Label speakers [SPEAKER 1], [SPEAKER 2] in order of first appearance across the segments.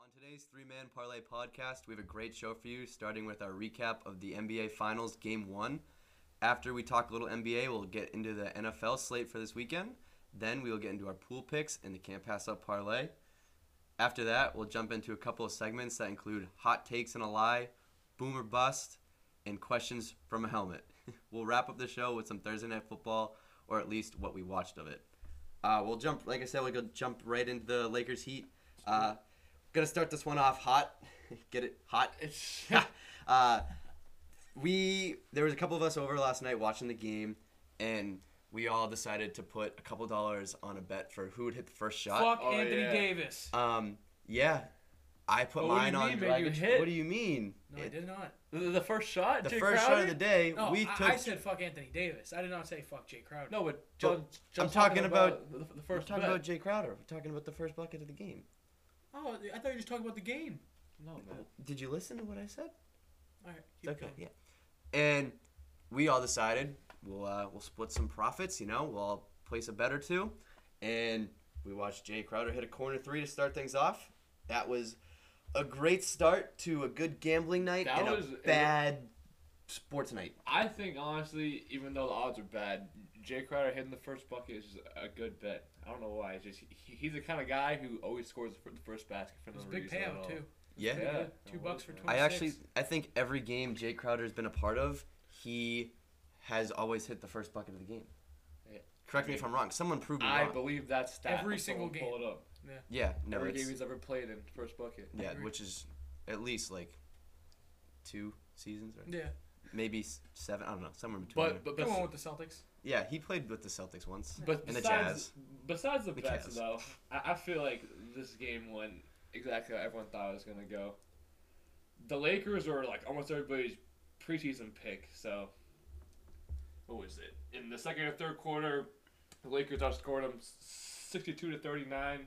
[SPEAKER 1] On today's Three Man Parlay podcast, we have a great show for you, starting with our recap of the NBA Finals Game 1. After we talk a little NBA, we'll get into the NFL slate for this weekend. Then we will get into our pool picks and the Can't Pass Up Parlay. After that, we'll jump into a couple of segments that include hot takes and a lie, boom or bust, and questions from a helmet. we'll wrap up the show with some Thursday night football, or at least what we watched of it. Uh, we'll jump, like I said, we'll go jump right into the Lakers Heat. Uh, gonna start this one off hot. Get it hot. uh, we there was a couple of us over last night watching the game, and we all decided to put a couple dollars on a bet for who would hit the first shot.
[SPEAKER 2] Fuck
[SPEAKER 3] Oh,
[SPEAKER 2] Anthony
[SPEAKER 3] yeah.
[SPEAKER 2] Davis.
[SPEAKER 1] Um, yeah, I put
[SPEAKER 2] But what do you
[SPEAKER 1] mine on.
[SPEAKER 2] mean, man? You
[SPEAKER 1] Dragic.
[SPEAKER 2] hit.
[SPEAKER 1] What do you mean?
[SPEAKER 2] No, I
[SPEAKER 1] It-
[SPEAKER 2] did not.
[SPEAKER 3] The, the first shot.
[SPEAKER 1] the
[SPEAKER 3] Jay
[SPEAKER 1] first shot
[SPEAKER 3] Crowder?
[SPEAKER 1] of the day,
[SPEAKER 2] No,
[SPEAKER 1] we
[SPEAKER 2] I,
[SPEAKER 1] took.
[SPEAKER 2] I said fuck Anthony Davis. I did not say fuck Jay Crowder.
[SPEAKER 3] No, but John, John's
[SPEAKER 1] talking
[SPEAKER 3] the, the
[SPEAKER 1] we're
[SPEAKER 3] first
[SPEAKER 1] talking
[SPEAKER 3] bet.
[SPEAKER 1] about Jay Crowder. We're talking about the first bucket of the game.
[SPEAKER 2] Oh, I thought you were just talking about the game.
[SPEAKER 3] no, man.
[SPEAKER 1] Did you listen to what I said?
[SPEAKER 2] All right, keep
[SPEAKER 1] Okay,
[SPEAKER 2] going.
[SPEAKER 1] yeah. And we all decided we'll uh, we'll split some profits. You know, we'll all place a bet or two, and we watched Jay Crowder hit a corner three to start things off. That was a great start to a good gambling night
[SPEAKER 3] That
[SPEAKER 1] and
[SPEAKER 3] was-
[SPEAKER 1] a bad sports night.
[SPEAKER 3] I think honestly, even though the odds are bad, Jay Crowder hitting the first bucket is just a good bet. I don't know why. It's just he, he's the kind of guy who always scores the fir- the first basket for
[SPEAKER 2] It
[SPEAKER 3] no
[SPEAKER 2] was a
[SPEAKER 3] reason.
[SPEAKER 2] big
[SPEAKER 3] at
[SPEAKER 2] payout
[SPEAKER 3] all.
[SPEAKER 2] too.
[SPEAKER 1] Yeah.
[SPEAKER 3] Yeah.
[SPEAKER 2] Two bucks for twenty.
[SPEAKER 1] I actually I think every game Jay Crowder's been a part of, he has always hit the first bucket of the game.
[SPEAKER 3] Yeah.
[SPEAKER 1] Correct me if I'm wrong. Someone prove me
[SPEAKER 3] I
[SPEAKER 1] wrong.
[SPEAKER 3] believe that stat.
[SPEAKER 2] Every
[SPEAKER 3] I'll
[SPEAKER 2] single
[SPEAKER 3] pull it up.
[SPEAKER 1] yeah, no,
[SPEAKER 3] Every
[SPEAKER 1] it's,
[SPEAKER 3] game he's ever played in first bucket.
[SPEAKER 1] yeah,
[SPEAKER 2] Every-
[SPEAKER 1] which is at least like two seasons, right?
[SPEAKER 2] Yeah.
[SPEAKER 1] Maybe s- seven. I don't know, somewhere in between.
[SPEAKER 3] But
[SPEAKER 1] there.
[SPEAKER 3] but
[SPEAKER 2] The
[SPEAKER 3] bes-
[SPEAKER 2] one with the Celtics.
[SPEAKER 1] yeah, he played with the Celtics once.
[SPEAKER 3] but
[SPEAKER 1] and the
[SPEAKER 3] besides besides the
[SPEAKER 1] The
[SPEAKER 3] bets
[SPEAKER 1] Cavs.
[SPEAKER 3] though, I, I feel like this game went exactly how everyone thought it was gonna go. The Lakers are like almost everybody's preseason pick. So what was it in the second or third quarter? The Lakers outscored them sixty-two to thirty-nine,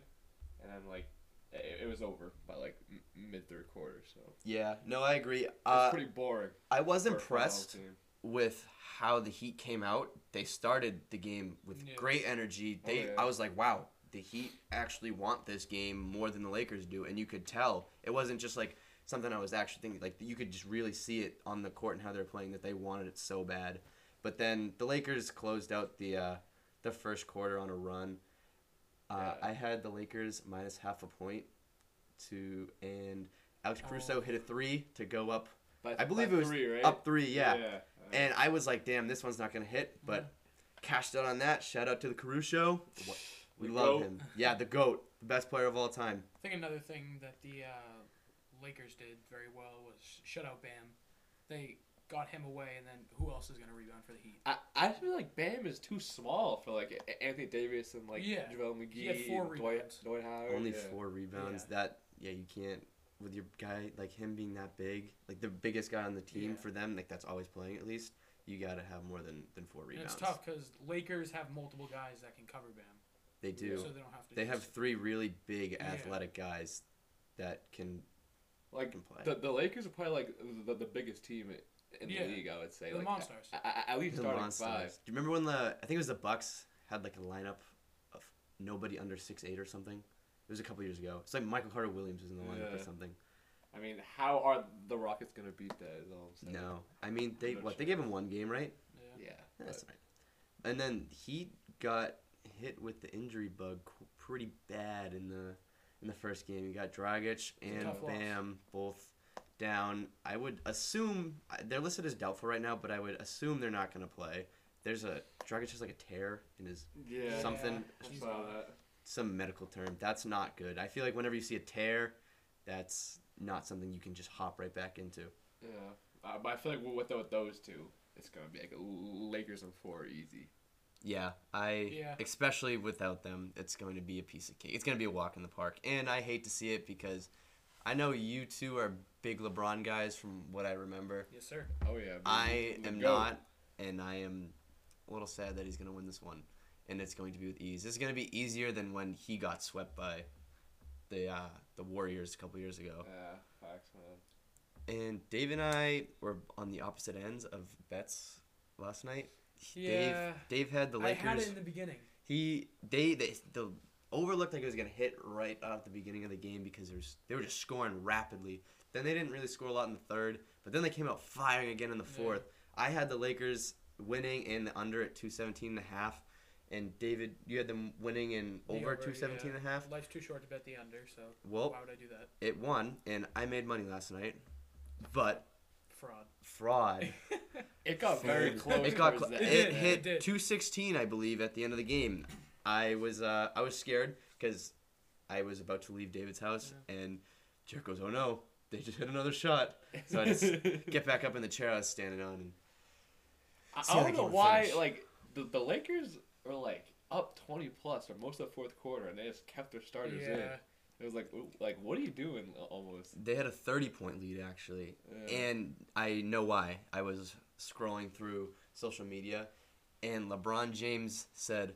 [SPEAKER 3] and then like it, it was over by like m- mid third quarter. So it's
[SPEAKER 1] Yeah, no, I agree. Uh,
[SPEAKER 3] pretty boring.
[SPEAKER 1] I was
[SPEAKER 3] for a finals
[SPEAKER 1] impressed
[SPEAKER 3] team.
[SPEAKER 1] with how the Heat came out. They started the game with
[SPEAKER 2] Yeah.
[SPEAKER 1] great energy. They,
[SPEAKER 3] yeah.
[SPEAKER 1] I was like, wow, the Heat actually want this game more than the Lakers do, and you could tell it wasn't just like something I was actually thinking. Like you could just really see it on the court and how they're playing that they wanted it so bad. But then the Lakers closed out the uh, the first quarter on a run. Uh,
[SPEAKER 3] Yeah.
[SPEAKER 1] I had the Lakers minus half a point to and Alex
[SPEAKER 2] Oh.
[SPEAKER 1] Caruso hit a three to go up.
[SPEAKER 3] By-
[SPEAKER 1] I believe
[SPEAKER 3] by
[SPEAKER 1] it was
[SPEAKER 3] three, right?
[SPEAKER 1] up three. yeah.
[SPEAKER 3] Uh,
[SPEAKER 1] And I was like, damn, this one's not going to hit, but cashed out on that. Shout out to the Caruso. We
[SPEAKER 3] The
[SPEAKER 1] love
[SPEAKER 3] GOAT.
[SPEAKER 1] him. Yeah, the GOAT, the best player of all time.
[SPEAKER 2] I think another thing that the uh, Lakers did very well was shut out Bam. They got him away, and then who else is going to rebound for the Heat?
[SPEAKER 3] I, I feel like Bam is too small for like A- Anthony Davis and like
[SPEAKER 2] Yeah.
[SPEAKER 3] JaVale McGee,
[SPEAKER 2] He had four
[SPEAKER 3] Dwight,
[SPEAKER 2] rebounds.
[SPEAKER 3] Dwight Howard.
[SPEAKER 1] Only
[SPEAKER 3] Oh, yeah.
[SPEAKER 1] four rebounds.
[SPEAKER 2] Yeah.
[SPEAKER 1] That, yeah, you can't, with your guy, like him being that big, like the biggest guy on the team
[SPEAKER 2] Yeah.
[SPEAKER 1] for them, like that's always playing at least, you got to have more than, than four
[SPEAKER 2] And
[SPEAKER 1] rebounds.
[SPEAKER 2] it's tough because Lakers have multiple guys that can cover Bam,
[SPEAKER 1] They do.
[SPEAKER 2] so they don't have to.
[SPEAKER 1] They
[SPEAKER 2] just-
[SPEAKER 1] have three really big
[SPEAKER 2] Yeah.
[SPEAKER 1] athletic guys that can,
[SPEAKER 3] Like
[SPEAKER 1] can play.
[SPEAKER 3] the, the Lakers are probably like the, the biggest team i- in
[SPEAKER 2] Yeah.
[SPEAKER 3] the league. I would say
[SPEAKER 2] The
[SPEAKER 3] like,
[SPEAKER 2] Monstars.
[SPEAKER 3] I, I, at least
[SPEAKER 1] The
[SPEAKER 3] starting
[SPEAKER 1] Monsters.
[SPEAKER 3] five.
[SPEAKER 1] Do you remember when the I think it was the Bucks had like a lineup of nobody under six eight or something? It was a couple years ago. It's like Michael Carter Williams was in the lineup or
[SPEAKER 3] Yeah.
[SPEAKER 1] something.
[SPEAKER 3] I mean, how are the Rockets gonna beat that? Is all I'm saying.
[SPEAKER 1] No, I mean they
[SPEAKER 3] not
[SPEAKER 1] what they
[SPEAKER 3] sure.
[SPEAKER 1] gave him one game right? Eh,
[SPEAKER 2] Yeah.
[SPEAKER 3] Yeah.
[SPEAKER 1] That's
[SPEAKER 3] But,
[SPEAKER 1] right. And then he got hit with the injury bug qu- pretty bad in the in the first game. You got Dragic and
[SPEAKER 2] Tough loss.
[SPEAKER 1] Bam both down. I would assume I- they're listed as doubtful right now, but I would assume they're not going to play. There's a Dragic has like a tear in his
[SPEAKER 3] yeah.
[SPEAKER 2] Some-
[SPEAKER 1] something
[SPEAKER 3] I
[SPEAKER 2] He's
[SPEAKER 3] saw
[SPEAKER 2] gone.
[SPEAKER 3] that.
[SPEAKER 1] some medical term. That's not good. I feel like whenever you see a tear, that's not something you can just hop right back into.
[SPEAKER 3] Yeah. Uh, but I feel like with, with those two, it's gonna be like L- Lakers and four easy.
[SPEAKER 1] Yeah, I
[SPEAKER 2] Yeah.
[SPEAKER 1] especially without them, it's going to be a piece of cake. It's going to be a walk in the park, and I hate to see it because I know you two are big LeBron guys from what I remember.
[SPEAKER 2] Yes, sir.
[SPEAKER 3] Oh yeah.
[SPEAKER 1] I
[SPEAKER 3] man. The
[SPEAKER 1] am
[SPEAKER 3] GOAT.
[SPEAKER 1] not, and I am a little sad that he's going to win this one, and it's going to be with ease. This is going to be easier than when he got swept by the uh, the Warriors a couple years ago.
[SPEAKER 3] Yeah. Facts, man.
[SPEAKER 1] and Dave and I were on the opposite ends of bets last night. Dave,
[SPEAKER 2] Yeah.
[SPEAKER 1] Dave had the Lakers.
[SPEAKER 2] I had it in the beginning.
[SPEAKER 1] He they they the over looked like it was gonna hit right off the beginning of the game because there was, they were just scoring rapidly. Then they didn't really score a lot in the third, but then they came out firing again in the
[SPEAKER 2] Yeah.
[SPEAKER 1] fourth. I had the Lakers winning and the under at 217 and a half, and David, you had them winning and
[SPEAKER 2] The
[SPEAKER 1] over
[SPEAKER 2] over,
[SPEAKER 1] 217 and a half.
[SPEAKER 2] Life's too short to bet the under, so
[SPEAKER 1] Well,
[SPEAKER 2] why would I do that?
[SPEAKER 1] it won, and I made money last night, but
[SPEAKER 2] Fraud.
[SPEAKER 1] fraud.
[SPEAKER 3] It got very
[SPEAKER 1] Fold.
[SPEAKER 3] close.
[SPEAKER 1] It got
[SPEAKER 3] towards
[SPEAKER 1] cl- it,
[SPEAKER 3] the end
[SPEAKER 2] did,
[SPEAKER 3] there.
[SPEAKER 1] hit
[SPEAKER 2] it did.
[SPEAKER 1] 216, I believe, at the end of the game. I was uh, I was scared because I was about to leave David's house, and Jared goes, "Oh no, they just hit another shot." So I just get back up in the chair I was standing on. And
[SPEAKER 3] I,
[SPEAKER 1] See
[SPEAKER 3] I
[SPEAKER 1] how
[SPEAKER 3] don't
[SPEAKER 1] the
[SPEAKER 3] know
[SPEAKER 1] game
[SPEAKER 3] why.
[SPEAKER 1] finished.
[SPEAKER 3] Like the, the Lakers were like up twenty plus for most of the fourth quarter, and they just kept their starters in.
[SPEAKER 2] Yeah.
[SPEAKER 3] It was like, ooh, like what are you doing? al- Almost.
[SPEAKER 1] they had a 30 point lead actually,
[SPEAKER 3] Yeah.
[SPEAKER 1] and I know why. I was scrolling through social media, and LeBron James said,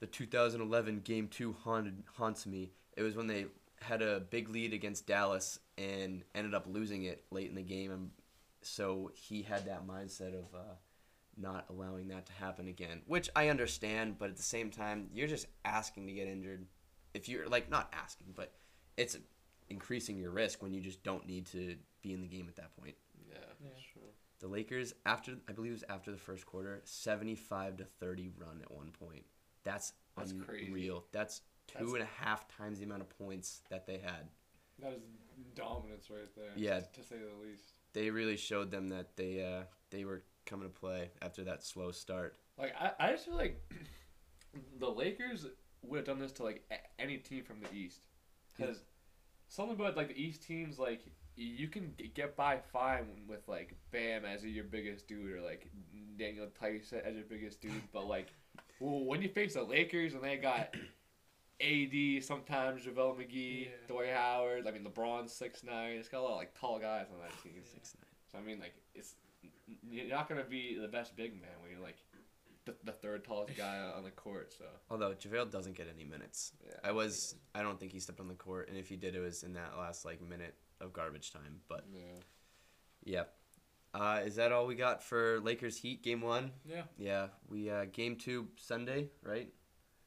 [SPEAKER 1] "The 2011 Game Two haunted, haunts me." It was when they had a big lead against Dallas and ended up losing it late in the game, and so he had that mindset of uh, not allowing that to happen again, which I understand. But at the same time, you're just asking to get injured. If you're like not asking, but it's increasing your risk when you just don't need to be in the game at that point.
[SPEAKER 3] yeah,
[SPEAKER 2] Yeah.
[SPEAKER 3] Sure.
[SPEAKER 1] The Lakers after I believe it was after the first quarter, seventy five to thirty run at one point. That's,
[SPEAKER 3] That's
[SPEAKER 1] unreal.
[SPEAKER 3] crazy.
[SPEAKER 1] That's two
[SPEAKER 3] That's-
[SPEAKER 1] and a half times the amount of points that they had.
[SPEAKER 3] That is dominance right there.
[SPEAKER 1] Yeah.
[SPEAKER 3] To, to say the least.
[SPEAKER 1] They really showed them that they uh, they were coming to play after that slow start.
[SPEAKER 3] Like I, I just feel like the Lakers would have done this to like a- any team from the East, because something about like the East teams like you can g- get by fine with like Bam as your biggest dude or like Daniel Tyson as your biggest dude, but like well, when you face the Lakers and they got. AD sometimes JaVale McGee,
[SPEAKER 2] Yeah.
[SPEAKER 3] Dwight Howard. I mean LeBron six nine. It's got a lot of like tall guys on that team.
[SPEAKER 1] Six nine.
[SPEAKER 3] So I mean, like, it's you're not gonna be the best big man when you're like the, the third tallest guy on the court. So
[SPEAKER 1] Although JaVale doesn't get any minutes.
[SPEAKER 3] yeah,
[SPEAKER 1] I was I don't think he stepped on the court and if he did it was in that last like minute of garbage time. But
[SPEAKER 3] yeah.
[SPEAKER 1] yeah. Uh, is that all we got for Lakers Heat game one?
[SPEAKER 2] Yeah,
[SPEAKER 1] Yeah, we uh, game two Sunday, right?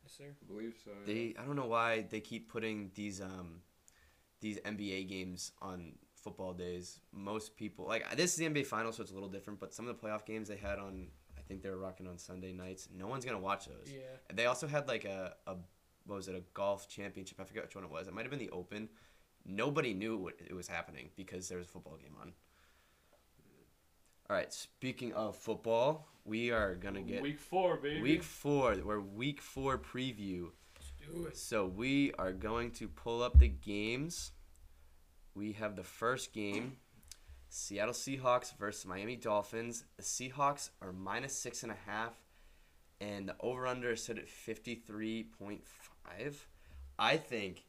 [SPEAKER 2] yes, sir.
[SPEAKER 3] I believe so. yeah.
[SPEAKER 1] They I don't know why they keep putting these um these NBA games on football days. Most people like this is the NBA final, so it's a little different. But some of the playoff games they had on, I think they were rocking on Sunday nights. No one's gonna watch those.
[SPEAKER 2] Yeah.
[SPEAKER 1] And They also had like a, a what was it a golf championship? I forget which one it was. It might have been the Open. Nobody knew what it was happening because there was a football game on. All right. Speaking of football, we are gonna get
[SPEAKER 3] week four, baby.
[SPEAKER 1] Week four, we're week four preview.
[SPEAKER 2] Let's do it.
[SPEAKER 1] So we are going to pull up the games. We have the first game Seattle Seahawks versus Miami Dolphins. The Seahawks are minus six and a half, and the over under is set at 53.5. I think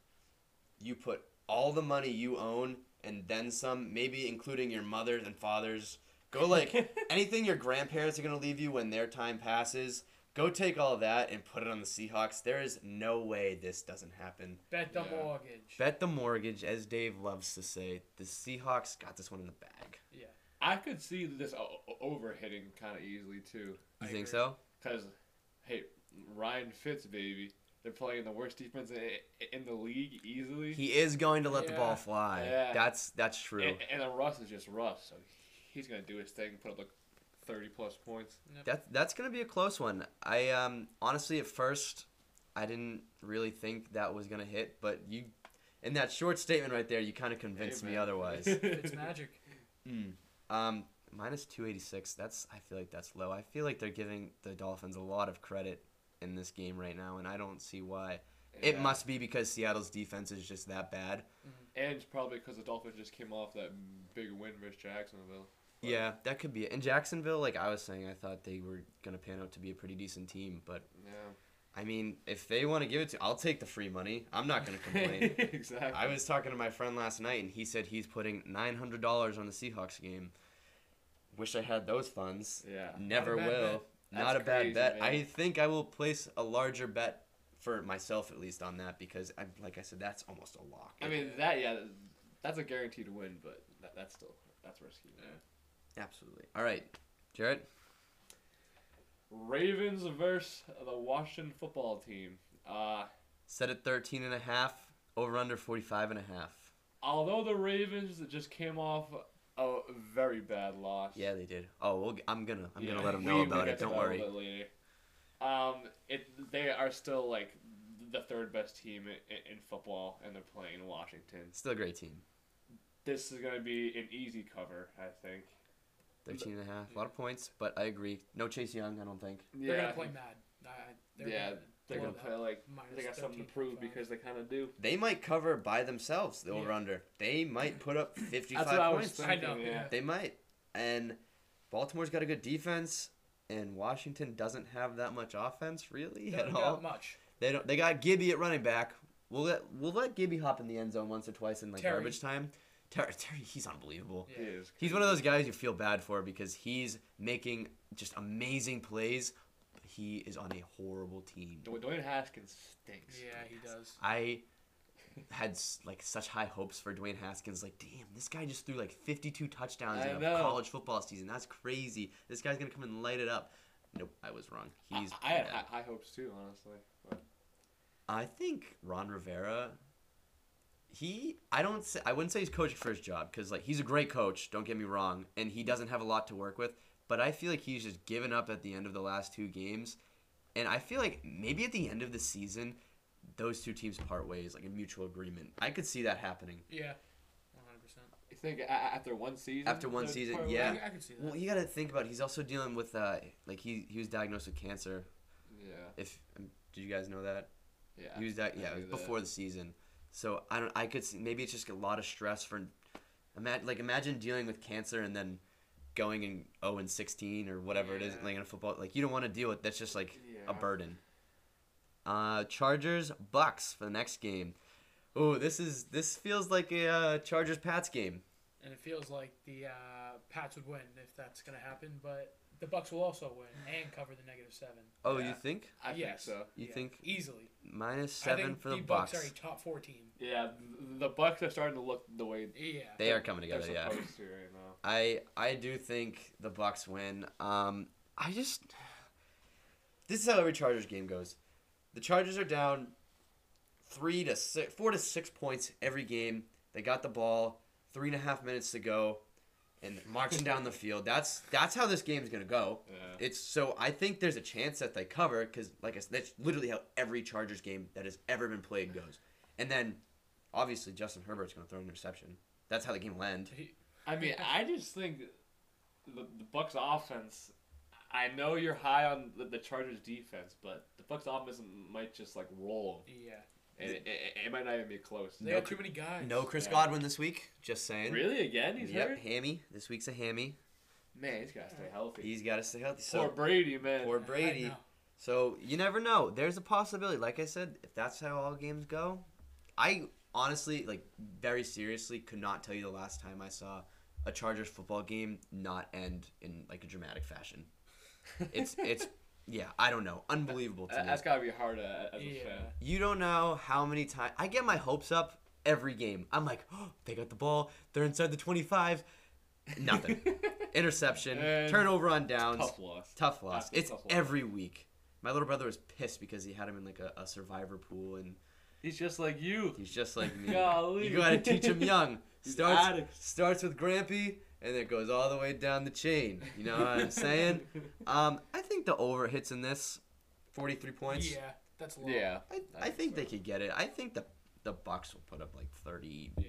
[SPEAKER 1] you put all the money you own and then some, maybe including your mother's and father's. Go like anything your grandparents are going to leave you when their time passes. Go take all that and put it on the Seahawks. There is no way this doesn't happen.
[SPEAKER 2] Bet the
[SPEAKER 3] Yeah.
[SPEAKER 2] mortgage.
[SPEAKER 1] Bet the mortgage, as Dave loves to say. The Seahawks got this one in the bag.
[SPEAKER 2] yeah.
[SPEAKER 3] I could see this o- o- over hitting kind of easily too,
[SPEAKER 1] You
[SPEAKER 2] I
[SPEAKER 1] think
[SPEAKER 2] agree.
[SPEAKER 1] so?
[SPEAKER 3] because hey, Ryan Fitz, baby. They're playing the worst defense i- in the league easily.
[SPEAKER 1] He is going to let the ball
[SPEAKER 2] Yeah.
[SPEAKER 1] fly.
[SPEAKER 3] Yeah.
[SPEAKER 1] That's that's true.
[SPEAKER 3] and, and then Russ is just Russ, so he's gonna do his thing, put up like thirty plus points.
[SPEAKER 1] That that's gonna be a close one. I um honestly at first I didn't really think that was gonna hit, but you in that short statement right there, you kind of convinced me
[SPEAKER 3] man.
[SPEAKER 1] otherwise.
[SPEAKER 2] It's magic.
[SPEAKER 1] mm. Um, minus two eighty six. That's I feel like that's low. I feel like they're giving the Dolphins a lot of credit in this game right now, and I don't see why. It
[SPEAKER 3] Yeah.
[SPEAKER 1] must be because Seattle's defense is just that bad.
[SPEAKER 3] And it's probably because the Dolphins just came off that big win versus Jacksonville. But-
[SPEAKER 1] Yeah, that could be it. In Jacksonville, like I was saying, I thought they were gonna pan out to be a pretty decent team, but
[SPEAKER 3] Yeah.
[SPEAKER 1] I mean, if they want to give it to, I'll take the free money. I'm not gonna complain.
[SPEAKER 3] exactly.
[SPEAKER 1] I was talking to my friend last night, and he said he's putting nine hundred dollars on the Seahawks game. Wish I had those funds.
[SPEAKER 3] Yeah.
[SPEAKER 1] Never
[SPEAKER 2] Not a bad
[SPEAKER 1] will.
[SPEAKER 2] bet.
[SPEAKER 1] Not
[SPEAKER 3] That's
[SPEAKER 1] a bad
[SPEAKER 3] crazy,
[SPEAKER 1] bet.
[SPEAKER 3] man.
[SPEAKER 1] I think I will place a larger bet for myself at least on that because I, like I said, that's almost a lock.
[SPEAKER 3] I mean that. Yeah. That's a guaranteed win, but that, that's still that's risky. Man.
[SPEAKER 1] absolutely. All right, Jarrett.
[SPEAKER 3] Ravens versus the Washington football team. Uh,
[SPEAKER 1] Set at 13 and a half, over under 45 and a half.
[SPEAKER 3] although the Ravens just came off a very bad loss.
[SPEAKER 1] Yeah, they did. Oh, we'll, g- I'm gonna I'm
[SPEAKER 3] Yeah,
[SPEAKER 1] gonna let them
[SPEAKER 3] we-
[SPEAKER 1] know
[SPEAKER 3] we
[SPEAKER 1] about
[SPEAKER 3] get
[SPEAKER 1] it.
[SPEAKER 3] to
[SPEAKER 1] Don't
[SPEAKER 3] that a
[SPEAKER 1] worry.
[SPEAKER 3] little later. Um, it they are still like the third best team in, in football, and they're playing Washington.
[SPEAKER 1] Still a great team.
[SPEAKER 3] This is gonna be an easy cover, I think.
[SPEAKER 1] 13 and a half, a lot of points, but I agree. No Chase Young, I don't think.
[SPEAKER 2] They're gonna play mad. I- they're
[SPEAKER 3] Yeah,
[SPEAKER 2] gonna
[SPEAKER 3] They're
[SPEAKER 2] blow
[SPEAKER 3] gonna
[SPEAKER 2] that
[SPEAKER 3] play like
[SPEAKER 2] minus
[SPEAKER 3] they got something to
[SPEAKER 2] 13,
[SPEAKER 3] prove
[SPEAKER 2] five.
[SPEAKER 3] because they kind of do.
[SPEAKER 1] They might cover by themselves the
[SPEAKER 2] Yeah.
[SPEAKER 1] over under. They might put up 55
[SPEAKER 3] That's what I was
[SPEAKER 1] points.
[SPEAKER 2] I
[SPEAKER 3] thinking.
[SPEAKER 2] know,
[SPEAKER 3] yeah.
[SPEAKER 2] yeah.
[SPEAKER 1] They might. And Baltimore's got a good defense, and Washington doesn't have that much offense really
[SPEAKER 2] They
[SPEAKER 1] at
[SPEAKER 2] haven't
[SPEAKER 1] all.
[SPEAKER 2] got much.
[SPEAKER 1] They don't. They got Gibby at running back. We'll let we'll let Gibby hop in the end zone once or twice in like
[SPEAKER 2] Terry.
[SPEAKER 1] garbage time. Terry, Terry, he's unbelievable.
[SPEAKER 2] Yeah.
[SPEAKER 3] It is
[SPEAKER 1] He's one of those guys you feel bad for because he's making just amazing plays. but He is on a horrible team.
[SPEAKER 3] Dw- Dwayne Haskins stinks.
[SPEAKER 2] Yeah, he does.
[SPEAKER 1] I had s- like such high hopes for Dwayne Haskins. Like, damn, this guy just threw like 52 touchdowns
[SPEAKER 3] I
[SPEAKER 1] in a
[SPEAKER 3] know.
[SPEAKER 1] college football season. That's crazy. This guy's gonna come and light it up. Nope, I was wrong. He's.
[SPEAKER 3] I, I had
[SPEAKER 1] bad.
[SPEAKER 3] high, high hopes too, honestly. But
[SPEAKER 1] I think Ron Rivera. He, I don't, say, I wouldn't say he's coaching for his job because like he's a great coach. Don't get me wrong, and he doesn't have a lot to work with. But I feel like he's just given up at the end of the last two games, and I feel like maybe at the end of the season, those two teams part ways like a mutual agreement. I could see that happening
[SPEAKER 2] Yeah, one hundred percent.
[SPEAKER 3] you think a- a- after one season?
[SPEAKER 1] after one
[SPEAKER 3] they're
[SPEAKER 1] season.
[SPEAKER 3] probably-
[SPEAKER 1] Yeah.
[SPEAKER 2] I, I can see that.
[SPEAKER 1] Well, you got to think about. it. He's also dealing with uh, like he he was diagnosed with cancer.
[SPEAKER 3] Yeah.
[SPEAKER 1] If did you guys know that?
[SPEAKER 3] Yeah.
[SPEAKER 1] He was that
[SPEAKER 3] I
[SPEAKER 1] yeah, it was
[SPEAKER 3] knew that.
[SPEAKER 1] before the season. So I don't I could see, maybe it's just a lot of stress for imagine like imagine dealing with cancer and then going in 0 and 16 or whatever it is
[SPEAKER 3] Yeah.
[SPEAKER 1] like in a football like you don't want to deal with that's just like
[SPEAKER 3] Yeah.
[SPEAKER 1] a burden. Uh Chargers Bucks for the next game. Oh, this is this feels like a uh, Chargers Pats game.
[SPEAKER 2] And it feels like the uh, Pats would win if that's gonna happen, but the Bucks will also win and cover the negative seven.
[SPEAKER 1] Oh, you
[SPEAKER 3] Yeah.
[SPEAKER 1] think?
[SPEAKER 3] I
[SPEAKER 2] yes.
[SPEAKER 3] think so.
[SPEAKER 1] You think-
[SPEAKER 2] easily?
[SPEAKER 1] Minus
[SPEAKER 2] I
[SPEAKER 1] 7
[SPEAKER 2] think
[SPEAKER 1] for the,
[SPEAKER 2] the
[SPEAKER 1] Bucks.
[SPEAKER 2] are a top four team.
[SPEAKER 3] Yeah, th- the Bucks are starting to look the way
[SPEAKER 2] Yeah.
[SPEAKER 1] They are coming
[SPEAKER 3] they're
[SPEAKER 1] together, yeah.
[SPEAKER 3] supposed to right now.
[SPEAKER 1] I I do think the Bucks win. Um, I just this is how every Chargers game goes. The Chargers are down three to six, four to six points every game. They got the ball, three and a half minutes to go, and marching down the field. That's that's how this game's gonna go.
[SPEAKER 3] Yeah.
[SPEAKER 1] It's so I think there's a chance that they cover because like I said, that's literally how every Chargers game that has ever been played goes. And then obviously Justin Herbert's gonna throw an interception. That's how the game will end.
[SPEAKER 3] I mean, I just think the, the Bucks offense. I know you're high on the, the Chargers defense, but the Bucks offense might just like roll,
[SPEAKER 2] Yeah.
[SPEAKER 3] and it, it, it might not even be close.
[SPEAKER 2] They
[SPEAKER 1] No
[SPEAKER 2] got too many guys.
[SPEAKER 1] No Chris
[SPEAKER 3] Yeah.
[SPEAKER 1] Godwin this week. Just saying.
[SPEAKER 3] Really again? He's
[SPEAKER 1] Yep,
[SPEAKER 3] hurt.
[SPEAKER 1] hammy. This week's a hammy.
[SPEAKER 3] Man, he's gotta stay healthy.
[SPEAKER 1] He's got to stay healthy. So,
[SPEAKER 3] poor Brady, man.
[SPEAKER 1] poor
[SPEAKER 2] I
[SPEAKER 1] Brady.
[SPEAKER 2] know.
[SPEAKER 1] So you never know. There's a possibility. Like I said, if that's how all games go, I honestly, like, very seriously, could not tell you the last time I saw a Chargers football game not end in like a dramatic fashion. It's it's yeah. I don't know. Unbelievable to
[SPEAKER 3] That-
[SPEAKER 1] me.
[SPEAKER 3] That's gotta be hard uh, as a
[SPEAKER 2] Yeah.
[SPEAKER 3] fan.
[SPEAKER 1] You don't know how many times I get my hopes up every game. I'm like, oh, they got the ball. They're inside the 25. Nothing. Interception.
[SPEAKER 3] And
[SPEAKER 1] turnover on downs.
[SPEAKER 3] Tough loss.
[SPEAKER 1] Tough loss.
[SPEAKER 3] That's a
[SPEAKER 1] It's
[SPEAKER 3] tough loss.
[SPEAKER 1] every week. My little brother was pissed because he had him in like a, a survivor pool, and
[SPEAKER 3] He's just like you.
[SPEAKER 1] he's just like me.
[SPEAKER 3] Golly.
[SPEAKER 1] You gotta teach him young.
[SPEAKER 3] These
[SPEAKER 1] Starts
[SPEAKER 3] addicts.
[SPEAKER 1] starts with Grampy, and then goes all the way down the chain. You know what I'm saying? Um, I think the over hits in this, 43 points.
[SPEAKER 2] Yeah, that's low.
[SPEAKER 3] Yeah.
[SPEAKER 1] I, I think they could get it. I think the the Bucks will put up like 30,
[SPEAKER 2] Yeah.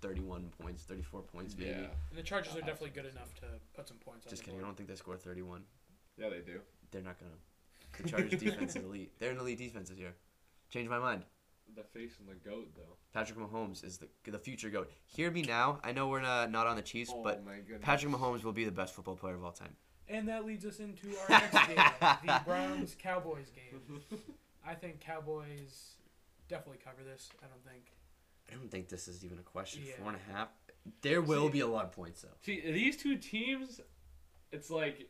[SPEAKER 1] 31 points, 34 points maybe.
[SPEAKER 3] Yeah.
[SPEAKER 2] And the Chargers are definitely good enough to put some points on
[SPEAKER 1] Just
[SPEAKER 2] the
[SPEAKER 1] kidding. I
[SPEAKER 2] board.
[SPEAKER 1] don't think they score 31.
[SPEAKER 3] Yeah, they do.
[SPEAKER 1] They're not going to. The Chargers defense is elite. They're an elite defense this year. Change my mind.
[SPEAKER 3] The face and the goat, though.
[SPEAKER 1] Patrick Mahomes is the the future GOAT. Hear me now. I know we're not, not on the Chiefs,
[SPEAKER 3] Oh
[SPEAKER 1] but
[SPEAKER 3] my goodness.
[SPEAKER 1] Patrick Mahomes will be the best football player of all time.
[SPEAKER 2] And that leads us into our next game, the Browns Cowboys game. I think Cowboys definitely cover this. I don't think.
[SPEAKER 1] I don't think this is even a question.
[SPEAKER 2] Yeah.
[SPEAKER 1] Four and a half. There will
[SPEAKER 3] See-
[SPEAKER 1] be a lot of points, though.
[SPEAKER 3] See, these two teams, it's like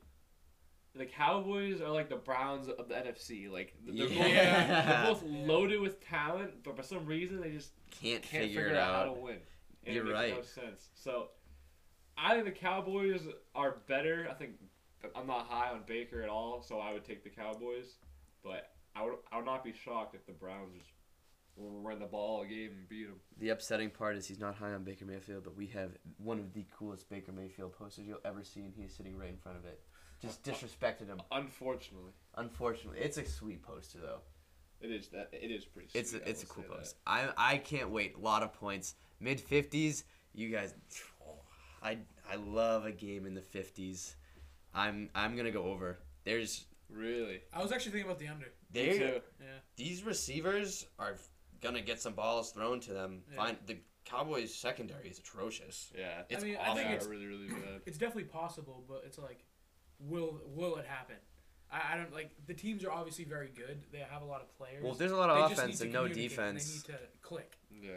[SPEAKER 3] the Cowboys are like the Browns of the NFC. Like they're,
[SPEAKER 1] Yeah.
[SPEAKER 3] both, they're both loaded with talent, but for some reason they just
[SPEAKER 1] Can't,
[SPEAKER 3] can't
[SPEAKER 1] figure,
[SPEAKER 3] figure,
[SPEAKER 1] it
[SPEAKER 3] out
[SPEAKER 1] out.
[SPEAKER 3] how to win.
[SPEAKER 1] You're
[SPEAKER 3] it makes No
[SPEAKER 1] right.
[SPEAKER 3] sense. So I think the Cowboys are better. I think I'm not high on Baker at all, so I would take the Cowboys. But I would I would not be shocked if the Browns just run the ball game and beat them.
[SPEAKER 1] The upsetting part is he's not high on Baker Mayfield, but we have one of the coolest Baker Mayfield posters you'll ever see, and he's sitting right in front of it. Just disrespected him.
[SPEAKER 3] Unfortunately,
[SPEAKER 1] Unfortunately, it's a sweet poster though.
[SPEAKER 3] it is that it is pretty. Sweet,
[SPEAKER 1] It's
[SPEAKER 3] I
[SPEAKER 1] a, it's a
[SPEAKER 3] will
[SPEAKER 1] cool
[SPEAKER 3] say that.
[SPEAKER 1] post. I I can't wait. A lot of points. Mid fifties. You guys, I I love a game in the fifties. I'm I'm gonna go over. There's
[SPEAKER 3] Really,
[SPEAKER 2] I was actually thinking about the under.
[SPEAKER 3] Me
[SPEAKER 1] there.
[SPEAKER 3] too.
[SPEAKER 2] Yeah.
[SPEAKER 1] These receivers are gonna get some balls thrown to them.
[SPEAKER 2] Yeah.
[SPEAKER 1] Fine. The Cowboys secondary is atrocious.
[SPEAKER 3] Yeah,
[SPEAKER 1] It's
[SPEAKER 2] mean, I
[SPEAKER 1] awful.
[SPEAKER 2] think
[SPEAKER 3] Yeah,
[SPEAKER 2] it's-
[SPEAKER 3] really really bad.
[SPEAKER 2] It's definitely possible, but it's like, will will it happen? I, I don't like the teams are obviously very good. They have a lot of players.
[SPEAKER 1] well, if there's a lot
[SPEAKER 2] They
[SPEAKER 1] of
[SPEAKER 2] just need
[SPEAKER 1] offense
[SPEAKER 2] to
[SPEAKER 1] and no
[SPEAKER 2] communicate, and
[SPEAKER 1] defense.
[SPEAKER 2] They need to click.
[SPEAKER 3] Yeah.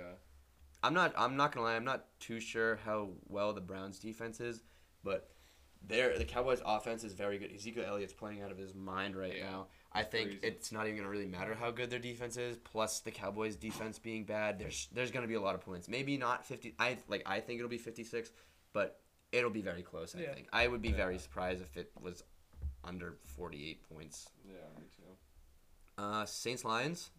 [SPEAKER 1] I'm not. I'm not gonna lie. I'm not too sure how well the Browns' defense is, but their the Cowboys' offense is very good. Ezekiel Elliott's playing out of his mind right
[SPEAKER 3] Yeah.
[SPEAKER 1] now. I think
[SPEAKER 3] Crazy.
[SPEAKER 1] it's not even gonna really matter how good their defense is. Plus the Cowboys' defense being bad, there's there's gonna be a lot of points. Maybe not 50. I like. I think it'll be 56, but it'll be very close. I
[SPEAKER 2] Yeah.
[SPEAKER 1] think. I would be very
[SPEAKER 3] Yeah.
[SPEAKER 1] surprised if it was under 48 points.
[SPEAKER 3] Yeah, me too.
[SPEAKER 1] Uh, Saints Lions,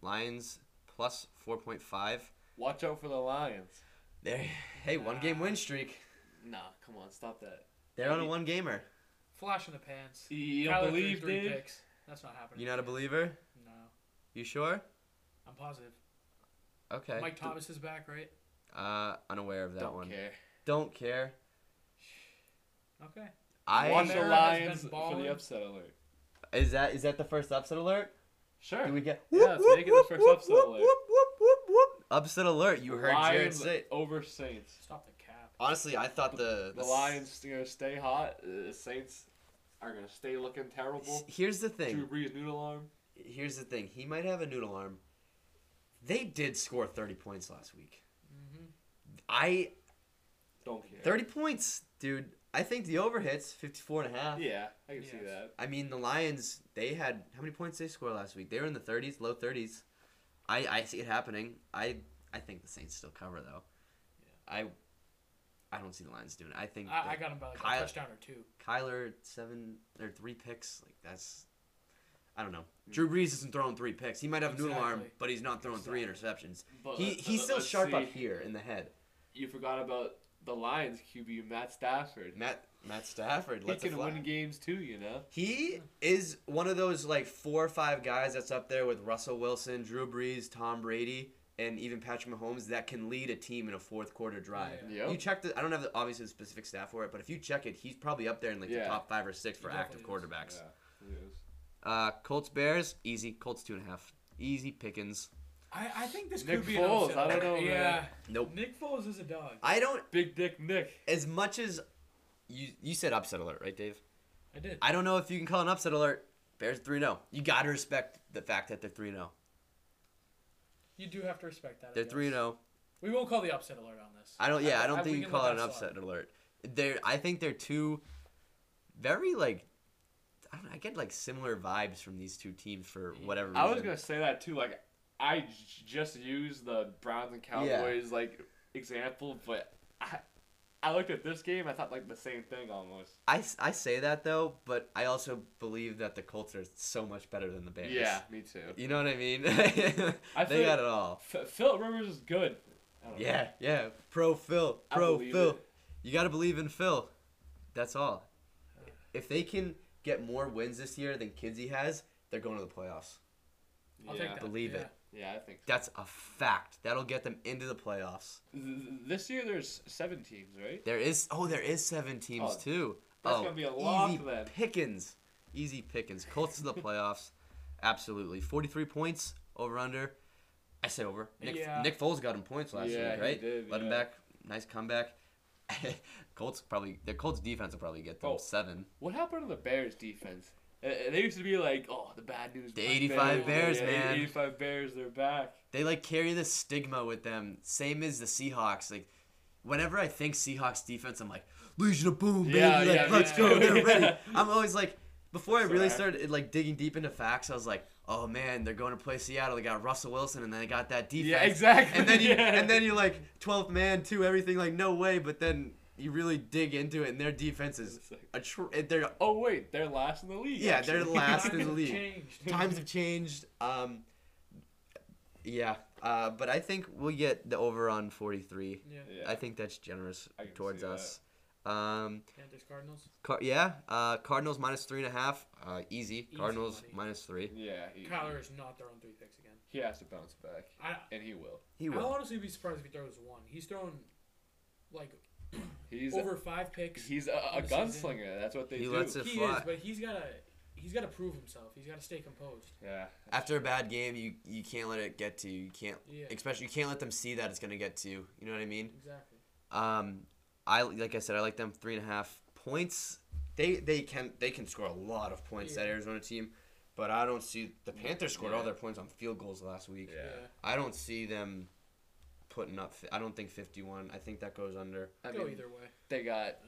[SPEAKER 1] Lions plus 4.5.
[SPEAKER 3] Watch out for the Lions.
[SPEAKER 1] There. Hey, one game
[SPEAKER 2] Nah.
[SPEAKER 1] win streak.
[SPEAKER 3] Nah, come on, stop that.
[SPEAKER 1] They're on a one gamer.
[SPEAKER 2] Flash in the pants. Kyler
[SPEAKER 3] You don't
[SPEAKER 2] threw
[SPEAKER 3] believe,
[SPEAKER 2] three
[SPEAKER 3] dude?
[SPEAKER 2] picks. That's not happening.
[SPEAKER 1] You not a believer?
[SPEAKER 2] No,
[SPEAKER 1] You sure?
[SPEAKER 2] I'm positive.
[SPEAKER 1] Okay.
[SPEAKER 2] Mike Thomas is back, right?
[SPEAKER 1] Uh, unaware of that
[SPEAKER 3] Don't
[SPEAKER 1] one.
[SPEAKER 3] care.
[SPEAKER 1] Don't care.
[SPEAKER 2] Okay.
[SPEAKER 1] I
[SPEAKER 3] Watch the
[SPEAKER 2] Kamara has
[SPEAKER 3] Lions
[SPEAKER 2] been
[SPEAKER 3] for
[SPEAKER 2] balling.
[SPEAKER 3] the upset alert.
[SPEAKER 1] is that is that the first upset alert?
[SPEAKER 3] Sure.
[SPEAKER 1] Do we get?
[SPEAKER 3] Yeah, let's make it the first upset alert.
[SPEAKER 1] Whoop, whoop, whoop, whoop. Upset alert! You heard Jared
[SPEAKER 3] Lions
[SPEAKER 1] say.
[SPEAKER 3] over Saints.
[SPEAKER 2] Stop the cap.
[SPEAKER 1] Honestly, I thought the
[SPEAKER 3] The
[SPEAKER 1] s-
[SPEAKER 3] Lions are gonna stay hot. Uh, The Saints are gonna stay looking terrible.
[SPEAKER 1] Here's the
[SPEAKER 3] Drew
[SPEAKER 1] thing.
[SPEAKER 3] Brees noodle arm.
[SPEAKER 1] Here's the thing. He might have a noodle arm. They did score 30 points last week.
[SPEAKER 2] hmm
[SPEAKER 1] I
[SPEAKER 3] Don't care.
[SPEAKER 1] 30 points, dude. I think the over hits 54 and a half.
[SPEAKER 3] Yeah, I can see
[SPEAKER 2] Yes.
[SPEAKER 3] that.
[SPEAKER 1] I mean, the Lions, they had how many points they score last week? They were in the 30s, low 30s. I, I see it happening. I I think the Saints still cover though. I I don't see the Lions doing it. I think
[SPEAKER 2] I, I
[SPEAKER 1] that
[SPEAKER 2] got him by like
[SPEAKER 1] Kyler-
[SPEAKER 2] a touchdown or two.
[SPEAKER 1] Kyler seven or three picks, like that's I don't know.
[SPEAKER 3] Mm.
[SPEAKER 1] Drew Brees isn't throwing three picks. He might have a noodle arm,
[SPEAKER 2] Exactly.
[SPEAKER 1] but he's not throwing three interceptions.
[SPEAKER 3] But
[SPEAKER 1] He
[SPEAKER 3] let- but
[SPEAKER 1] he's
[SPEAKER 3] let-
[SPEAKER 1] still
[SPEAKER 3] let's
[SPEAKER 1] sharp up
[SPEAKER 3] see.
[SPEAKER 1] here in the head.
[SPEAKER 3] You forgot about the Lions QB Matt Stafford.
[SPEAKER 1] Matt Matt Stafford,
[SPEAKER 3] he
[SPEAKER 1] let's
[SPEAKER 3] can win games too, you know.
[SPEAKER 1] He is one of those like four or five guys that's up there with Russell Wilson, Drew Brees, Tom Brady, and even Patrick Mahomes that can lead a team in a fourth quarter drive.
[SPEAKER 3] Yeah. Yep.
[SPEAKER 1] You check the I don't have the, obviously the specific stat for it, but if you check it, he's probably up there in like the
[SPEAKER 3] Yeah.
[SPEAKER 1] top five or six for
[SPEAKER 2] He
[SPEAKER 1] active
[SPEAKER 2] definitely
[SPEAKER 1] quarterbacks.
[SPEAKER 3] he is.
[SPEAKER 1] Uh, Colts Bears easy. Colts two and a half easy pickings.
[SPEAKER 2] I, I think this
[SPEAKER 3] Nick
[SPEAKER 2] could be
[SPEAKER 3] Foles,
[SPEAKER 2] an upset.
[SPEAKER 3] I don't know,
[SPEAKER 2] Yeah.
[SPEAKER 1] Nope.
[SPEAKER 2] Nick Foles is a dog.
[SPEAKER 1] I don't
[SPEAKER 3] Big Dick Nick.
[SPEAKER 1] as much as you you said upset alert right, Dave.
[SPEAKER 2] I did.
[SPEAKER 1] I don't know if you can call an upset alert. Bears three 0 You gotta respect the fact that they're three 0
[SPEAKER 2] You do have to respect that. I
[SPEAKER 1] They're
[SPEAKER 2] guess.
[SPEAKER 1] three oh. 0
[SPEAKER 2] We won't call the upset alert on this.
[SPEAKER 1] I don't. Yeah, I, don't
[SPEAKER 2] we
[SPEAKER 1] think you
[SPEAKER 2] can
[SPEAKER 1] call
[SPEAKER 2] let
[SPEAKER 1] it an
[SPEAKER 2] that
[SPEAKER 1] upset
[SPEAKER 2] slide.
[SPEAKER 1] alert. They're. I think they're two very like. I don't. know, I get like similar vibes from these two teams for whatever. Reason.
[SPEAKER 3] I was gonna say that too. Like, I j- just used the Browns and Cowboys like example, but I I looked at this game. I thought like the same thing almost.
[SPEAKER 1] I, s- I say that though, but I also believe that the Colts are so much better than the Bears.
[SPEAKER 3] Yeah, me too.
[SPEAKER 1] You know what I mean? they
[SPEAKER 3] feel-
[SPEAKER 1] got it all.
[SPEAKER 3] F- Philip Rivers is good. I don't know.
[SPEAKER 1] Yeah, yeah. Pro Phil.
[SPEAKER 3] I
[SPEAKER 1] Pro
[SPEAKER 3] believe
[SPEAKER 1] Phil.
[SPEAKER 3] it.
[SPEAKER 1] You got to believe in Phil. That's all. If they can get more wins this year than Kinsey has, they're going to the playoffs.
[SPEAKER 2] I'll
[SPEAKER 3] yeah.
[SPEAKER 2] take that.
[SPEAKER 1] Believe
[SPEAKER 2] yeah.
[SPEAKER 1] it.
[SPEAKER 3] Yeah, I think so.
[SPEAKER 1] That's a fact. That'll get them into the playoffs.
[SPEAKER 3] Th- th- this year there's seven teams, right?
[SPEAKER 1] There is oh, there is seven teams
[SPEAKER 3] Oh,
[SPEAKER 1] too.
[SPEAKER 3] that's
[SPEAKER 1] oh,
[SPEAKER 3] gonna be a lock
[SPEAKER 1] easy
[SPEAKER 3] then.
[SPEAKER 1] pickings, easy pickings. Colts to the playoffs, absolutely. Forty-three points over under. I say over. Nick
[SPEAKER 2] Yeah.
[SPEAKER 1] Nick Foles got him points last
[SPEAKER 3] Yeah,
[SPEAKER 1] week,
[SPEAKER 3] he
[SPEAKER 1] right?
[SPEAKER 3] did,
[SPEAKER 1] Let him
[SPEAKER 3] yeah.
[SPEAKER 1] back. Nice comeback. Colts probably their Colts defense will probably get them
[SPEAKER 3] Oh.
[SPEAKER 1] seven.
[SPEAKER 3] What happened to the Bears defense? Uh, uh, they used to be like, oh, the bad news.
[SPEAKER 1] The
[SPEAKER 3] black
[SPEAKER 1] 85 Bears,
[SPEAKER 3] yeah,
[SPEAKER 1] man.
[SPEAKER 3] 85 Bears, they're back.
[SPEAKER 1] They like carry the stigma with them, same as the Seahawks. Like whenever I think Seahawks defense, I'm like Legion of Boom, baby.
[SPEAKER 3] Yeah,
[SPEAKER 1] like
[SPEAKER 3] yeah, me
[SPEAKER 1] let's go,
[SPEAKER 3] too.
[SPEAKER 1] they're ready. I'm always like, before I
[SPEAKER 3] So
[SPEAKER 1] really
[SPEAKER 3] I-
[SPEAKER 1] started like digging deep into facts, I was like, oh man, they're going to play Seattle. They got Russell Wilson, and then they got that defense.
[SPEAKER 3] Yeah, exactly.
[SPEAKER 1] And then you
[SPEAKER 3] yeah.
[SPEAKER 1] and then you like 12th man, two everything. Like no way, but then you really dig into it, and their defense is
[SPEAKER 3] It's like,
[SPEAKER 1] a tr- they're
[SPEAKER 3] oh wait, they're last in the league.
[SPEAKER 1] Yeah, they're
[SPEAKER 3] actually.
[SPEAKER 1] last in
[SPEAKER 2] Times
[SPEAKER 1] the
[SPEAKER 2] have
[SPEAKER 1] league.
[SPEAKER 2] Changed.
[SPEAKER 1] times have changed. Um, yeah, uh, but I think we'll get the over on 43.
[SPEAKER 2] Yeah.
[SPEAKER 3] Yeah.
[SPEAKER 1] I think that's generous
[SPEAKER 3] I can
[SPEAKER 1] towards
[SPEAKER 3] see that.
[SPEAKER 1] us. Um,
[SPEAKER 2] Panthers Cardinals.
[SPEAKER 1] Car- yeah, uh, Cardinals minus three and a half. Uh, easy.
[SPEAKER 2] Easy
[SPEAKER 1] Cardinals
[SPEAKER 2] money.
[SPEAKER 1] minus three.
[SPEAKER 3] Yeah, he,
[SPEAKER 2] Kyler is not throwing three picks again.
[SPEAKER 3] he has to bounce back,
[SPEAKER 2] I
[SPEAKER 3] and he will.
[SPEAKER 1] He
[SPEAKER 2] I'll
[SPEAKER 1] will.
[SPEAKER 2] honestly be surprised if he throws one. He's thrown like
[SPEAKER 3] He's
[SPEAKER 2] over five picks.
[SPEAKER 3] he's a, a
[SPEAKER 2] on the season.
[SPEAKER 3] gunslinger. That's what they
[SPEAKER 1] He
[SPEAKER 3] do.
[SPEAKER 1] lets it
[SPEAKER 2] he
[SPEAKER 1] fly.
[SPEAKER 2] is, but he's gotta he's gotta prove himself. He's gotta stay composed.
[SPEAKER 3] Yeah.
[SPEAKER 1] After a bad game, you you can't let it get to you. You can't,
[SPEAKER 2] Yeah.
[SPEAKER 1] especially you can't let them see that it's gonna get to you. You know what I mean?
[SPEAKER 2] Exactly.
[SPEAKER 1] Um, I like I said, I like them three and a half points. They they can they can score a lot of points that
[SPEAKER 2] Yeah.
[SPEAKER 1] Arizona team, but I don't see the Panthers scored all
[SPEAKER 3] Yeah.
[SPEAKER 1] their points on field goals last week.
[SPEAKER 3] Yeah.
[SPEAKER 1] I don't see them putting up. fi- I don't think fifty one. I think that goes under.
[SPEAKER 3] I
[SPEAKER 2] Go
[SPEAKER 3] mean,
[SPEAKER 2] either way.
[SPEAKER 3] they got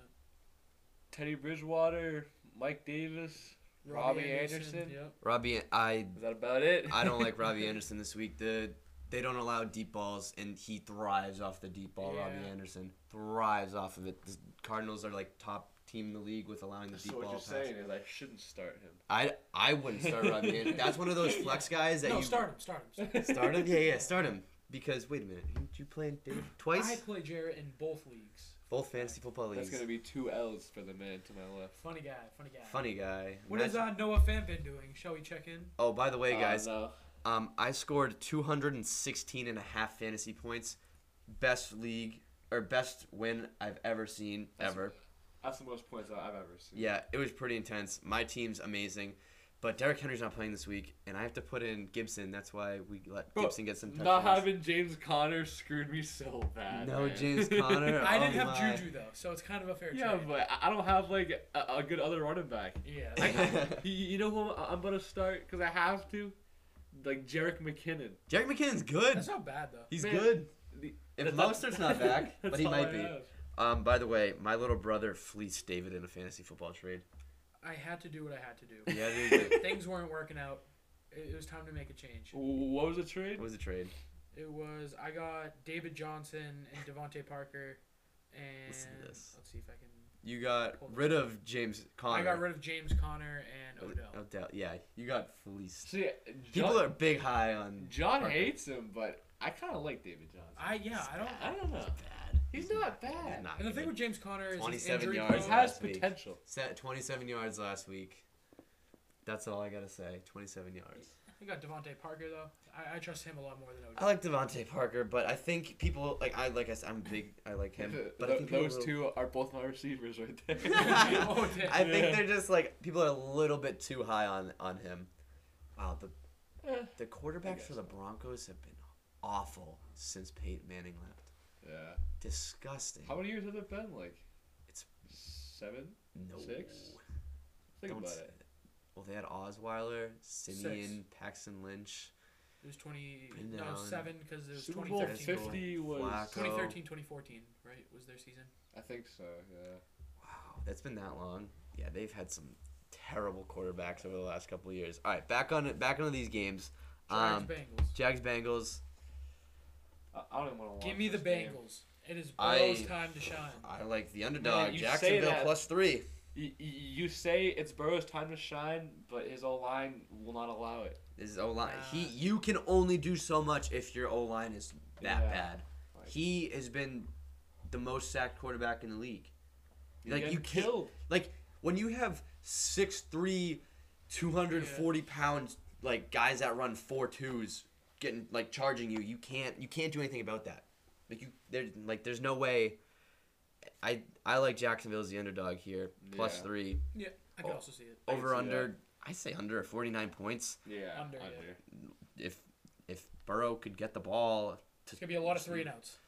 [SPEAKER 3] Teddy Bridgewater, Mike Davis. Robbie Anderson.
[SPEAKER 2] Yep.
[SPEAKER 1] Robbie, I
[SPEAKER 3] Is that about it?
[SPEAKER 1] I don't like Robbie Anderson this week. The they don't allow deep balls, and he thrives off the deep ball. Robbie
[SPEAKER 2] Yeah.
[SPEAKER 1] Anderson thrives off of it. The Cardinals are like top team in the league with allowing the deep
[SPEAKER 3] So what
[SPEAKER 1] ball
[SPEAKER 3] you're
[SPEAKER 1] pass.
[SPEAKER 3] saying is I shouldn't start him.
[SPEAKER 1] I I wouldn't start Robbie Anderson. That's one of those flex guys that
[SPEAKER 2] No,
[SPEAKER 1] you
[SPEAKER 2] start him. Start him. Start him.
[SPEAKER 1] Start him? Yeah, yeah, start him. Because wait a minute, who did you play in Dave? twice?
[SPEAKER 2] I play Jarrett in both leagues.
[SPEAKER 1] Both fantasy football
[SPEAKER 3] That's
[SPEAKER 1] leagues.
[SPEAKER 3] gonna be two L's for the man to my left.
[SPEAKER 2] Funny guy. Funny guy.
[SPEAKER 1] Funny guy.
[SPEAKER 2] What has
[SPEAKER 1] Imagine-
[SPEAKER 2] uh, Noah Fant been doing? Shall we check in?
[SPEAKER 1] Oh, by the way,
[SPEAKER 3] Uh,
[SPEAKER 1] guys,
[SPEAKER 3] no.
[SPEAKER 1] um, I scored 216 and a half fantasy points. Best league or best win I've ever seen
[SPEAKER 3] That's-
[SPEAKER 1] ever.
[SPEAKER 3] That's the most points I've ever seen.
[SPEAKER 1] Yeah, it was pretty intense. My team's amazing. But Derrick Henry's not playing this week, and I have to put in Gibson. That's why we let
[SPEAKER 3] Bro,
[SPEAKER 1] Gibson get some touchdowns.
[SPEAKER 3] Not having James Conner screwed me so bad.
[SPEAKER 1] no
[SPEAKER 3] man.
[SPEAKER 1] James Conner.
[SPEAKER 2] I didn't
[SPEAKER 1] oh
[SPEAKER 2] have
[SPEAKER 1] my.
[SPEAKER 2] Juju though, so it's kind of a fair
[SPEAKER 3] Yeah,
[SPEAKER 2] trade.
[SPEAKER 3] but I- I don't have like a, a good other running back.
[SPEAKER 2] Yeah.
[SPEAKER 3] I,
[SPEAKER 2] Like,
[SPEAKER 3] y- you know who I'm gonna start because I have to, like Jarek McKinnon.
[SPEAKER 1] Jarek McKinnon's good.
[SPEAKER 2] that's not bad though.
[SPEAKER 1] He's
[SPEAKER 3] Man,
[SPEAKER 1] good.
[SPEAKER 3] The-
[SPEAKER 1] If
[SPEAKER 3] that's-
[SPEAKER 1] Mostert's not back,
[SPEAKER 3] that's
[SPEAKER 1] but he
[SPEAKER 3] all
[SPEAKER 1] might
[SPEAKER 3] I
[SPEAKER 1] be.
[SPEAKER 3] have.
[SPEAKER 1] Um, by the way, my little brother fleeced David in a fantasy football trade.
[SPEAKER 2] I had to do what I had to do.
[SPEAKER 1] Yeah, dude. it
[SPEAKER 2] Things weren't working out. It, it was time to make a change.
[SPEAKER 3] What was the trade?
[SPEAKER 1] was a trade.
[SPEAKER 2] It was I got David Johnson and Devonte Parker, and
[SPEAKER 1] Listen to this.
[SPEAKER 2] let's see if I can.
[SPEAKER 1] You got rid of James Conner.
[SPEAKER 2] I got rid of James Connor and Odell.
[SPEAKER 1] Odell. Yeah, you got fleeced.
[SPEAKER 3] See,
[SPEAKER 1] People
[SPEAKER 3] John,
[SPEAKER 1] are big high on.
[SPEAKER 3] John
[SPEAKER 1] Parker.
[SPEAKER 3] hates him, but I kind of like David Johnson.
[SPEAKER 2] I yeah I don't.
[SPEAKER 3] I don't know.
[SPEAKER 1] Bad.
[SPEAKER 3] He's not bad.
[SPEAKER 1] He's not
[SPEAKER 2] And the thing
[SPEAKER 1] good.
[SPEAKER 2] with James Connor is his
[SPEAKER 1] 27
[SPEAKER 2] injury.
[SPEAKER 1] yards.
[SPEAKER 3] He
[SPEAKER 2] prone.
[SPEAKER 1] Last
[SPEAKER 3] has
[SPEAKER 1] week.
[SPEAKER 3] potential.
[SPEAKER 1] Set 27 yards last week. That's all I gotta say. 27 yards.
[SPEAKER 2] I got Devonte Parker though. I, I trust him a lot more than
[SPEAKER 1] I
[SPEAKER 2] Odell.
[SPEAKER 1] like Devonte Parker, but I think people like I like I said I'm big. I like him, but I
[SPEAKER 3] Th-
[SPEAKER 1] think people
[SPEAKER 3] those
[SPEAKER 1] will-
[SPEAKER 3] two are both my receivers right there.
[SPEAKER 2] Oh, damn.
[SPEAKER 1] I think
[SPEAKER 3] Yeah.
[SPEAKER 1] they're just like people are a little bit too high on on him. Wow, the
[SPEAKER 3] Eh.
[SPEAKER 1] the quarterbacks for
[SPEAKER 3] guess.
[SPEAKER 1] the Broncos have been awful since Peyton Manning left.
[SPEAKER 3] yeah.
[SPEAKER 1] Disgusting.
[SPEAKER 3] How many years have it been? Like,
[SPEAKER 1] It's-
[SPEAKER 3] seven.
[SPEAKER 1] no.
[SPEAKER 3] six? Think
[SPEAKER 1] Don't
[SPEAKER 3] about
[SPEAKER 1] say
[SPEAKER 3] it.
[SPEAKER 1] that. Well, they had Osweiler, Simeon, Paxton Lynch,
[SPEAKER 2] It was 20,
[SPEAKER 1] Bring
[SPEAKER 2] no,
[SPEAKER 1] down
[SPEAKER 2] 7 because it was
[SPEAKER 3] Super Bowl
[SPEAKER 2] 2013.
[SPEAKER 3] 50 was.
[SPEAKER 1] Flacco.
[SPEAKER 2] 2013, 2014, right? Was their season?
[SPEAKER 3] I think so. Yeah.
[SPEAKER 1] Wow, that's been that long. Yeah, they've had some terrible quarterbacks over the last couple of years. All right, back on it. Back onto these games.
[SPEAKER 2] Giants,
[SPEAKER 1] Um,
[SPEAKER 2] Bengals.
[SPEAKER 1] Jags Bengals.
[SPEAKER 3] I, I don't even want to.
[SPEAKER 2] Give me the Bengals. It is Burrow's
[SPEAKER 1] I-
[SPEAKER 2] time to shine.
[SPEAKER 1] I like the underdog.
[SPEAKER 3] you say
[SPEAKER 1] Jacksonville
[SPEAKER 3] that-
[SPEAKER 1] plus three.
[SPEAKER 3] You, you say it's Burrow's time to shine, but his O line will not allow it.
[SPEAKER 1] His O line. He
[SPEAKER 2] Nah.
[SPEAKER 1] you can only do so much if your O line is that
[SPEAKER 3] Yeah.
[SPEAKER 1] bad.
[SPEAKER 3] Like-
[SPEAKER 1] He has been the most sacked quarterback in the league.
[SPEAKER 3] He's
[SPEAKER 1] Like,
[SPEAKER 3] getting
[SPEAKER 1] you can't-
[SPEAKER 3] killed.
[SPEAKER 1] Like when you have 6'3", 240 pounds like guys that run four twos getting like charging you, you can't you can't do anything about that. Like you there like there's no way. I I like Jacksonville as the underdog here plus
[SPEAKER 3] Yeah.
[SPEAKER 1] three
[SPEAKER 2] Yeah, I can
[SPEAKER 1] Oh.
[SPEAKER 2] also see it.
[SPEAKER 3] I can
[SPEAKER 1] over
[SPEAKER 3] see
[SPEAKER 1] under. I say under forty nine points.
[SPEAKER 3] Yeah.
[SPEAKER 2] Under, yeah.
[SPEAKER 1] If if Burrow could get the ball
[SPEAKER 2] It's gonna be a lot of three and outs.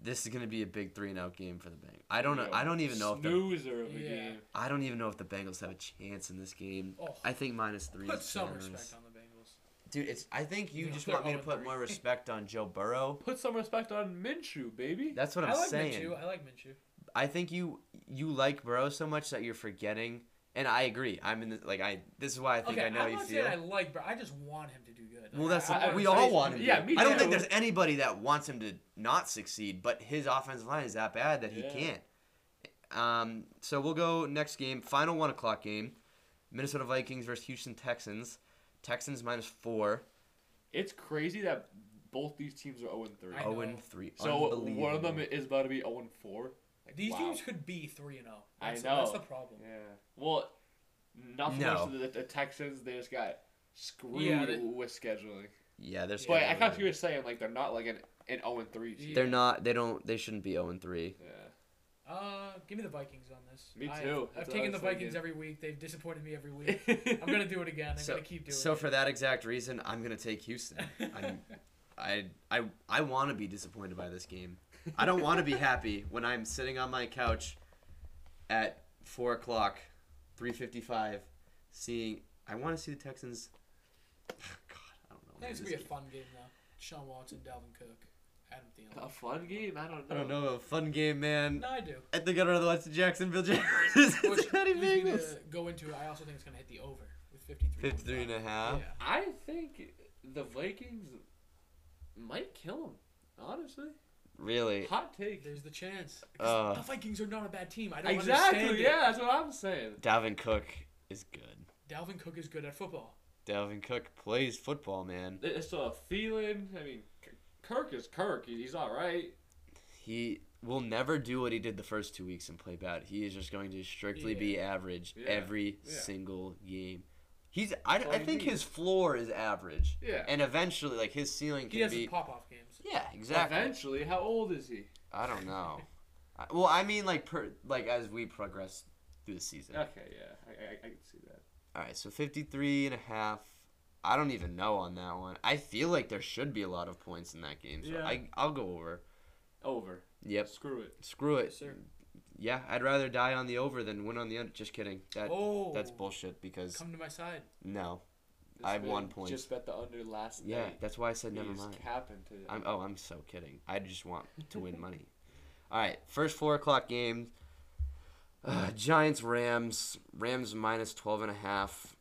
[SPEAKER 1] this is gonna be a big three and out game for the Bengals. I don't know.
[SPEAKER 3] Yeah.
[SPEAKER 1] I don't even know if the
[SPEAKER 3] Snoozer of a
[SPEAKER 2] Yeah.
[SPEAKER 3] game.
[SPEAKER 1] I don't even know if the Bengals have a chance in this game.
[SPEAKER 2] Oh,
[SPEAKER 1] I think minus three.
[SPEAKER 2] put
[SPEAKER 1] is
[SPEAKER 2] some
[SPEAKER 1] generous.
[SPEAKER 2] respect on the Bengals.
[SPEAKER 1] Dude, it's. I think you
[SPEAKER 2] Yeah,
[SPEAKER 1] just
[SPEAKER 2] they're
[SPEAKER 1] want me to
[SPEAKER 2] all
[SPEAKER 1] put
[SPEAKER 2] three.
[SPEAKER 1] more respect on Joe Burrow.
[SPEAKER 3] Put some respect on Minshew, baby.
[SPEAKER 1] That's what I'm
[SPEAKER 2] I like
[SPEAKER 1] saying.
[SPEAKER 2] Minshew. I like Minshew.
[SPEAKER 1] I think you you like Burrow so much that you're forgetting. And I agree. I'm in the, like I. This is why I think
[SPEAKER 2] okay,
[SPEAKER 1] I know
[SPEAKER 2] I'm
[SPEAKER 1] how you
[SPEAKER 2] not
[SPEAKER 1] feel.
[SPEAKER 2] saying I like, but I just want him to do good.
[SPEAKER 1] well, that's
[SPEAKER 3] I- I-
[SPEAKER 1] we
[SPEAKER 3] I-
[SPEAKER 1] all want him.
[SPEAKER 3] yeah,
[SPEAKER 1] to.
[SPEAKER 3] me
[SPEAKER 1] I don't
[SPEAKER 3] too.
[SPEAKER 1] think there's anybody that wants him to not succeed, but his offensive line is that bad that he
[SPEAKER 3] Yeah.
[SPEAKER 1] can't. Um, so we'll go next game, final one o'clock game, Minnesota Vikings versus Houston Texans. Texans minus four,
[SPEAKER 3] It's crazy that both these teams are 0 3.
[SPEAKER 2] I know.
[SPEAKER 1] zero and three.
[SPEAKER 3] So
[SPEAKER 1] Unbelievable.
[SPEAKER 3] one of them is about to be 0 4.
[SPEAKER 2] These teams could be three and zero.
[SPEAKER 3] I
[SPEAKER 2] That's- That's
[SPEAKER 3] know.
[SPEAKER 2] the problem.
[SPEAKER 3] Yeah. Well, not so
[SPEAKER 1] No.
[SPEAKER 3] much the, the Texans. They just got screwed
[SPEAKER 2] Yeah, they-
[SPEAKER 3] with scheduling.
[SPEAKER 1] Yeah, they're.
[SPEAKER 3] But I
[SPEAKER 1] scheduling.
[SPEAKER 3] kind of were saying like they're not like an an 0 3 team.
[SPEAKER 1] They're not. They don't. They shouldn't be zero and three.
[SPEAKER 3] Yeah.
[SPEAKER 2] Uh, give me the Vikings on this.
[SPEAKER 3] Me
[SPEAKER 2] I-
[SPEAKER 3] too.
[SPEAKER 2] I've
[SPEAKER 3] That's what I
[SPEAKER 2] taken the
[SPEAKER 3] was
[SPEAKER 2] Vikings
[SPEAKER 3] thinking.
[SPEAKER 2] every week. They've disappointed me every week. I'm gonna do it again. I'm
[SPEAKER 1] So-
[SPEAKER 2] gonna keep doing
[SPEAKER 1] So
[SPEAKER 2] it.
[SPEAKER 1] for that exact reason, I'm gonna take Houston. I'm, I I I want to be disappointed by this game. I don't want to be happy when I'm sitting on my couch at four o'clock, three fifty-five, seeing. I want to see the Texans. God, I don't know.
[SPEAKER 2] I think it's
[SPEAKER 1] man,
[SPEAKER 2] gonna be a
[SPEAKER 1] this-
[SPEAKER 2] fun game though. Sean Watson, Dalvin Cook, Adam Thielen.
[SPEAKER 3] a fun game. I don't know.
[SPEAKER 1] I don't know. A fun game, man.
[SPEAKER 2] No, I do.
[SPEAKER 1] I think I'd rather watch the Jacksonville Jaguars. than
[SPEAKER 2] Which
[SPEAKER 1] Cincinnati
[SPEAKER 2] leads me
[SPEAKER 1] Bengals.
[SPEAKER 2] to go into. I also think it's gonna hit the over with 53.
[SPEAKER 1] 53 and a
[SPEAKER 2] Yeah.
[SPEAKER 1] half.
[SPEAKER 3] I think the Vikings might kill them. Honestly,
[SPEAKER 1] Really?
[SPEAKER 3] hot take.
[SPEAKER 2] There's the chance.
[SPEAKER 1] Uh,
[SPEAKER 2] the Vikings are not a bad team. I don't understand it.
[SPEAKER 3] Exactly. Yeah, that's what I'm saying.
[SPEAKER 1] Dalvin Cook is good.
[SPEAKER 2] Dalvin Cook is good at football.
[SPEAKER 1] Dalvin Cook plays football, man.
[SPEAKER 3] It's still a Thielen. I mean, K- Kirk is Kirk. He's all right.
[SPEAKER 1] He will never do what he did the first two weeks and play bad. He is just going to strictly be average
[SPEAKER 3] Yeah.
[SPEAKER 1] every
[SPEAKER 3] Yeah.
[SPEAKER 1] single game. He's I,
[SPEAKER 3] That's all
[SPEAKER 1] I
[SPEAKER 3] he
[SPEAKER 1] think
[SPEAKER 3] needs.
[SPEAKER 1] his floor is average.
[SPEAKER 3] Yeah.
[SPEAKER 1] And eventually like his ceiling
[SPEAKER 2] He
[SPEAKER 1] can
[SPEAKER 2] has
[SPEAKER 1] be
[SPEAKER 2] his pop-off games.
[SPEAKER 1] Yeah, exactly.
[SPEAKER 3] Eventually, how old is he?
[SPEAKER 1] I don't know. I, well, I mean like per like as we progress through the season.
[SPEAKER 3] Okay, yeah, I, I, I can see that.
[SPEAKER 1] All right, so 53 and a half. I don't even know on that one. I feel like there should be a lot of points in that game. So
[SPEAKER 3] Yeah.
[SPEAKER 1] I I'll go over.
[SPEAKER 3] Over.
[SPEAKER 1] Yep.
[SPEAKER 3] Screw it.
[SPEAKER 1] Screw it.
[SPEAKER 2] sir.
[SPEAKER 1] Yeah, I'd rather die on the over than win on the under. Just kidding. That
[SPEAKER 2] oh,
[SPEAKER 1] that's bullshit because
[SPEAKER 2] Come to my side.
[SPEAKER 1] no.
[SPEAKER 3] This
[SPEAKER 1] I have
[SPEAKER 3] man
[SPEAKER 1] one point.
[SPEAKER 3] Just bet the under last
[SPEAKER 1] Yeah,
[SPEAKER 3] night.
[SPEAKER 1] that's why I said
[SPEAKER 3] He
[SPEAKER 1] never
[SPEAKER 3] is
[SPEAKER 1] mind.
[SPEAKER 3] capping today.
[SPEAKER 1] I'm oh, I'm so kidding. I just want to win money. All right, first four o'clock game. Uh, Giants Rams Rams minus twelve and a half.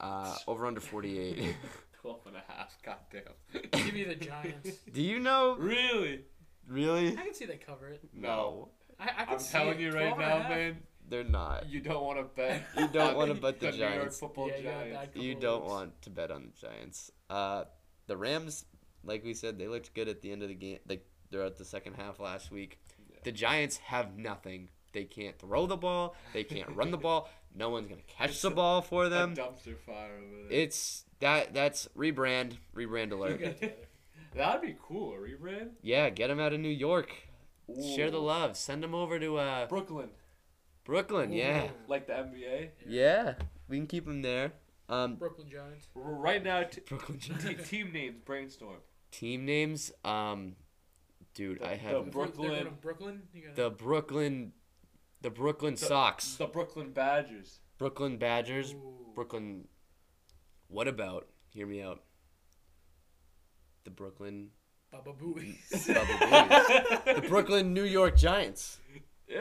[SPEAKER 1] Uh, over under forty eight.
[SPEAKER 3] Twelve and a half. Goddamn.
[SPEAKER 2] Give me the Giants.
[SPEAKER 1] Do you know
[SPEAKER 3] really?
[SPEAKER 1] really?
[SPEAKER 2] I can see they cover it.
[SPEAKER 1] No,
[SPEAKER 2] I, I can
[SPEAKER 3] I'm
[SPEAKER 2] see
[SPEAKER 3] telling
[SPEAKER 2] it.
[SPEAKER 3] you
[SPEAKER 2] 12
[SPEAKER 3] right
[SPEAKER 2] and a
[SPEAKER 3] now,
[SPEAKER 2] half.
[SPEAKER 3] man.
[SPEAKER 1] they're not.
[SPEAKER 3] You don't want to bet.
[SPEAKER 1] You don't wanna
[SPEAKER 3] on
[SPEAKER 1] bet the
[SPEAKER 3] New York
[SPEAKER 1] Giants.
[SPEAKER 3] football
[SPEAKER 2] Yeah, you gotta
[SPEAKER 3] Giants.
[SPEAKER 2] back-
[SPEAKER 1] You
[SPEAKER 2] Couple
[SPEAKER 1] don't
[SPEAKER 2] weeks.
[SPEAKER 1] want to bet on the Giants. Uh, the Rams, like we said, they looked good at the end of the game. Like throughout the second half last week,
[SPEAKER 3] Yeah.
[SPEAKER 1] the Giants have nothing. They can't throw the ball. They can't run the ball. No one's gonna catch the ball for
[SPEAKER 3] A
[SPEAKER 1] them.
[SPEAKER 3] dumpster fire over there.
[SPEAKER 1] It's that. That's rebrand. Rebrand
[SPEAKER 2] You
[SPEAKER 1] alert.
[SPEAKER 2] got it, Tyler.
[SPEAKER 3] That'd be cool. A rebrand.
[SPEAKER 1] Yeah, get them out of New York. Share the
[SPEAKER 3] Ooh.
[SPEAKER 1] love. Send them over to uh,
[SPEAKER 3] Brooklyn,
[SPEAKER 1] Brooklyn. Yeah,
[SPEAKER 2] Ooh.
[SPEAKER 3] like the NBA.
[SPEAKER 1] yeah. We can keep them there. Um,
[SPEAKER 2] Brooklyn Giants.
[SPEAKER 3] R- Right now, t-
[SPEAKER 1] Brooklyn Giants.
[SPEAKER 3] te- team names brainstorm.
[SPEAKER 1] team names. Um, dude, I have
[SPEAKER 2] If we're- they're going
[SPEAKER 3] Brooklyn-
[SPEAKER 2] to Brooklyn. You got
[SPEAKER 1] the Brooklyn, the Brooklyn
[SPEAKER 3] The-
[SPEAKER 1] Sox,
[SPEAKER 3] The Brooklyn Badgers.
[SPEAKER 1] Brooklyn Badgers,
[SPEAKER 2] Ooh.
[SPEAKER 1] Brooklyn. What about? Hear me out. The Brooklyn,
[SPEAKER 2] Baba Booey.
[SPEAKER 1] the Oh, Brooklyn New York Giants,
[SPEAKER 3] Ew.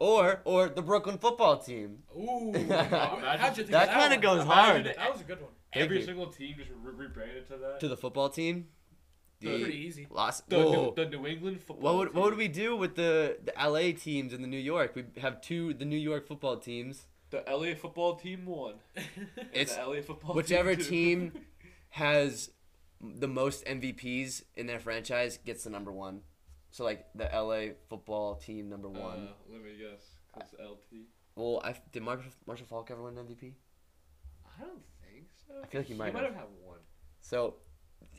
[SPEAKER 1] or or the Brooklyn Football Team.
[SPEAKER 2] Ooh.
[SPEAKER 3] Imagine-
[SPEAKER 2] How'd you think
[SPEAKER 1] That
[SPEAKER 2] of
[SPEAKER 1] kinda
[SPEAKER 2] one?
[SPEAKER 1] goes
[SPEAKER 3] Imagine
[SPEAKER 1] hard.
[SPEAKER 3] it-
[SPEAKER 2] That was a good one.
[SPEAKER 1] Thank
[SPEAKER 3] Every
[SPEAKER 1] you.
[SPEAKER 3] single team just re- rebranded to that.
[SPEAKER 1] To the football team,
[SPEAKER 2] That was
[SPEAKER 1] the
[SPEAKER 2] Pretty easy.
[SPEAKER 1] Los.
[SPEAKER 3] the,
[SPEAKER 1] whoa.
[SPEAKER 3] the, the New England football.
[SPEAKER 1] Oh. What would,
[SPEAKER 3] team.
[SPEAKER 1] what would we do with the, the LA teams and the New York? We have two the New York football teams.
[SPEAKER 3] The LA football team won.
[SPEAKER 1] It's
[SPEAKER 3] the LA football.
[SPEAKER 1] whichever
[SPEAKER 3] two.
[SPEAKER 1] team has the most MVPs in their franchise gets the number one. So like the LA football team number
[SPEAKER 3] Uh,
[SPEAKER 1] one.
[SPEAKER 3] let me guess. Cause LT.
[SPEAKER 1] well, I, did Marshall, Marshall Falk ever win MVP?
[SPEAKER 3] I don't think so.
[SPEAKER 1] I feel like he might
[SPEAKER 3] He might
[SPEAKER 1] have.
[SPEAKER 3] have had one.
[SPEAKER 1] So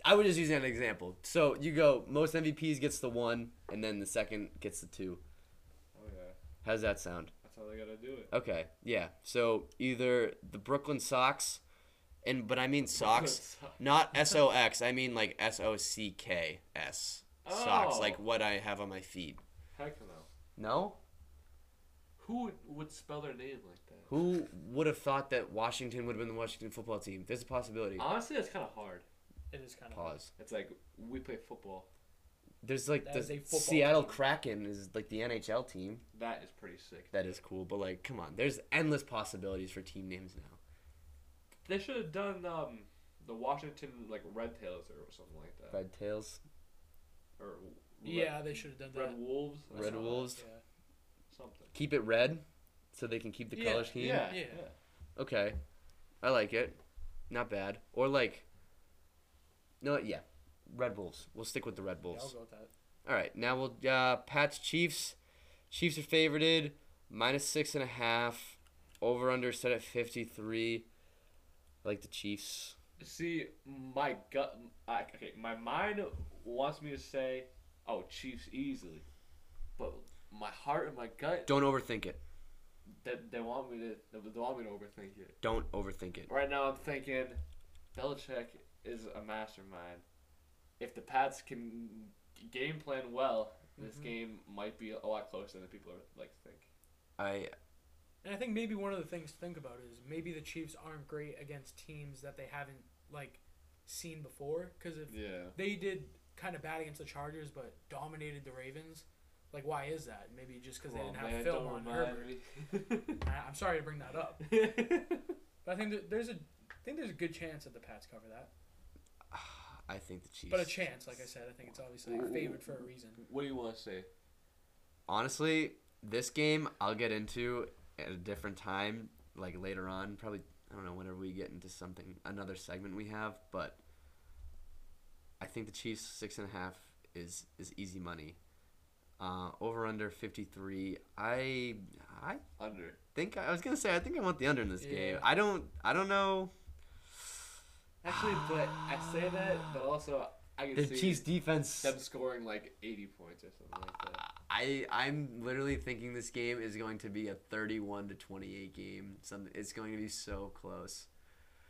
[SPEAKER 1] I would just use that as an example. So you go most MVPs gets the one, and then the second gets the two.
[SPEAKER 3] Oh yeah.
[SPEAKER 1] How's that sound?
[SPEAKER 3] That's how they gotta do it.
[SPEAKER 1] Okay, yeah. So either the Brooklyn Sox, and but I mean Sox. Not S O X. I mean like S O C K S. Socks,
[SPEAKER 3] Oh.
[SPEAKER 1] like what I have on my feet.
[SPEAKER 3] Heck no.
[SPEAKER 1] No.
[SPEAKER 3] Who would, would spell their name like that?
[SPEAKER 1] Who would have thought that Washington would have been the Washington football team? There's a
[SPEAKER 2] Uh,
[SPEAKER 1] possibility.
[SPEAKER 3] Honestly, that's kind of hard.
[SPEAKER 2] It is kind of.
[SPEAKER 1] Pause.
[SPEAKER 3] It's like we play football.
[SPEAKER 1] There's like
[SPEAKER 2] That
[SPEAKER 1] the
[SPEAKER 2] is a football
[SPEAKER 1] Seattle
[SPEAKER 2] team.
[SPEAKER 1] Kraken is like the NHL team.
[SPEAKER 3] That is pretty sick.
[SPEAKER 1] That is cool, but like, come on. There's endless possibilities for team names now.
[SPEAKER 3] They should have done um the Washington like Red Tails or something like that.
[SPEAKER 1] Red Tails.
[SPEAKER 3] Or red,
[SPEAKER 2] Yeah, they should have done that.
[SPEAKER 3] Red Wolves.
[SPEAKER 1] Red
[SPEAKER 2] That's
[SPEAKER 1] Wolves.
[SPEAKER 2] not bad,
[SPEAKER 3] something.
[SPEAKER 1] Keep it red, so they can keep the
[SPEAKER 3] yeah,
[SPEAKER 1] color scheme.
[SPEAKER 3] Yeah,
[SPEAKER 2] Yeah.
[SPEAKER 3] yeah.
[SPEAKER 1] Okay, I like it. Not bad. Or like. No, yeah, Red Bulls. We'll stick with the Red
[SPEAKER 2] Yeah, I'll
[SPEAKER 1] Bulls.
[SPEAKER 2] go with that.
[SPEAKER 1] All right, now we'll uh, Pats Chiefs. Chiefs are favorited, minus six and a half. Over under set at fifty three. I like the Chiefs.
[SPEAKER 3] See, my gut. I, okay, my mind wants me to say, "Oh, Chiefs easily," but my heart and my gut
[SPEAKER 1] Don't overthink it.
[SPEAKER 3] they, they want me to they want me to overthink it.
[SPEAKER 1] Don't overthink it.
[SPEAKER 3] Right now, I'm thinking Belichick is a mastermind. If the Pats can game plan well, this
[SPEAKER 2] Mhm.
[SPEAKER 3] game might be a lot closer than people are like to think.
[SPEAKER 1] I
[SPEAKER 2] And I think maybe one of the things to think about is maybe the Chiefs aren't great against teams that they haven't like seen before. Because if
[SPEAKER 3] Yeah.
[SPEAKER 2] they did kind of bad against the Chargers, but dominated the Ravens, like why is that? Maybe just because they didn't have film on Herbert. I, I'm sorry to bring that up, but I think that there's a I think there's a good chance that the Pats cover that.
[SPEAKER 1] I think the Chiefs.
[SPEAKER 2] But a chance, like I said, I think it's obviously favored for a reason.
[SPEAKER 3] what do you want to say?
[SPEAKER 1] Honestly, this game I'll get into at a different time, like later on. Probably I don't know whenever we get into something another segment we have, but I think the Chiefs six and a half is is easy money. Uh, over under fifty three. I I
[SPEAKER 3] Under.
[SPEAKER 1] think I, was gonna say I think I want the under in this game.
[SPEAKER 2] Yeah.
[SPEAKER 1] I don't I don't know.
[SPEAKER 3] Actually, but I say that, but also I can
[SPEAKER 1] The
[SPEAKER 3] see
[SPEAKER 1] Chiefs defense.
[SPEAKER 3] them scoring like 80 points or something like that.
[SPEAKER 1] I I'm literally thinking this game is going to be a 31 to 28 game. Something it's going to be so close.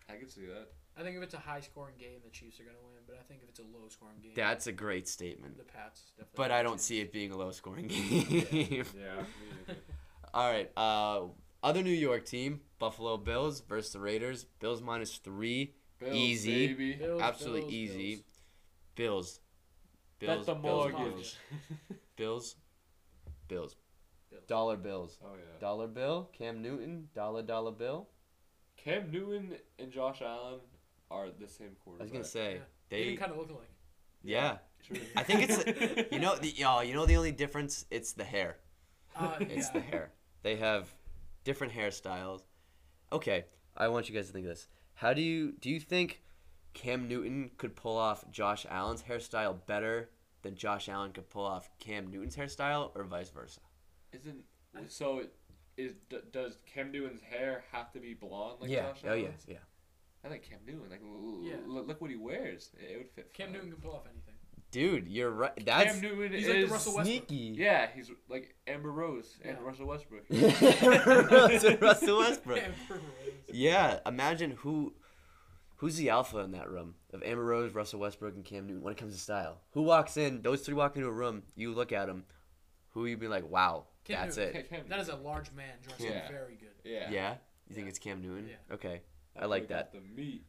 [SPEAKER 3] I can see that.
[SPEAKER 2] I think if it's a high scoring game, the Chiefs are gonna win. But I think if it's a low scoring game,
[SPEAKER 1] That's a great statement.
[SPEAKER 2] the Pats definitely.
[SPEAKER 1] But I don't
[SPEAKER 2] win.
[SPEAKER 1] see it being a low scoring game.
[SPEAKER 3] Yeah.
[SPEAKER 1] All right. Uh, other New York team, Buffalo Bills versus the Raiders. Bills minus three. Easy.
[SPEAKER 3] Baby.
[SPEAKER 2] Bills,
[SPEAKER 1] Absolutely
[SPEAKER 2] Bills,
[SPEAKER 1] easy.
[SPEAKER 2] Bills.
[SPEAKER 1] Bills.
[SPEAKER 3] Bet
[SPEAKER 1] Bills.
[SPEAKER 3] the
[SPEAKER 1] Bills,
[SPEAKER 3] mortgage.
[SPEAKER 1] Bills. Bills.
[SPEAKER 2] Bills.
[SPEAKER 1] Dollar bills.
[SPEAKER 3] oh yeah.
[SPEAKER 1] Dollar bill. Cam Newton. Dollar dollar bill.
[SPEAKER 3] Cam Newton and Josh Allen are the same quarterback.
[SPEAKER 1] I was gonna say
[SPEAKER 2] Yeah. They
[SPEAKER 1] they.
[SPEAKER 2] even kind of look alike.
[SPEAKER 1] yeah.
[SPEAKER 3] True.
[SPEAKER 1] I think it's you know the y'all you know the only difference it's the hair.
[SPEAKER 2] Uh,
[SPEAKER 1] It's
[SPEAKER 2] yeah.
[SPEAKER 1] the hair. They have different hairstyles. Okay, I want you guys to think of this. How do you do you think Cam Newton could pull off Josh Allen's hairstyle better than Josh Allen could pull off Cam Newton's hairstyle or vice versa?
[SPEAKER 3] Isn't so? Is d- does Cam Newton's hair have to be blonde like Josh
[SPEAKER 1] Oh
[SPEAKER 3] Allen's?
[SPEAKER 1] yes, yeah.
[SPEAKER 3] I like Cam Newton. Like, l-
[SPEAKER 2] Yeah.
[SPEAKER 3] l- look what he wears. It, it would fit.
[SPEAKER 2] Cam
[SPEAKER 3] fine.
[SPEAKER 2] Newton can pull off anything.
[SPEAKER 1] Dude, you're right. That's
[SPEAKER 3] Cam Newton
[SPEAKER 2] He's
[SPEAKER 3] is
[SPEAKER 2] like the Russell Westbrook.
[SPEAKER 1] sneaky.
[SPEAKER 3] Yeah, he's like Amber Rose and
[SPEAKER 2] Yeah.
[SPEAKER 3] Russell Westbrook.
[SPEAKER 1] Russell Russell Westbrook.
[SPEAKER 2] Yeah, for reals.
[SPEAKER 1] Yeah, imagine who who's the alpha in that room of Amber Rose, Russell Westbrook, and Cam Newton when it comes to style. Who walks in? Those three walk into a room. You look at them. Who you be like, wow,
[SPEAKER 2] Cam
[SPEAKER 1] that's
[SPEAKER 2] Newton.
[SPEAKER 1] it.
[SPEAKER 3] Cam
[SPEAKER 2] that is a large man dressed
[SPEAKER 3] Yeah.
[SPEAKER 2] up very good.
[SPEAKER 1] Yeah.
[SPEAKER 3] Yeah.
[SPEAKER 1] You think
[SPEAKER 2] Yeah.
[SPEAKER 1] it's Cam Newton?
[SPEAKER 2] Yeah.
[SPEAKER 1] Okay. I like
[SPEAKER 3] got The meat.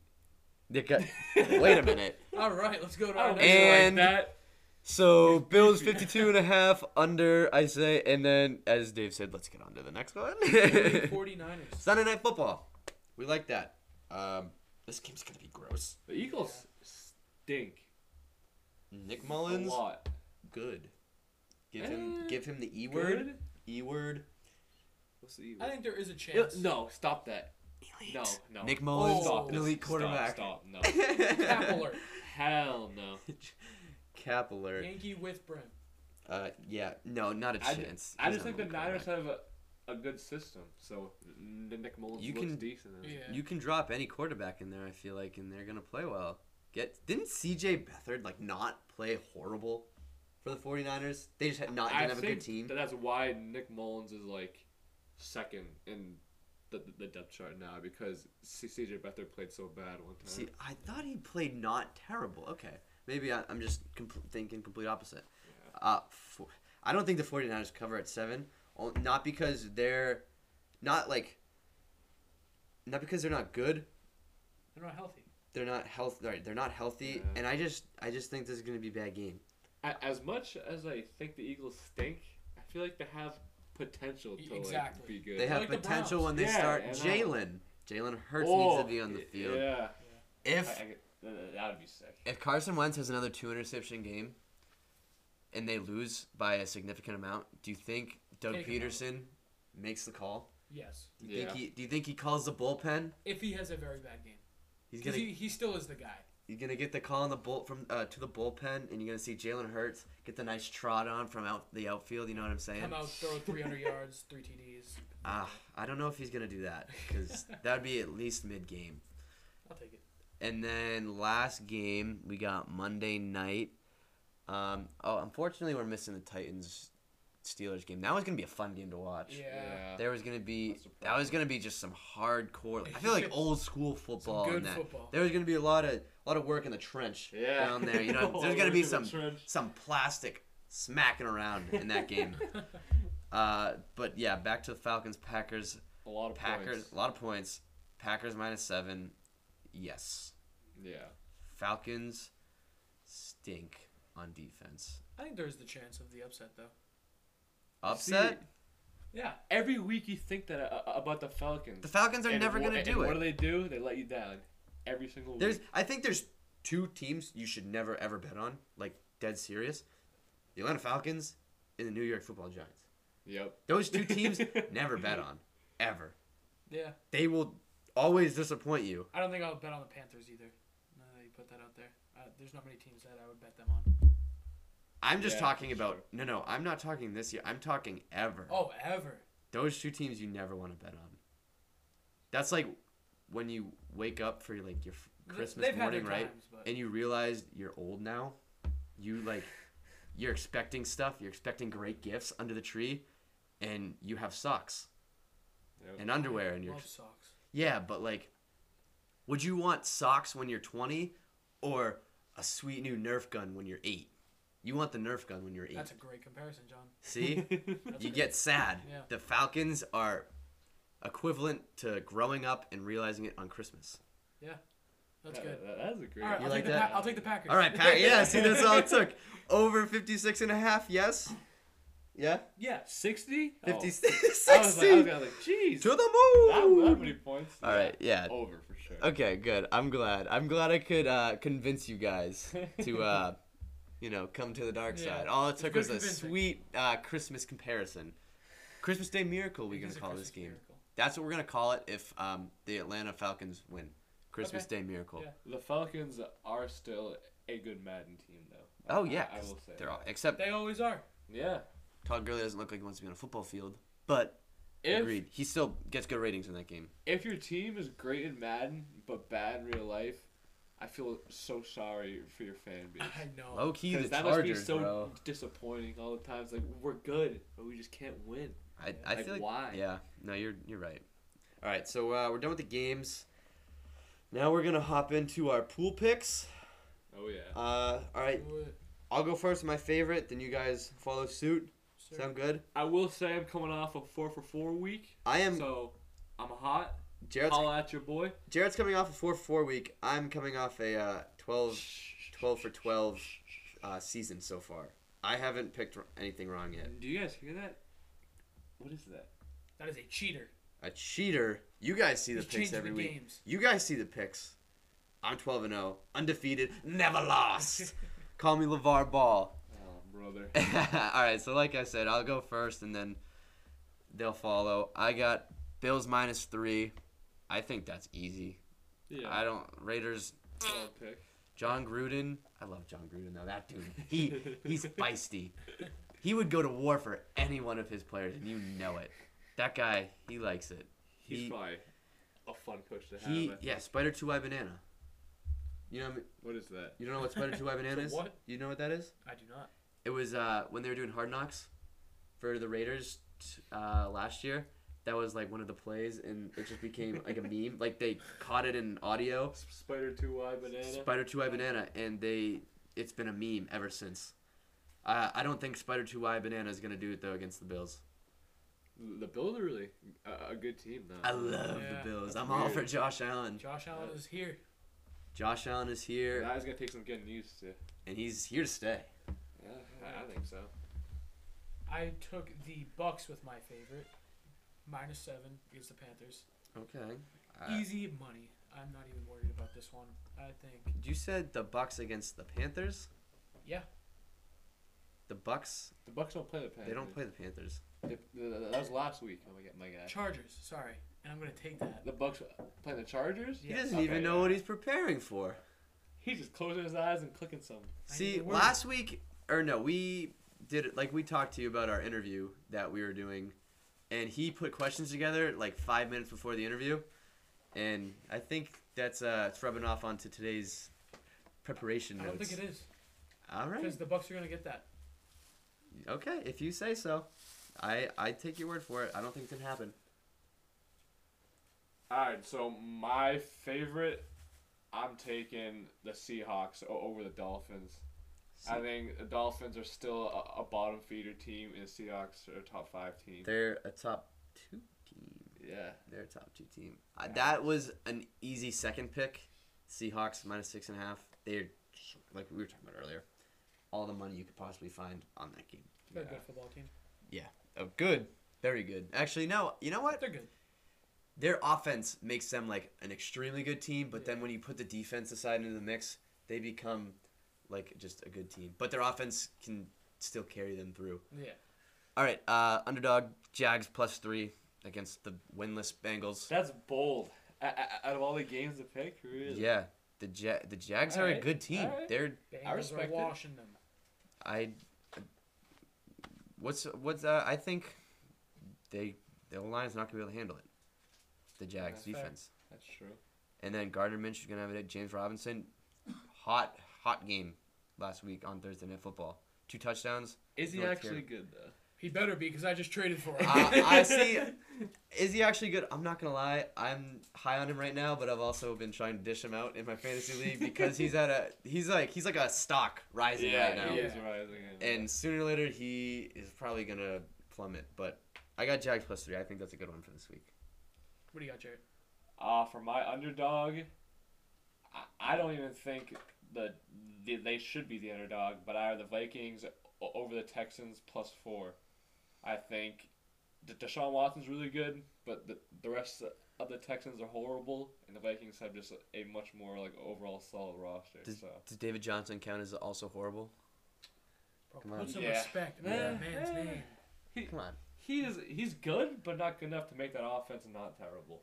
[SPEAKER 1] They got- Wait a minute.
[SPEAKER 2] All right, let's go to
[SPEAKER 3] I
[SPEAKER 2] our
[SPEAKER 3] don't
[SPEAKER 2] next
[SPEAKER 1] And-
[SPEAKER 2] one.
[SPEAKER 3] like that.
[SPEAKER 1] So Bills 52 and a half under, I say, and then as Dave said, let's get on to the next one.
[SPEAKER 2] Philly 49ers.
[SPEAKER 1] Sunday night football. We like that. Um, this game's gonna be gross.
[SPEAKER 3] The Eagles stink.
[SPEAKER 1] Nick
[SPEAKER 3] A
[SPEAKER 1] Mullins.
[SPEAKER 3] lot.
[SPEAKER 1] good. Give him
[SPEAKER 3] Eh,
[SPEAKER 1] give him the E word.
[SPEAKER 3] Good?
[SPEAKER 1] E word.
[SPEAKER 3] What's the E
[SPEAKER 2] I
[SPEAKER 3] word?
[SPEAKER 2] think there is a
[SPEAKER 3] Yeah,
[SPEAKER 2] chance.
[SPEAKER 3] No, stop that. No, no.
[SPEAKER 1] Nick Mullins,
[SPEAKER 2] Oh.
[SPEAKER 1] an elite quarterback.
[SPEAKER 3] Stop, stop, no.
[SPEAKER 2] Cap
[SPEAKER 1] Cap
[SPEAKER 2] alert.
[SPEAKER 3] Hell no.
[SPEAKER 1] Cap alert.
[SPEAKER 2] Yankee with Brim.
[SPEAKER 1] Uh, yeah, no, not a
[SPEAKER 3] I, ju-
[SPEAKER 1] chance.
[SPEAKER 3] I
[SPEAKER 1] He's
[SPEAKER 3] just
[SPEAKER 1] not
[SPEAKER 3] think the
[SPEAKER 1] an elite
[SPEAKER 3] Niners
[SPEAKER 1] quarterback.
[SPEAKER 3] have a, a good system, so n- the Nick Mullins
[SPEAKER 1] You
[SPEAKER 3] looks
[SPEAKER 1] can-
[SPEAKER 3] decent. in it.
[SPEAKER 2] Yeah.
[SPEAKER 1] You can drop any quarterback in there. I feel like, and they're gonna play well. Get didn't C.J. Beathard like not play horrible for the 49ers? They just had not
[SPEAKER 3] I
[SPEAKER 1] didn't have a
[SPEAKER 3] think
[SPEAKER 1] good team.
[SPEAKER 3] that that's why Nick Mullins is like second in the, the depth chart now because C- CJ Beathard played so bad one time.
[SPEAKER 1] See, I thought he played not terrible. Okay, maybe I, I'm just compl- thinking complete opposite. Uh, for, I don't think the 49ers cover at seven. o- Not because they're not like, not because they're not good.
[SPEAKER 2] They're not healthy.
[SPEAKER 1] They're not health. Right, they're not healthy.
[SPEAKER 3] Yeah.
[SPEAKER 1] And I just, I just think this is gonna be a bad game.
[SPEAKER 3] A- as much as I think the Eagles stink, I feel like they have potential
[SPEAKER 2] E-
[SPEAKER 3] to
[SPEAKER 2] exactly.
[SPEAKER 3] like be good.
[SPEAKER 1] They have
[SPEAKER 2] like the
[SPEAKER 1] potential
[SPEAKER 2] Browns.
[SPEAKER 1] when they
[SPEAKER 3] Yeah,
[SPEAKER 1] start
[SPEAKER 3] and I- Oh,
[SPEAKER 1] Jalen. Jalen Hurts needs to be on the
[SPEAKER 3] y-
[SPEAKER 1] field.
[SPEAKER 3] Yeah, I,
[SPEAKER 1] If
[SPEAKER 3] I, could- uh, that would be sick.
[SPEAKER 1] if Carson Wentz has another two interception game, and they lose by a significant amount, do you think Doug
[SPEAKER 2] Take him out.
[SPEAKER 1] Peterson makes the call.
[SPEAKER 2] Yes,
[SPEAKER 1] Do you,
[SPEAKER 3] Yeah.
[SPEAKER 1] think he, do you think he calls the bullpen?
[SPEAKER 2] if he has a very bad game,
[SPEAKER 1] He's
[SPEAKER 2] 'Cause
[SPEAKER 1] gonna
[SPEAKER 2] he, he still is the guy.
[SPEAKER 1] he's gonna get the call on the bull from uh, to the bullpen, and you're gonna see Jalen Hurts get the nice trot on from out the outfield. You know what I'm saying?
[SPEAKER 2] Come out, throw 300 yards, three TDs.
[SPEAKER 1] Ah, I don't know if he's gonna do that because that would be at least mid game.
[SPEAKER 2] I'll take it.
[SPEAKER 1] And then last game we got Monday night. Um, oh, unfortunately we're missing the Titans Steelers game. That was gonna be a fun game to watch.
[SPEAKER 2] Yeah.
[SPEAKER 1] There was gonna be
[SPEAKER 3] That's the
[SPEAKER 1] that was gonna be just some hardcore. Like, I feel like old school football.
[SPEAKER 2] Some
[SPEAKER 1] in
[SPEAKER 2] good
[SPEAKER 1] that.
[SPEAKER 2] football.
[SPEAKER 1] There was gonna be a lot of a lot of work in the trench
[SPEAKER 3] Yeah.
[SPEAKER 1] down there. You know,
[SPEAKER 3] Oh,
[SPEAKER 1] there's gonna be
[SPEAKER 3] look at
[SPEAKER 1] some
[SPEAKER 3] the trench.
[SPEAKER 1] some plastic smacking around in that game. uh, but yeah, back to the Falcons Packers.
[SPEAKER 3] A lot of
[SPEAKER 1] Packers
[SPEAKER 3] points.
[SPEAKER 1] a lot of points. Packers minus seven. Yes,
[SPEAKER 3] Yeah.
[SPEAKER 1] Falcons stink on defense.
[SPEAKER 2] I think there's the chance of the upset though.
[SPEAKER 1] Upset.
[SPEAKER 2] Yeah.
[SPEAKER 3] Every week you think that uh, uh, about the Falcons.
[SPEAKER 1] the Falcons are
[SPEAKER 3] And
[SPEAKER 1] never
[SPEAKER 3] wha-
[SPEAKER 1] gonna
[SPEAKER 3] and
[SPEAKER 1] do
[SPEAKER 3] What
[SPEAKER 1] it.
[SPEAKER 3] do they do? They let you down every single week.
[SPEAKER 1] There's I think there's two teams you should never ever bet on, like dead serious. The Atlanta Falcons and the New York Football Giants.
[SPEAKER 3] Yep.
[SPEAKER 1] Those two teams never bet on ever.
[SPEAKER 2] Yeah.
[SPEAKER 1] They will always disappoint you.
[SPEAKER 2] I don't think I'll bet on the Panthers either. Now that you put that out there, uh, there's not many teams that I would bet them on.
[SPEAKER 1] I'm just
[SPEAKER 3] Yeah,
[SPEAKER 1] talking
[SPEAKER 3] for
[SPEAKER 1] about no no, I'm not talking this year. I'm talking ever.
[SPEAKER 2] Oh, ever.
[SPEAKER 1] Those two teams you never want to bet on. That's like when you wake up for like your f-
[SPEAKER 2] Th-
[SPEAKER 1] Christmas
[SPEAKER 2] they've had their
[SPEAKER 1] morning, right?
[SPEAKER 2] times, but-
[SPEAKER 1] and you realize you're old now, you like you're expecting stuff, you're expecting great gifts under the tree, and you have socks
[SPEAKER 3] Yep.
[SPEAKER 1] and underwear and you're
[SPEAKER 2] Love socks.
[SPEAKER 1] yeah, but like would you want socks when you're 20 or a sweet new Nerf gun when you're 8? You want the Nerf gun when you're 8.
[SPEAKER 2] That's a great comparison, John.
[SPEAKER 1] See?
[SPEAKER 2] That's
[SPEAKER 1] you
[SPEAKER 2] a
[SPEAKER 1] get sad.
[SPEAKER 2] Yeah.
[SPEAKER 1] The Falcons are equivalent to growing up and realizing it on Christmas.
[SPEAKER 2] good- Yeah. That's
[SPEAKER 3] That-
[SPEAKER 2] good.
[SPEAKER 3] That, that is a great.
[SPEAKER 2] All right,
[SPEAKER 1] You
[SPEAKER 2] I'll,
[SPEAKER 1] like
[SPEAKER 2] take
[SPEAKER 1] that?
[SPEAKER 2] The pa- I'll take the Packers.
[SPEAKER 1] All right, Pat. Yeah, see, that's all it took. Over 56 and a half, yes? Yeah?
[SPEAKER 2] Yeah.
[SPEAKER 3] Sixty. Oh.
[SPEAKER 1] 56.
[SPEAKER 3] I was like, I was gonna like, jeez.
[SPEAKER 1] to the
[SPEAKER 3] That, that many
[SPEAKER 1] moon!
[SPEAKER 3] points.
[SPEAKER 1] All right, yeah.
[SPEAKER 3] Over for sure.
[SPEAKER 1] Okay, good. I'm glad. I'm glad I could uh, convince you guys to, uh, you know, come to the dark
[SPEAKER 2] Yeah.
[SPEAKER 1] side. All it
[SPEAKER 2] It's
[SPEAKER 1] took
[SPEAKER 2] good
[SPEAKER 1] was a
[SPEAKER 2] convincing.
[SPEAKER 1] sweet uh, Christmas comparison. Christmas Day Miracle, we're
[SPEAKER 2] It
[SPEAKER 1] going
[SPEAKER 2] is
[SPEAKER 1] to
[SPEAKER 2] a
[SPEAKER 1] call this
[SPEAKER 2] Christmas
[SPEAKER 1] game.
[SPEAKER 2] miracle.
[SPEAKER 1] That's what we're gonna call it if um, the Atlanta Falcons win. Christmas Day miracle.
[SPEAKER 2] Yeah.
[SPEAKER 3] The Falcons are still a good Madden team, though.
[SPEAKER 1] Oh yeah,
[SPEAKER 3] I, I
[SPEAKER 1] 'cause
[SPEAKER 3] will say.
[SPEAKER 1] they're all
[SPEAKER 3] that.
[SPEAKER 1] except
[SPEAKER 2] They always are.
[SPEAKER 3] Yeah.
[SPEAKER 1] Todd Gurley doesn't look like he wants to be on a football field. But
[SPEAKER 3] If
[SPEAKER 1] agreed, he still gets good ratings in that game.
[SPEAKER 3] if your team is great in Madden but bad in real life, I feel so sorry for your fan base.
[SPEAKER 2] I know.
[SPEAKER 1] Low key, the
[SPEAKER 3] Because that
[SPEAKER 1] Chargers,
[SPEAKER 3] must be so
[SPEAKER 1] bro.
[SPEAKER 3] disappointing all the time. It's like we're good, but we just can't win.
[SPEAKER 1] I, I
[SPEAKER 3] Like,
[SPEAKER 1] feel like
[SPEAKER 3] why?
[SPEAKER 1] yeah. No, you're you're right. All right, so uh, we're done with the games. Now we're gonna hop into our pool picks.
[SPEAKER 3] Oh yeah.
[SPEAKER 1] Uh, all right,
[SPEAKER 2] Do it,
[SPEAKER 1] I'll go first. My favorite. Then you guys follow suit.
[SPEAKER 2] sir.
[SPEAKER 1] Sound good?
[SPEAKER 3] I will say I'm coming off a four for four week,
[SPEAKER 1] I am.
[SPEAKER 3] so I'm hot.
[SPEAKER 1] Jared's,
[SPEAKER 3] Holla at your boy.
[SPEAKER 1] Jared's coming off a four four week. I'm coming off a uh, twelve 12 for 12 uh, season so far. I haven't picked r- anything wrong yet.
[SPEAKER 3] Do you guys hear that? What is that?
[SPEAKER 2] That is a cheater.
[SPEAKER 1] A cheater. You guys see the
[SPEAKER 2] He's
[SPEAKER 1] picks
[SPEAKER 2] changing
[SPEAKER 1] every
[SPEAKER 2] the
[SPEAKER 1] week.
[SPEAKER 2] games.
[SPEAKER 1] You guys see the picks. I'm 12 and 0, undefeated, never lost. Call me LeVar Ball.
[SPEAKER 3] Oh, brother.
[SPEAKER 1] All right, so like I said, I'll go first and then they'll follow. I got Bills minus 3. I think that's easy.
[SPEAKER 3] Yeah.
[SPEAKER 1] I don't Raiders
[SPEAKER 3] solid pick.
[SPEAKER 1] John Gruden. I love John Gruden though. That dude, he he's feisty. He would go to war for any one of his players, and you know it. That guy, he likes it.
[SPEAKER 3] He's
[SPEAKER 1] He-
[SPEAKER 3] probably a fun coach to have.
[SPEAKER 1] He
[SPEAKER 3] I think.
[SPEAKER 1] yeah, Spider Two Eye Banana. You know what I mean?
[SPEAKER 3] What is that?
[SPEAKER 1] you don't know what Spider Two Eye Banana is?
[SPEAKER 2] What?
[SPEAKER 1] You know what that is?
[SPEAKER 2] I do not.
[SPEAKER 1] It was uh, when they were doing Hard Knocks for the Raiders t- uh, last year. That was like one of the plays, and it just became like a meme. Like they caught it in audio.
[SPEAKER 3] S- Spider two eye banana.
[SPEAKER 1] Spider Two Eye Banana, and they it's been a meme ever since. Uh, I don't think Spider Two Eye Banana is gonna do it though against the Bills.
[SPEAKER 3] the Bills are really a, a good team though.
[SPEAKER 1] I love
[SPEAKER 2] Yeah.
[SPEAKER 1] the Bills. I'm
[SPEAKER 3] Weird.
[SPEAKER 1] all for Josh Allen.
[SPEAKER 2] Josh Allen is here.
[SPEAKER 1] Josh Allen is here,
[SPEAKER 3] That is gonna take some getting used to.
[SPEAKER 1] and he's here to stay.
[SPEAKER 3] Yeah, I, I think so.
[SPEAKER 2] I took the Bucks with my favorite, minus seven against the Panthers.
[SPEAKER 1] Okay. Uh,
[SPEAKER 2] Easy money. I'm not even worried about this one. I think.
[SPEAKER 1] You said the Bucks against the Panthers.
[SPEAKER 2] Yeah.
[SPEAKER 1] The Bucks.
[SPEAKER 3] The Bucks don't play the Panthers.
[SPEAKER 1] They don't play the Panthers.
[SPEAKER 3] They, that was last week. Oh my god, my guy.
[SPEAKER 2] Chargers, sorry. And I'm going to take that.
[SPEAKER 3] the Bucks play the Chargers.
[SPEAKER 1] He
[SPEAKER 2] Yeah.
[SPEAKER 1] doesn't
[SPEAKER 3] Okay,
[SPEAKER 1] even know
[SPEAKER 3] yeah.
[SPEAKER 1] what he's preparing for.
[SPEAKER 3] He's just closing his eyes and clicking some.
[SPEAKER 2] I
[SPEAKER 1] See,
[SPEAKER 2] need to work.
[SPEAKER 1] last week or no, we did it like we talked to you about our interview that we were doing, and he put questions together like five minutes before the interview, and I think that's uh it's rubbing off onto today's preparation
[SPEAKER 2] I
[SPEAKER 1] notes.
[SPEAKER 2] don't think it is.
[SPEAKER 1] All right,
[SPEAKER 2] Because the Bucks are going to get that.
[SPEAKER 1] okay, if you say so, I I take your word for it. I don't think it's gonna happen.
[SPEAKER 3] All right, so my favorite, I'm taking the Seahawks o- over the Dolphins. I think the Dolphins are still a, a bottom feeder team, and Seahawks are a top five team.
[SPEAKER 1] They're a top two team.
[SPEAKER 3] Yeah,
[SPEAKER 1] They're a top two team. Uh, that was an easy second pick. Seahawks minus six and a half. They're just- like we were talking about earlier. All the money you could possibly find on that game.
[SPEAKER 2] They're
[SPEAKER 3] Yeah.
[SPEAKER 2] a good football team.
[SPEAKER 1] Oh, good. Very good. Actually, no. You know what?
[SPEAKER 2] They're good.
[SPEAKER 1] Their offense makes them like an extremely good team, but then when you put the defense aside into the mix, they become like just a good team. But their offense can still carry them through.
[SPEAKER 2] Yeah.
[SPEAKER 1] All right. Uh, underdog Jags plus three against the winless Bengals.
[SPEAKER 3] that's bold. I, I, out of all the games to pick, really.
[SPEAKER 1] Yeah, the ja- the Jags are a
[SPEAKER 3] Alright,
[SPEAKER 1] good team.
[SPEAKER 3] alright.
[SPEAKER 1] They're
[SPEAKER 2] Bengals are
[SPEAKER 3] respect it.
[SPEAKER 2] washing them.
[SPEAKER 1] I. What's what's uh, I think, they the line is not gonna be able to handle it. The Jags
[SPEAKER 3] That's fair.
[SPEAKER 1] defense,
[SPEAKER 3] that's true.
[SPEAKER 1] and then Gardner Minshew's gonna have it. James Robinson, hot hot game last week on Thursday Night Football. Two touchdowns.
[SPEAKER 3] Is he
[SPEAKER 1] North
[SPEAKER 3] actually good though?
[SPEAKER 2] He better be because I just traded for him.
[SPEAKER 3] Ah.
[SPEAKER 1] I, I see. Is he actually good? I'm not gonna lie. I'm high on him right now, but I've also been trying to dish him out in my fantasy league because he's at a he's like he's like a stock rising right now.
[SPEAKER 3] he
[SPEAKER 2] Yeah.
[SPEAKER 3] is rising.
[SPEAKER 1] And sooner or later, he is probably going to plummet. But I got Jags plus three. I think that's a good one for this week.
[SPEAKER 2] what do you got, Jared?
[SPEAKER 3] Uh, for my underdog, I, I don't even think that the, they should be the underdog, but I have the Vikings o- over the Texans plus four. I think De- Deshaun Watson's really good, but the, the rest of the Texans are horrible, and the Vikings have just a much more like overall solid roster.
[SPEAKER 1] Does,
[SPEAKER 3] so
[SPEAKER 1] does David Johnson count as also horrible?
[SPEAKER 2] Bro,
[SPEAKER 1] Come on.
[SPEAKER 2] put some
[SPEAKER 3] Yeah.
[SPEAKER 2] respect on
[SPEAKER 3] Yeah.
[SPEAKER 2] that man's
[SPEAKER 3] Yeah.
[SPEAKER 2] name.
[SPEAKER 1] Come on.
[SPEAKER 3] he is he's good, but not good enough to make that offense not terrible.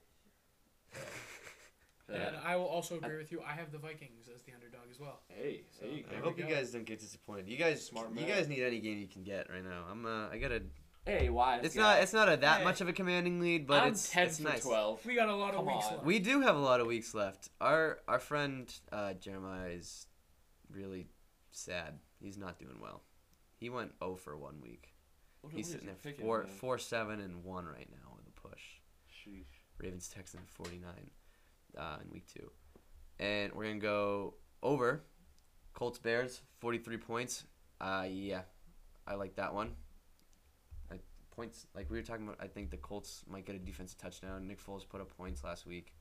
[SPEAKER 2] And I will also agree with you. I have the Vikings as the underdog as well.
[SPEAKER 3] Hey, there you
[SPEAKER 1] I
[SPEAKER 2] There
[SPEAKER 3] go.
[SPEAKER 2] we
[SPEAKER 1] hope you
[SPEAKER 2] go.
[SPEAKER 1] guys don't get disappointed. You guys,
[SPEAKER 3] Smart
[SPEAKER 1] you
[SPEAKER 3] man.
[SPEAKER 1] guys need any game you can get right now. I'm, uh, I gotta.
[SPEAKER 3] Hey, why?
[SPEAKER 1] It's not, it's not a that
[SPEAKER 2] Hey.
[SPEAKER 1] much of a commanding lead, but
[SPEAKER 3] I'm
[SPEAKER 1] it's,
[SPEAKER 3] ten
[SPEAKER 1] it's
[SPEAKER 3] for
[SPEAKER 1] nice.
[SPEAKER 3] twelve.
[SPEAKER 2] We got a lot of
[SPEAKER 3] Come
[SPEAKER 2] weeks
[SPEAKER 3] on.
[SPEAKER 2] left.
[SPEAKER 1] We do have a lot of weeks left. Our, our friend uh, Jeremiah is really sad. He's not doing well. He went 0 for one week.
[SPEAKER 3] What are
[SPEAKER 1] He's
[SPEAKER 3] we
[SPEAKER 1] sitting there
[SPEAKER 3] picking,
[SPEAKER 1] four,
[SPEAKER 3] man?
[SPEAKER 1] four, seven, and one right now with a push.
[SPEAKER 3] Sheesh.
[SPEAKER 1] Ravens Texans 49 uh, in week two. And we're going to go over Colts Bears 43 points. Uh, yeah, I like that one. I, points, like we were talking about, I think the Colts might get a defensive touchdown. Nick Foles put up points last week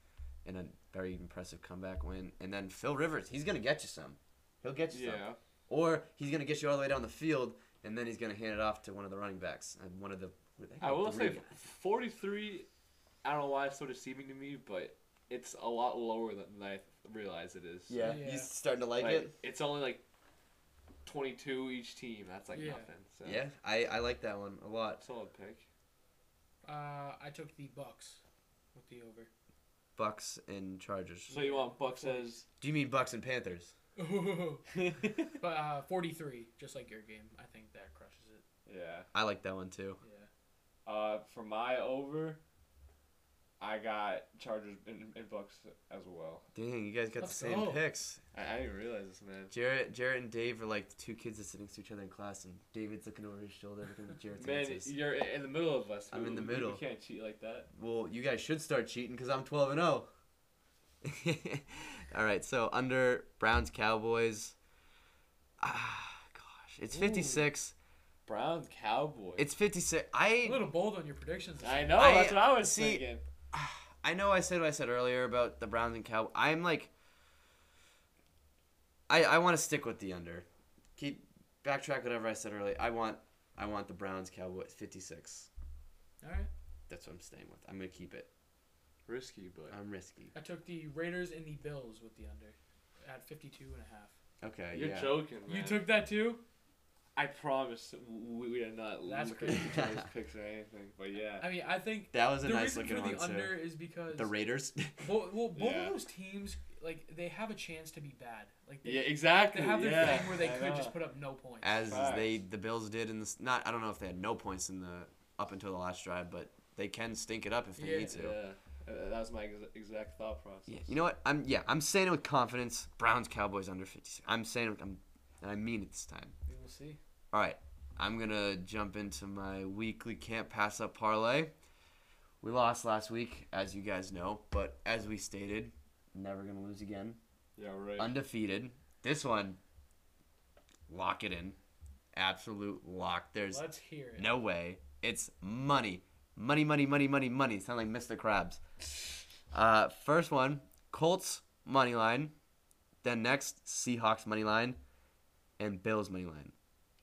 [SPEAKER 1] in a very impressive comeback win. And then Phil Rivers, he's going to get you some. He'll get you some.
[SPEAKER 3] Yeah.
[SPEAKER 1] Or he's going to get you all the way down the field, and then he's going to hand it off to one of the running backs. And one of the. what are they
[SPEAKER 3] I
[SPEAKER 1] called?
[SPEAKER 3] will
[SPEAKER 1] The
[SPEAKER 3] say
[SPEAKER 1] ring-
[SPEAKER 3] 43, I don't know why it's so deceiving to me, but it's a lot lower than I realize it is.
[SPEAKER 1] Yeah.
[SPEAKER 2] Yeah.
[SPEAKER 1] You starting to like,
[SPEAKER 3] Like,
[SPEAKER 1] it?
[SPEAKER 3] It's only like 22 each team. That's like
[SPEAKER 2] Yeah.
[SPEAKER 3] nothing. So.
[SPEAKER 1] Yeah, I, I like that one a lot.
[SPEAKER 3] Solid pick.
[SPEAKER 2] Uh, I took the Bucks with the over.
[SPEAKER 1] Bucks and Chargers.
[SPEAKER 3] So you want Bucks as.
[SPEAKER 1] Do you mean Bucks and Panthers?
[SPEAKER 3] yeah.
[SPEAKER 2] but uh, 43, just like your game, I think that crushes it.
[SPEAKER 1] I like that one too.
[SPEAKER 2] Yeah.
[SPEAKER 3] Uh, for my over, I got Chargers and, and Bucks as well.
[SPEAKER 1] Dang, you guys got
[SPEAKER 2] Let's
[SPEAKER 1] the same
[SPEAKER 2] go.
[SPEAKER 1] picks.
[SPEAKER 3] I, I didn't realize this, man.
[SPEAKER 1] Jarrett, Jarrett and Dave are like the two kids that sit next to each other in class, and David's looking over his shoulder looking at Jarrett's
[SPEAKER 3] Man,
[SPEAKER 1] answers.
[SPEAKER 3] you're in the middle of us.
[SPEAKER 1] I'm in the
[SPEAKER 3] We- we-
[SPEAKER 1] middle.
[SPEAKER 3] We can't cheat like that.
[SPEAKER 1] Well, you guys should start cheating because I'm 12 and oh. 0. All right, so under Browns Cowboys. Ah, gosh, it's
[SPEAKER 3] Ooh.
[SPEAKER 1] 56.
[SPEAKER 3] Browns Cowboys.
[SPEAKER 1] It's 56.
[SPEAKER 2] A
[SPEAKER 1] I
[SPEAKER 2] little bold on your predictions.
[SPEAKER 3] I know.
[SPEAKER 1] I-
[SPEAKER 3] that's what I was
[SPEAKER 1] see,
[SPEAKER 3] thinking.
[SPEAKER 1] I know I said what I said earlier about the Browns and Cow. I'm like, I I want to stick with the under. Keep backtrack whatever I said earlier. I want I want the Browns Cowboys 56.
[SPEAKER 2] All right.
[SPEAKER 1] That's what I'm staying with. I'm gonna keep it.
[SPEAKER 3] Risky, but
[SPEAKER 1] I'm risky.
[SPEAKER 2] I took the Raiders and the Bills with the under at 52 and a half.
[SPEAKER 1] Okay.
[SPEAKER 3] You're
[SPEAKER 1] yeah.
[SPEAKER 3] joking, man.
[SPEAKER 2] You took that too?
[SPEAKER 3] Uh, I promise we, we are not
[SPEAKER 2] That's
[SPEAKER 3] looking at each other's picks or anything. But yeah.
[SPEAKER 2] I mean, I think
[SPEAKER 1] That was a
[SPEAKER 2] the
[SPEAKER 1] nice
[SPEAKER 2] reason
[SPEAKER 1] looking
[SPEAKER 2] for
[SPEAKER 1] one
[SPEAKER 2] the under
[SPEAKER 1] too.
[SPEAKER 2] is because
[SPEAKER 1] The Raiders.
[SPEAKER 2] bo- well, both
[SPEAKER 3] Yeah.
[SPEAKER 2] of those teams like they have a chance to be bad. Like they,
[SPEAKER 3] yeah, exactly.
[SPEAKER 2] they have their
[SPEAKER 3] yeah.
[SPEAKER 2] thing where they
[SPEAKER 3] I
[SPEAKER 2] could
[SPEAKER 3] know.
[SPEAKER 2] just put up no points.
[SPEAKER 1] as
[SPEAKER 3] Facts.
[SPEAKER 1] they the Bills did in this. Not I don't know if they had no points in the up until the last drive, but they can stink it up if they
[SPEAKER 2] Yeah.
[SPEAKER 1] need to.
[SPEAKER 3] Yeah, Uh, that was my ex- exact thought process.
[SPEAKER 1] Yeah, you know what? I'm yeah, I'm saying it with confidence. Browns Cowboys under 56. I'm saying it, I'm and I mean it this time.
[SPEAKER 2] we will see.
[SPEAKER 1] All right. I'm going to jump into my weekly can't pass up parlay. We lost last week, as you guys know, but as we stated, never going to lose again.
[SPEAKER 3] Yeah, right.
[SPEAKER 1] Undefeated. This one lock it in. Absolute lock. There's
[SPEAKER 2] Let's hear it.
[SPEAKER 1] no way. It's money. Money, money, money, money, money. Sound like Mr. Krabs. Uh, first one, Colts money line. Then next, Seahawks money line, and Bills money line.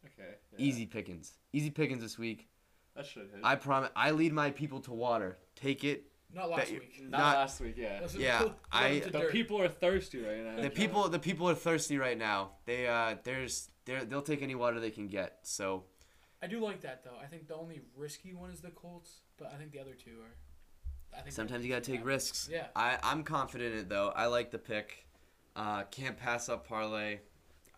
[SPEAKER 3] okay. yeah.
[SPEAKER 1] Easy pickings. Easy pickings this week.
[SPEAKER 3] That should hit.
[SPEAKER 1] I promise. I lead my people to water. Take it.
[SPEAKER 2] Not last
[SPEAKER 1] Bet you-
[SPEAKER 2] week.
[SPEAKER 3] not,
[SPEAKER 1] not-
[SPEAKER 3] last week. Yeah.
[SPEAKER 2] Let's-
[SPEAKER 1] yeah,
[SPEAKER 2] let's
[SPEAKER 1] I-
[SPEAKER 2] run to
[SPEAKER 3] The
[SPEAKER 2] dirt.
[SPEAKER 3] people are thirsty right now.
[SPEAKER 1] The people. The people are thirsty right now. They uh, there's they're, they'll take any water they can get. So
[SPEAKER 2] I do like that though. I think the only risky one is the Colts, but I think the other two are. I think
[SPEAKER 1] sometimes you gotta take risks.
[SPEAKER 2] Yeah.
[SPEAKER 1] I I'm confident in it though. I like the pick. Uh, can't pass up parlay.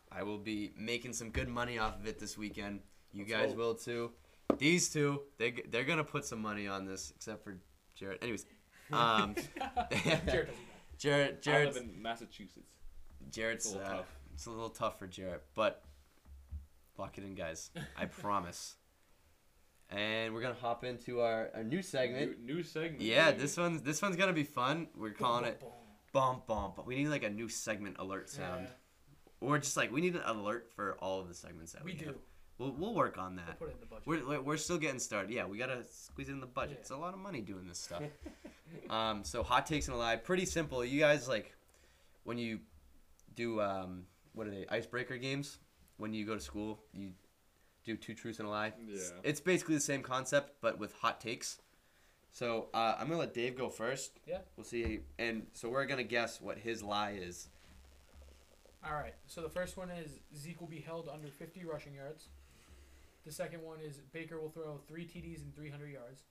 [SPEAKER 1] I will be making some good money off of it this weekend. You
[SPEAKER 3] Let's
[SPEAKER 1] guys
[SPEAKER 3] hope.
[SPEAKER 1] will too. These two, they g- they're gonna put some money on this, except for Jared. Anyways, um,
[SPEAKER 2] Jared doesn't
[SPEAKER 1] Jared
[SPEAKER 3] I
[SPEAKER 1] Jared's
[SPEAKER 3] live in Massachusetts.
[SPEAKER 1] Jared's
[SPEAKER 3] It's a little
[SPEAKER 1] uh,
[SPEAKER 3] tough.
[SPEAKER 1] It's a little tough for Jarrett, but lock it in, guys. I promise. And we're gonna hop into our, our new segment.
[SPEAKER 3] New, new segment.
[SPEAKER 1] Yeah,
[SPEAKER 3] baby.
[SPEAKER 1] this one's this one's gonna be fun. We're calling it bomb bomb. But we need like a new segment alert sound, or just like we need an alert for all of the segments that we,
[SPEAKER 2] we do.
[SPEAKER 1] Have. We'll we'll work on
[SPEAKER 2] We'll
[SPEAKER 1] that.
[SPEAKER 2] put it in the budget.
[SPEAKER 1] We're, we're- we're still getting started. Yeah, we gotta squeeze it in the budget.
[SPEAKER 2] Yeah.
[SPEAKER 1] It's a lot of money doing this stuff. um, so hot takes and a lie, pretty simple. You guys like when you do um, what are they icebreaker games? When you go to school, you do two truths and a lie. It's-
[SPEAKER 3] Yeah.
[SPEAKER 1] it's basically the same concept but with hot takes. So uh, I'm gonna let Dave go first.
[SPEAKER 2] Yeah.
[SPEAKER 1] We'll see. And so we're gonna guess what his lie is.
[SPEAKER 2] All right. So the first one is Zeke will be held under 50 rushing yards. The second one is Baker will throw three TDs and 300 yards.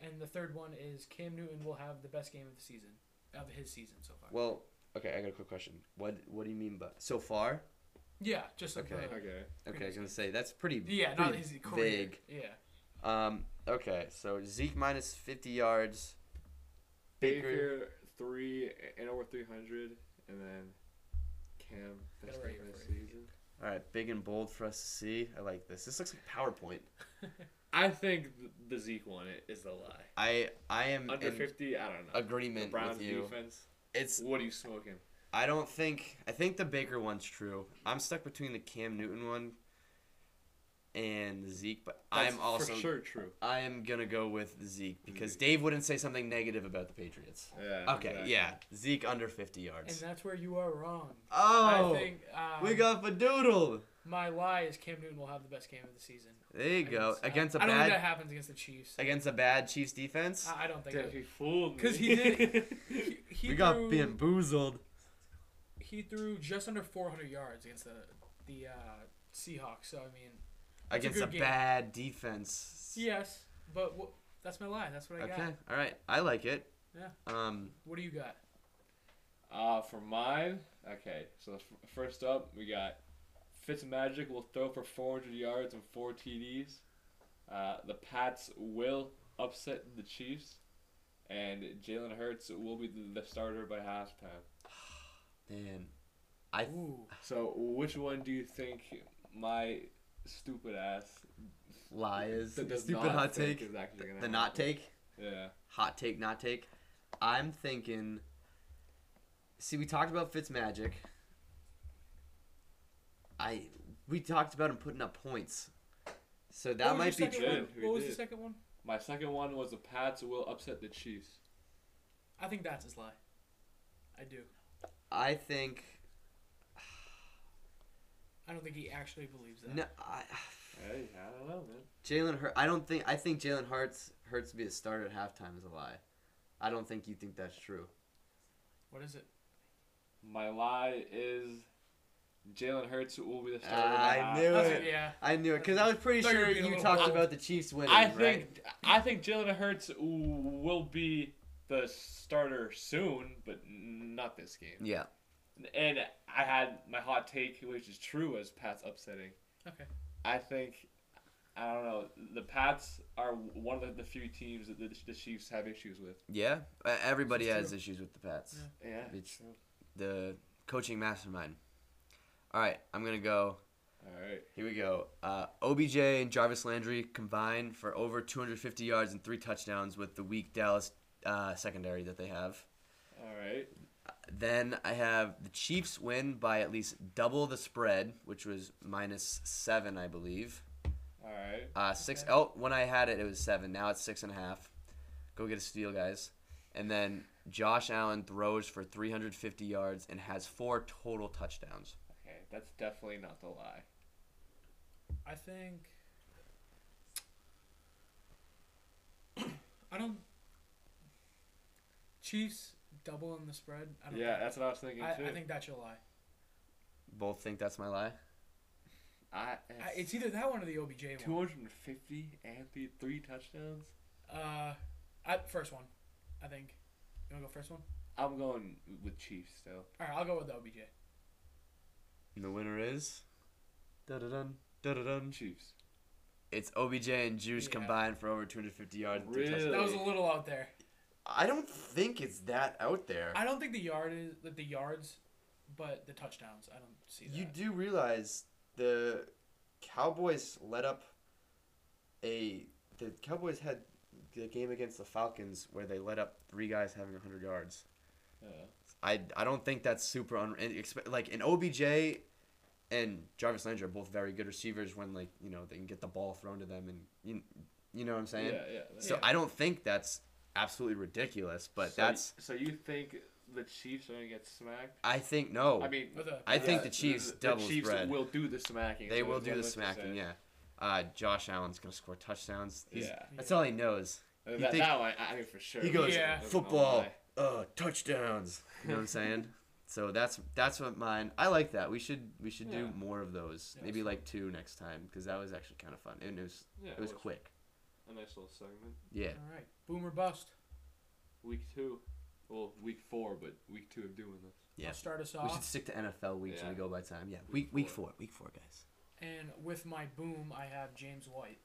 [SPEAKER 2] And the third one is Cam Newton will have the best game of the season, of his season so far.
[SPEAKER 1] Well, okay, I got a quick question. What what do you mean by so far?
[SPEAKER 2] yeah, just like
[SPEAKER 1] Okay.
[SPEAKER 2] the-
[SPEAKER 3] Okay.
[SPEAKER 1] Okay, I was gonna say that's pretty.
[SPEAKER 2] yeah,
[SPEAKER 1] pretty
[SPEAKER 2] not his career.
[SPEAKER 1] Vague.
[SPEAKER 2] Yeah,
[SPEAKER 1] Um. Okay. So Zeke minus fifty yards.
[SPEAKER 3] Baker,
[SPEAKER 1] Baker.
[SPEAKER 3] three and over three hundred, and then Cam
[SPEAKER 2] Gotta
[SPEAKER 3] best
[SPEAKER 2] write
[SPEAKER 3] game
[SPEAKER 2] your
[SPEAKER 3] of the
[SPEAKER 2] phrase.
[SPEAKER 3] season.
[SPEAKER 1] All right. Big and bold for us to see. I like this. This looks like PowerPoint.
[SPEAKER 3] I think th- the Zeke one i- is the lie.
[SPEAKER 1] I I am
[SPEAKER 3] Under
[SPEAKER 1] in
[SPEAKER 3] fifty, I don't know. the
[SPEAKER 1] agreement
[SPEAKER 3] Browns
[SPEAKER 1] with you.
[SPEAKER 3] defense.
[SPEAKER 1] It's.
[SPEAKER 3] What are you smoking?
[SPEAKER 1] I don't think. I think the Baker one's true. I'm stuck between the Cam Newton one and the Zeke, but
[SPEAKER 3] That's
[SPEAKER 1] I'm also.
[SPEAKER 3] for sure true.
[SPEAKER 1] I am gonna go with Zeke because Dave wouldn't say something negative about the Patriots.
[SPEAKER 3] Yeah.
[SPEAKER 1] Okay,
[SPEAKER 3] exactly.
[SPEAKER 1] yeah, Zeke under fifty
[SPEAKER 2] and
[SPEAKER 1] yards.
[SPEAKER 2] that's where you are wrong.
[SPEAKER 1] Oh,
[SPEAKER 2] I think um,
[SPEAKER 1] we got Fadoodle.
[SPEAKER 2] my lie is Cam Newton will have the best game of the season.
[SPEAKER 1] There you go.
[SPEAKER 2] I-
[SPEAKER 1] Against a
[SPEAKER 2] uh, I Ah, don't
[SPEAKER 1] bad
[SPEAKER 2] think that happens against the Chiefs.
[SPEAKER 1] against a bad Chiefs defense.
[SPEAKER 2] I, I don't think.
[SPEAKER 3] Damn,
[SPEAKER 2] it-
[SPEAKER 3] he fooled me.
[SPEAKER 2] 'Cause he did- He, he
[SPEAKER 1] we got
[SPEAKER 2] threw-
[SPEAKER 1] bamboozled.
[SPEAKER 2] he threw just under 400 yards against the the uh, Seahawks. So I mean, It's a
[SPEAKER 1] against a,
[SPEAKER 2] good game.
[SPEAKER 1] bad defense.
[SPEAKER 2] yes, but wh- that's my lie. That's what I
[SPEAKER 1] Okay.
[SPEAKER 2] got.
[SPEAKER 1] All right. I like it.
[SPEAKER 2] Yeah.
[SPEAKER 1] Um.
[SPEAKER 2] What do you got?
[SPEAKER 3] Uh, for mine, okay. So f- first up, we got Fitzmagic will throw for 400 yards and four TDs. Uh, the Pats will upset the Chiefs, and Jalen Hurts will be the the starter by halftime.
[SPEAKER 1] Man, I
[SPEAKER 2] Ooh,
[SPEAKER 3] So which one do you think my stupid ass
[SPEAKER 1] lie is
[SPEAKER 3] that does
[SPEAKER 1] stupid
[SPEAKER 3] not
[SPEAKER 1] hot
[SPEAKER 3] think
[SPEAKER 1] take.
[SPEAKER 3] is actually gonna
[SPEAKER 1] The not
[SPEAKER 3] happen?
[SPEAKER 1] take.
[SPEAKER 3] Yeah.
[SPEAKER 1] Hot take. Not take. I'm thinking. See, we talked about Fitzmagic. I we talked about him putting up points, so that
[SPEAKER 2] What was
[SPEAKER 1] might be
[SPEAKER 2] your
[SPEAKER 1] true.
[SPEAKER 2] second one?
[SPEAKER 3] true. We
[SPEAKER 2] What was the
[SPEAKER 3] did.
[SPEAKER 2] second one?
[SPEAKER 3] My second one was the Pats will upset the Chiefs.
[SPEAKER 2] I think that's his lie. I do.
[SPEAKER 1] I think.
[SPEAKER 2] I don't think he actually believes that.
[SPEAKER 1] No, I,
[SPEAKER 3] Hey, I don't know, man.
[SPEAKER 1] Jalen Hurt. I don't think. I think Jalen Hurts Hurts to be a starter at halftime is a lie. I don't think you think that's true.
[SPEAKER 2] What is it?
[SPEAKER 3] My lie is Jalen Hurts will be the starter.
[SPEAKER 1] I knew
[SPEAKER 2] That's-
[SPEAKER 1] it.
[SPEAKER 2] yeah.
[SPEAKER 1] I knew it because I was pretty
[SPEAKER 2] Thought you were
[SPEAKER 1] sure
[SPEAKER 2] being a
[SPEAKER 1] you
[SPEAKER 2] little
[SPEAKER 1] talked
[SPEAKER 2] bold.
[SPEAKER 1] about the Chiefs winning.
[SPEAKER 3] I
[SPEAKER 1] right?
[SPEAKER 3] think I think Jalen Hurts will be the starter soon, but not this game.
[SPEAKER 1] Yeah.
[SPEAKER 3] And I had my hot take, which is true, was Pats upsetting.
[SPEAKER 2] Okay.
[SPEAKER 3] I think I don't know. The Pats are one of the few teams that the, the Chiefs have issues with.
[SPEAKER 1] Yeah. Uh, Everybody
[SPEAKER 2] It's
[SPEAKER 1] has
[SPEAKER 2] true.
[SPEAKER 1] issues with the Pats.
[SPEAKER 2] Yeah.
[SPEAKER 3] Yeah,
[SPEAKER 1] It's- The coaching mastermind. All right, I'm gonna go.
[SPEAKER 3] All right.
[SPEAKER 1] Here we go. Uh, OBJ and Jarvis Landry combined for over 250 yards and three touchdowns with the weak Dallas uh, secondary that they have.
[SPEAKER 3] All right.
[SPEAKER 1] Then I have the Chiefs win by at least double the spread, which was minus seven, I believe.
[SPEAKER 3] All right.
[SPEAKER 1] Uh, six.
[SPEAKER 2] Okay.
[SPEAKER 1] Oh, when I had it, it was seven. Now it's six and a half. Go get a steal, guys. And then Josh Allen throws for 350 yards and has four total touchdowns.
[SPEAKER 3] Okay, that's definitely not the lie.
[SPEAKER 2] I think. I don't. Chiefs double in the spread. I don't
[SPEAKER 3] Yeah, that's what I was thinking
[SPEAKER 2] Think, I,
[SPEAKER 3] too.
[SPEAKER 2] I think that's your lie.
[SPEAKER 1] Both think that's my lie.
[SPEAKER 3] I,
[SPEAKER 2] I, it's either that one or the OBJ
[SPEAKER 3] two
[SPEAKER 2] one.
[SPEAKER 3] hundred and fifty and the three touchdowns.
[SPEAKER 2] Uh, I, first one, I think. You wanna go first one?
[SPEAKER 3] I'm going with Chiefs still.
[SPEAKER 2] All right, I'll go with the OBJ.
[SPEAKER 1] And the winner is. Dun-dun-dun.
[SPEAKER 2] Um,
[SPEAKER 1] Dun-dun-dun.
[SPEAKER 3] Chiefs.
[SPEAKER 1] It's OBJ and Juice
[SPEAKER 2] Yeah.
[SPEAKER 1] combined for over 250 yards. and three
[SPEAKER 3] Really?
[SPEAKER 1] touchdowns.
[SPEAKER 2] That was a little out there.
[SPEAKER 1] I don't think it's that out there.
[SPEAKER 2] I don't think the yard is like the yards, but the touchdowns. I don't see that.
[SPEAKER 1] You do realize the Cowboys let up a the Cowboys had the game against the Falcons where they let up three guys having 100 yards.
[SPEAKER 3] Uh,
[SPEAKER 1] I, I don't think that's super un and expe- like an OBJ and Jarvis Landry are both very good receivers when like you know they can get the ball thrown to them and you, you know what I'm
[SPEAKER 3] yeah,
[SPEAKER 1] saying.
[SPEAKER 3] yeah.
[SPEAKER 1] So
[SPEAKER 2] Yeah.
[SPEAKER 1] I don't think that's absolutely ridiculous, but
[SPEAKER 3] So y-
[SPEAKER 1] that's
[SPEAKER 3] So you think the Chiefs are gonna get smacked?
[SPEAKER 1] I think no.
[SPEAKER 3] I mean,
[SPEAKER 2] With a-
[SPEAKER 1] Oh. I think
[SPEAKER 3] yeah,
[SPEAKER 1] the Chiefs
[SPEAKER 3] the
[SPEAKER 1] double
[SPEAKER 3] Chiefs
[SPEAKER 1] spread.
[SPEAKER 3] will do the smacking.
[SPEAKER 1] They
[SPEAKER 3] is
[SPEAKER 1] will
[SPEAKER 3] what
[SPEAKER 1] do the
[SPEAKER 3] I was gonna
[SPEAKER 1] smacking,
[SPEAKER 3] say.
[SPEAKER 1] yeah. Uh, Josh Allen's gonna score touchdowns. He's-
[SPEAKER 3] Yeah.
[SPEAKER 1] that's all he knows.
[SPEAKER 3] Uh,
[SPEAKER 1] You
[SPEAKER 3] That,
[SPEAKER 1] think-
[SPEAKER 3] that one, I I mean for sure.
[SPEAKER 1] He goes
[SPEAKER 2] Yeah.
[SPEAKER 3] That's not a
[SPEAKER 1] football,
[SPEAKER 3] lie.
[SPEAKER 1] uh, touchdowns. You know what I'm saying? So that's that's what mine. I like that. We should we should do
[SPEAKER 3] Yeah.
[SPEAKER 1] more of those.
[SPEAKER 3] Yeah,
[SPEAKER 1] Maybe
[SPEAKER 3] that's
[SPEAKER 1] like two next time because that was actually kind of fun and it was
[SPEAKER 3] Yeah,
[SPEAKER 1] it was quick.
[SPEAKER 3] A nice little segment.
[SPEAKER 1] Yeah.
[SPEAKER 2] All right, boomer bust.
[SPEAKER 3] Week two, well, week four, but week two of doing this.
[SPEAKER 1] Yeah.
[SPEAKER 2] I'll start us
[SPEAKER 1] We should
[SPEAKER 2] off.
[SPEAKER 1] stick to NFL weeks when we
[SPEAKER 3] Yeah.
[SPEAKER 1] go by time. Yeah. Week
[SPEAKER 3] Week
[SPEAKER 1] week
[SPEAKER 3] four.
[SPEAKER 1] four week four guys.
[SPEAKER 2] And with my boom, I have James White.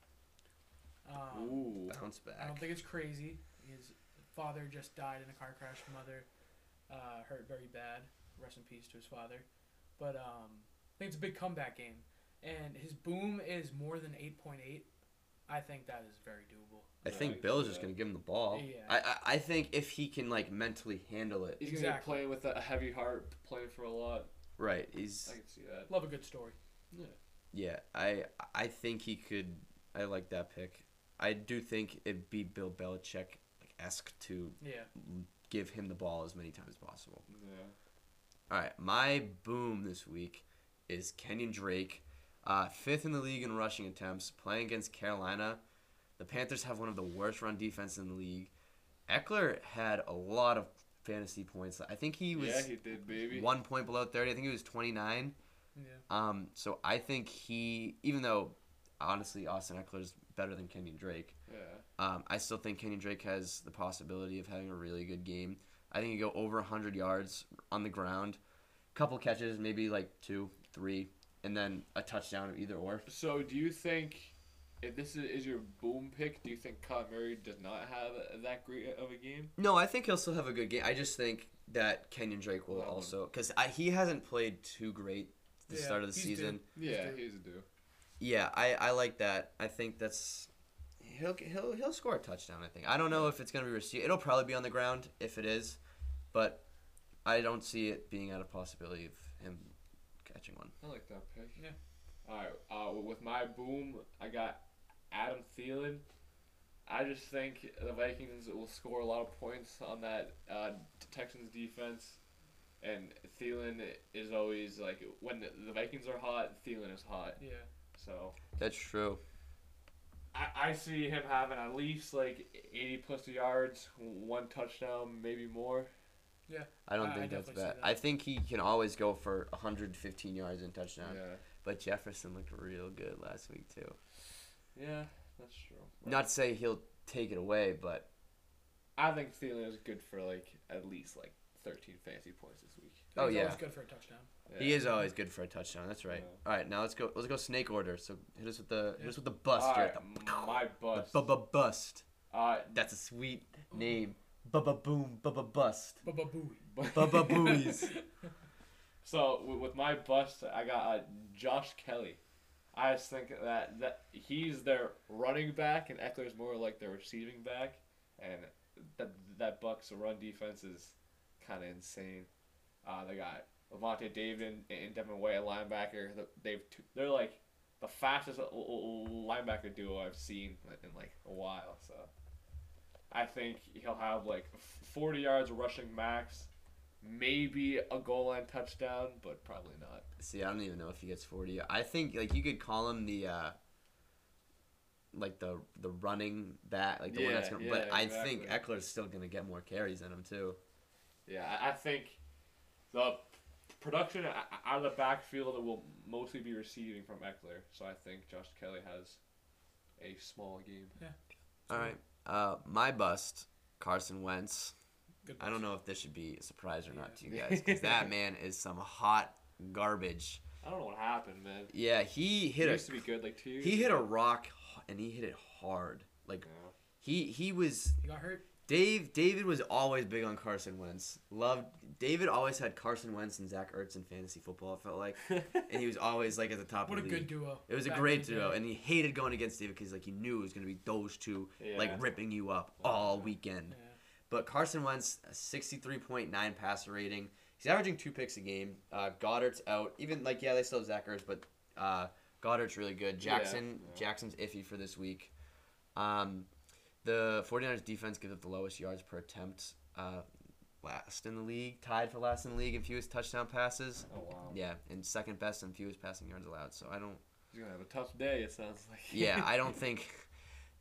[SPEAKER 2] Um,
[SPEAKER 3] Ooh.
[SPEAKER 1] Bounce
[SPEAKER 2] I don't
[SPEAKER 1] back.
[SPEAKER 2] think it's crazy. His father just died in a car crash. Mother uh, hurt very bad. Rest in peace to his father. But um, I think it's a big comeback game. And his boom is more than 8.8. I think that is very doable.
[SPEAKER 1] I think
[SPEAKER 3] Yeah.
[SPEAKER 1] Bill's just gonna give him the ball.
[SPEAKER 2] Yeah.
[SPEAKER 1] I, I I think if he can like mentally handle it,
[SPEAKER 3] He's gonna be
[SPEAKER 2] Exactly.
[SPEAKER 3] playing with a heavy heart, playing for a lot.
[SPEAKER 1] right? He's
[SPEAKER 3] I can see that.
[SPEAKER 2] Love a good story.
[SPEAKER 3] Yeah.
[SPEAKER 1] Yeah, I I think he could. I like that pick. I do think it'd be Bill Belichick esque to
[SPEAKER 2] Yeah.
[SPEAKER 1] give him the ball as many times as possible.
[SPEAKER 3] Yeah.
[SPEAKER 1] All right, my boom this week is Kenyon Drake, uh, fifth in the league in rushing attempts, playing against Carolina. The Panthers have one of the worst run defense in the league. Eckler had a lot of fantasy points. I think he was
[SPEAKER 3] yeah, he did, baby.
[SPEAKER 1] one point below thirty. I think he was twenty nine.
[SPEAKER 2] Yeah.
[SPEAKER 1] Um, so I think he, even though honestly Austin Eckler is better than Kenyon Drake,
[SPEAKER 3] Yeah.
[SPEAKER 1] um, I still think Kenyon Drake has the possibility of having a really good game. I think he go over 100 yards on the ground, couple catches, maybe like two, three, and then a touchdown of either or.
[SPEAKER 3] So, do you think if this is, is your boom pick, do you think Kyle Murray does not have that great of a game?
[SPEAKER 1] No, I think he'll still have a good game. I just think that Kenyon Drake will
[SPEAKER 3] Well,
[SPEAKER 1] also because he hasn't played too great the
[SPEAKER 2] Yeah,
[SPEAKER 1] start of the
[SPEAKER 2] he's
[SPEAKER 1] season.
[SPEAKER 2] due.
[SPEAKER 3] Yeah,
[SPEAKER 2] due.
[SPEAKER 3] he's a do.
[SPEAKER 1] Yeah, I, I like that. I think that's he'll he'll he'll score a touchdown. I think. I don't know if it's gonna be received. It'll probably be on the ground if it is, but I don't see it being out of possibility of him catching one.
[SPEAKER 3] I like that pick.
[SPEAKER 2] Yeah.
[SPEAKER 3] All right. Uh, with my boom, I got Adam Thielen. I just think the Vikings will score a lot of points on that uh, Texans defense, and Thielen is always like when the Vikings are hot, Thielen is hot.
[SPEAKER 2] Yeah.
[SPEAKER 3] So
[SPEAKER 1] That's true.
[SPEAKER 3] I, I see him having at least like eighty plus yards, one touchdown, maybe more.
[SPEAKER 2] Yeah.
[SPEAKER 1] I don't
[SPEAKER 2] I- I
[SPEAKER 1] think that's
[SPEAKER 2] definitely see
[SPEAKER 1] bad.
[SPEAKER 2] that.
[SPEAKER 1] I think he can always go for 115 yards and touchdown.
[SPEAKER 3] Yeah.
[SPEAKER 1] But Jefferson looked real good last week too.
[SPEAKER 3] Yeah, that's true.
[SPEAKER 1] Not to say he'll take it away, but
[SPEAKER 3] I think Thielen is good for like at least like 13 fantasy points this week.
[SPEAKER 1] Oh,
[SPEAKER 2] He's
[SPEAKER 1] yeah.
[SPEAKER 2] always good for a touchdown.
[SPEAKER 1] he
[SPEAKER 3] Yeah.
[SPEAKER 1] is always good for a touchdown. That's right.
[SPEAKER 3] Yeah.
[SPEAKER 1] All right, now let's go. Let's go snake order. So hit us with the hit
[SPEAKER 2] Yeah.
[SPEAKER 1] us with the bust.
[SPEAKER 3] All
[SPEAKER 1] here.
[SPEAKER 3] right, my bust.
[SPEAKER 1] The bu- bu- bust.
[SPEAKER 3] Uh,
[SPEAKER 1] That's a sweet name. Bubba boom. Bubba bust.
[SPEAKER 2] Bubba Booey.
[SPEAKER 1] Bubba booey's.
[SPEAKER 3] So wi- with my bust, I got uh, Josh Kelly. I just think that that he's their running back, and Eckler's more like their receiving back, and that that Bucks run defense is kind of insane. Uh, they got Levante David and, and Devin White, a linebacker. Th- They've t- they're like the fastest l- l- l- linebacker duo I've seen in like a while. So I think he'll have like f- forty yards rushing max maybe a goal line touchdown, but probably not.
[SPEAKER 1] See, I don't even know if he gets 40. I think like you could call him the uh like the the running back, like the one that's
[SPEAKER 3] Yeah,
[SPEAKER 1] gonna.
[SPEAKER 3] yeah,
[SPEAKER 1] but I think
[SPEAKER 3] exactly.
[SPEAKER 1] Eckler's still gonna get more carries than him too.
[SPEAKER 3] Yeah, I, I think the production o- o- out of the backfield will mostly be receiving from Eckler, so I think Josh Kelly has a small game.
[SPEAKER 1] All right, uh, my bust, Carson Wentz.
[SPEAKER 2] Good
[SPEAKER 1] I don't know if this should be a surprise or not to you
[SPEAKER 3] Yeah.
[SPEAKER 1] guys, because that man is some hot garbage.
[SPEAKER 3] I don't know what happened, man.
[SPEAKER 1] Yeah, he
[SPEAKER 3] He
[SPEAKER 1] hit
[SPEAKER 3] used to
[SPEAKER 1] a
[SPEAKER 3] be good like two years.
[SPEAKER 1] he hit a
[SPEAKER 3] ago.
[SPEAKER 1] rock h- and he hit it hard. Like
[SPEAKER 3] Yeah.
[SPEAKER 1] he he was
[SPEAKER 2] He got hurt.
[SPEAKER 1] Dave David was always big on Carson Wentz. Loved David always had Carson Wentz and Zach Ertz in fantasy football. It felt like, and he was always like at the top
[SPEAKER 2] What a
[SPEAKER 1] of the league.
[SPEAKER 2] good duo.
[SPEAKER 1] It was a
[SPEAKER 2] back
[SPEAKER 1] great
[SPEAKER 2] in the
[SPEAKER 1] duo,
[SPEAKER 2] day.
[SPEAKER 1] and he hated going against David because like he knew it was gonna be those two
[SPEAKER 3] Yeah.
[SPEAKER 1] like ripping you up all weekend.
[SPEAKER 2] Yeah.
[SPEAKER 1] But Carson Wentz, a sixty-three point nine passer rating. He's averaging two picks a game. Uh, Goddard's out. Even like yeah, they still have Zach Ertz, but uh, Goddard's really good.
[SPEAKER 3] Yeah,
[SPEAKER 1] Jackson
[SPEAKER 3] yeah.
[SPEAKER 1] Jackson's iffy for this week. Um, the 49ers defense gives up the lowest yards per attempt. Uh, last in the league, tied for last in the league in fewest touchdown passes.
[SPEAKER 3] Oh wow.
[SPEAKER 1] Yeah, and second best in fewest passing yards allowed. So I don't.
[SPEAKER 3] He's gonna have a tough day. It sounds like.
[SPEAKER 1] Yeah, I don't think.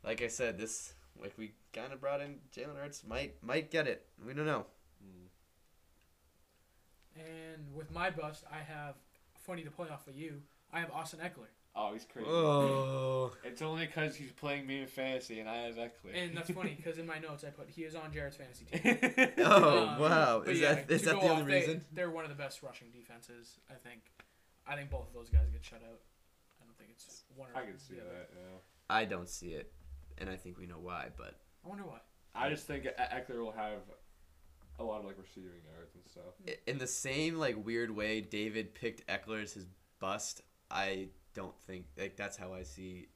[SPEAKER 1] Like I said, this like we kind of brought in Jalen Hurts might might get it. We don't know.
[SPEAKER 3] Mm.
[SPEAKER 2] And with my bust, I have funny to play off of you. I have Austin Eckler,
[SPEAKER 3] Oh, he's crazy.
[SPEAKER 1] Oh.
[SPEAKER 3] It's only because he's playing me in fantasy and I have Eckler.
[SPEAKER 2] and that's funny because in my notes I put he is on Jared's fantasy team.
[SPEAKER 3] oh.
[SPEAKER 1] Oh
[SPEAKER 2] Um,
[SPEAKER 1] wow!
[SPEAKER 2] but
[SPEAKER 1] Is
[SPEAKER 2] yeah,
[SPEAKER 1] that is
[SPEAKER 2] to
[SPEAKER 1] that
[SPEAKER 2] go
[SPEAKER 1] the only
[SPEAKER 2] off, they-
[SPEAKER 1] reason?
[SPEAKER 2] They're one of the best rushing defenses, I think. I think both of those guys get shut out. I don't think it's one or
[SPEAKER 3] I can see
[SPEAKER 2] the other.
[SPEAKER 3] that. Yeah.
[SPEAKER 1] I don't see it, and I think we know why. But
[SPEAKER 2] I wonder why.
[SPEAKER 3] I just think E- Eckler will have a lot of like receiving yards and stuff.
[SPEAKER 1] i- in the same like weird way, David picked Eckler as his bust. I don't think like that's how I see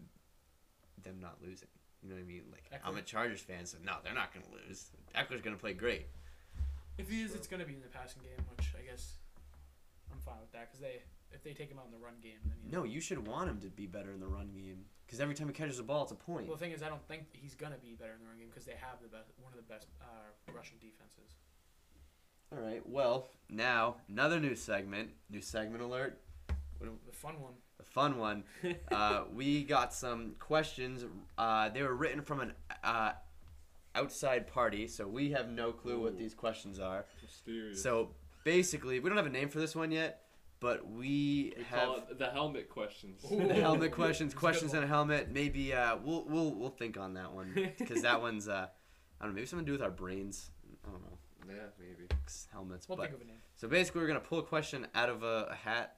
[SPEAKER 1] them not losing. You know what I mean? Like I'm a
[SPEAKER 2] Eckler?
[SPEAKER 1] Chargers fan, so no, they're not gonna lose. Eckler's gonna play great.
[SPEAKER 2] If he is, it's going to be in the passing game, which I guess I'm fine with that because they if they take him out in the run game, then you
[SPEAKER 1] No, you should want him to be better in the run game because every time he catches the ball, it's a point.
[SPEAKER 2] Well, the thing is, I don't think he's gonna be better in the run game because they have the best, one of the best uh, rushing defenses.
[SPEAKER 1] All right. Well, now another new segment. New segment alert. What,
[SPEAKER 2] The fun one.
[SPEAKER 1] a fun one. Uh, we got some questions. Uh, they were written from an uh, outside party, so we have no clue what
[SPEAKER 3] Ooh.
[SPEAKER 1] these questions are.
[SPEAKER 3] Mysterious.
[SPEAKER 1] So basically, we don't have a name for this one yet, but we,
[SPEAKER 3] we
[SPEAKER 1] have
[SPEAKER 3] call it the helmet questions.
[SPEAKER 2] Ooh.
[SPEAKER 1] the helmet
[SPEAKER 2] Ooh,
[SPEAKER 1] questions,
[SPEAKER 2] it's a good
[SPEAKER 1] questions
[SPEAKER 2] one.
[SPEAKER 1] on a helmet. Maybe uh, we'll we'll we'll think on that one because that one's uh, I don't know, maybe something to do with our brains. I don't know
[SPEAKER 3] yeah, maybe.
[SPEAKER 1] 'cause helmets,
[SPEAKER 2] We'll
[SPEAKER 1] but
[SPEAKER 2] think of a name.
[SPEAKER 1] so basically, we're gonna pull a question out of a, a hat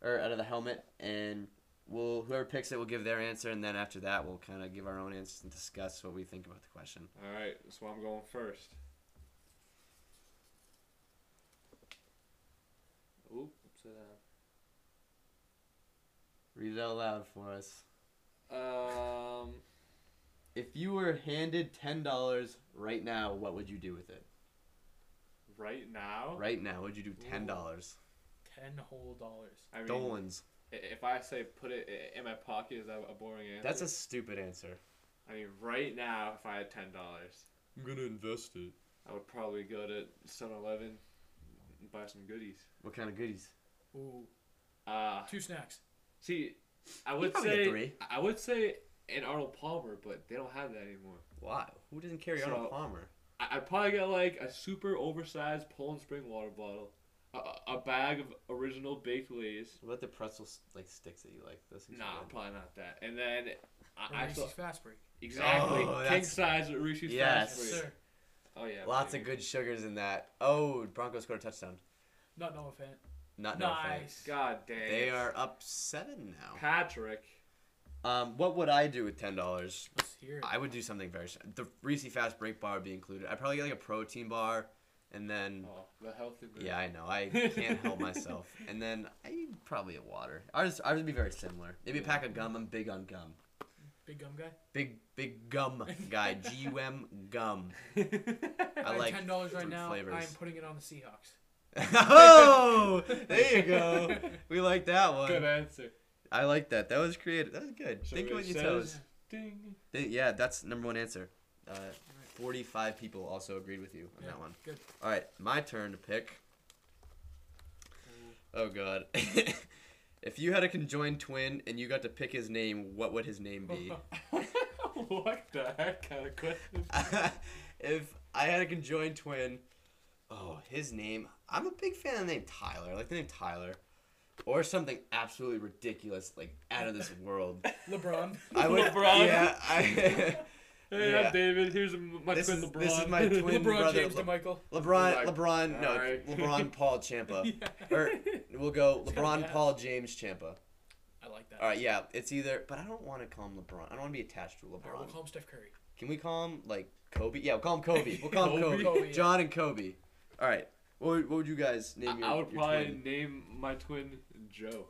[SPEAKER 1] or out of the helmet, and we'll whoever picks it will give their answer, and then after that, we'll kind of give our own answers and discuss what we think about the question.
[SPEAKER 3] All right, so I'm going first. Oop, upside down.
[SPEAKER 1] Read it out loud for us.
[SPEAKER 3] Um,
[SPEAKER 1] If you were handed ten dollars right now, what would you do with it?
[SPEAKER 3] right now.
[SPEAKER 1] Right now, would you do ten dollars?
[SPEAKER 2] Ten whole dollars.
[SPEAKER 3] I mean,
[SPEAKER 1] Dolan's.
[SPEAKER 3] i- If I say put it i- in my pocket, is that a boring answer?
[SPEAKER 1] That's a stupid answer.
[SPEAKER 3] I mean, right now, if I had ten dollars,
[SPEAKER 1] I'm gonna invest it.
[SPEAKER 3] I would probably go to 7-Eleven and buy some goodies.
[SPEAKER 1] What kind of goodies?
[SPEAKER 2] Ooh,
[SPEAKER 3] Uh,
[SPEAKER 2] two snacks.
[SPEAKER 3] See, I would
[SPEAKER 1] probably get
[SPEAKER 3] say
[SPEAKER 1] three.
[SPEAKER 3] I would say an Arnold Palmer, but they don't have that anymore.
[SPEAKER 1] Why? Who doesn't carry
[SPEAKER 3] So-
[SPEAKER 1] Arnold Palmer?
[SPEAKER 3] I, I probably got like a super oversized Poland Spring water bottle, a, a- a bag of original baked lays.
[SPEAKER 1] What about the pretzel s- like sticks that you like? Those things are
[SPEAKER 3] Nah,
[SPEAKER 1] good.
[SPEAKER 3] probably not that. And then
[SPEAKER 2] Or
[SPEAKER 3] I, I
[SPEAKER 2] Reese's
[SPEAKER 3] saw
[SPEAKER 2] fast break.
[SPEAKER 3] exactly
[SPEAKER 1] Oh,
[SPEAKER 3] king
[SPEAKER 1] that's-
[SPEAKER 3] size
[SPEAKER 1] Yes.
[SPEAKER 3] Reese's
[SPEAKER 2] Yes,
[SPEAKER 3] fast food.
[SPEAKER 2] sir.
[SPEAKER 3] Oh yeah.
[SPEAKER 1] Lots
[SPEAKER 3] baby.
[SPEAKER 1] of good sugars in that. Oh, Broncos scored a touchdown.
[SPEAKER 2] Not no offense.
[SPEAKER 1] Not no offense.
[SPEAKER 2] Nice.
[SPEAKER 3] God dang.
[SPEAKER 1] They
[SPEAKER 3] it.
[SPEAKER 1] are oh. up seven now.
[SPEAKER 3] Patrick.
[SPEAKER 1] Um, what would I do with ten dollars?
[SPEAKER 2] Let's hear it.
[SPEAKER 1] I would do something very. s- The Reese Fast Break bar would be included. I'd probably get like a protein bar, and then
[SPEAKER 3] Oh, the healthy. Boost.
[SPEAKER 1] Mm. yeah, I know I can't help myself. And then I probably a water. Ours ours would be very similar. Maybe a pack of gum. I'm big on gum.
[SPEAKER 2] Big gum guy.
[SPEAKER 1] Big big gum guy. G U M gum. I
[SPEAKER 2] I
[SPEAKER 1] like
[SPEAKER 2] ten dollars right
[SPEAKER 1] fruit
[SPEAKER 2] now. I am
[SPEAKER 1] flavors.
[SPEAKER 2] putting it on the Seahawks.
[SPEAKER 1] oh, there you go. We like that one.
[SPEAKER 3] Good answer.
[SPEAKER 1] I like that. That was creative. That was good.
[SPEAKER 3] So
[SPEAKER 1] Think
[SPEAKER 3] it
[SPEAKER 1] of what you
[SPEAKER 3] says-
[SPEAKER 1] chose.
[SPEAKER 3] Ding.
[SPEAKER 1] Th- yeah, that's number one answer. Uh, 45 people also agreed with you on
[SPEAKER 2] Yeah,
[SPEAKER 1] that one.
[SPEAKER 2] Good.
[SPEAKER 1] All right, my turn to pick. Oh, God. if you had a conjoined twin and you got to pick his name, what would his name be?
[SPEAKER 3] what the heck kind of question?
[SPEAKER 1] if I had a conjoined twin, oh, his name. I'm a big fan of the name Tyler. I like the name Tyler. Or something absolutely ridiculous, like out of this world.
[SPEAKER 2] LeBron.
[SPEAKER 1] I would,
[SPEAKER 3] LeBron.
[SPEAKER 1] Yeah, I,
[SPEAKER 3] Hey,
[SPEAKER 1] Yeah.
[SPEAKER 3] I'm David. Here's m- my
[SPEAKER 1] This
[SPEAKER 3] twin
[SPEAKER 1] is-
[SPEAKER 3] LeBron.
[SPEAKER 1] this is my twin. Twin
[SPEAKER 2] LeBron
[SPEAKER 1] brother
[SPEAKER 2] James
[SPEAKER 1] Le-
[SPEAKER 2] to Michael.
[SPEAKER 1] LeBron,
[SPEAKER 3] Like,
[SPEAKER 1] LeBron, no,
[SPEAKER 3] alright.
[SPEAKER 1] LeBron, Paul, Champa.
[SPEAKER 2] Yeah.
[SPEAKER 1] Or we'll go
[SPEAKER 2] It's gotta be
[SPEAKER 1] LeBron, Paul, James, Champa.
[SPEAKER 2] I like that.
[SPEAKER 1] All right, yeah, it's either. But I don't want to call him LeBron. I don't want to be attached to
[SPEAKER 2] All right, we'll
[SPEAKER 1] LeBron.
[SPEAKER 2] call him Steph Curry.
[SPEAKER 1] Can we call him like Kobe? Yeah, we'll call him Kobe. We'll call him Kobe.
[SPEAKER 3] Kobe.
[SPEAKER 2] Kobe.
[SPEAKER 1] John and Kobe. All right. What would, what would you guys name
[SPEAKER 3] I,
[SPEAKER 1] your,
[SPEAKER 3] I would
[SPEAKER 1] your
[SPEAKER 3] probably
[SPEAKER 1] twin?
[SPEAKER 3] name my twin Joe.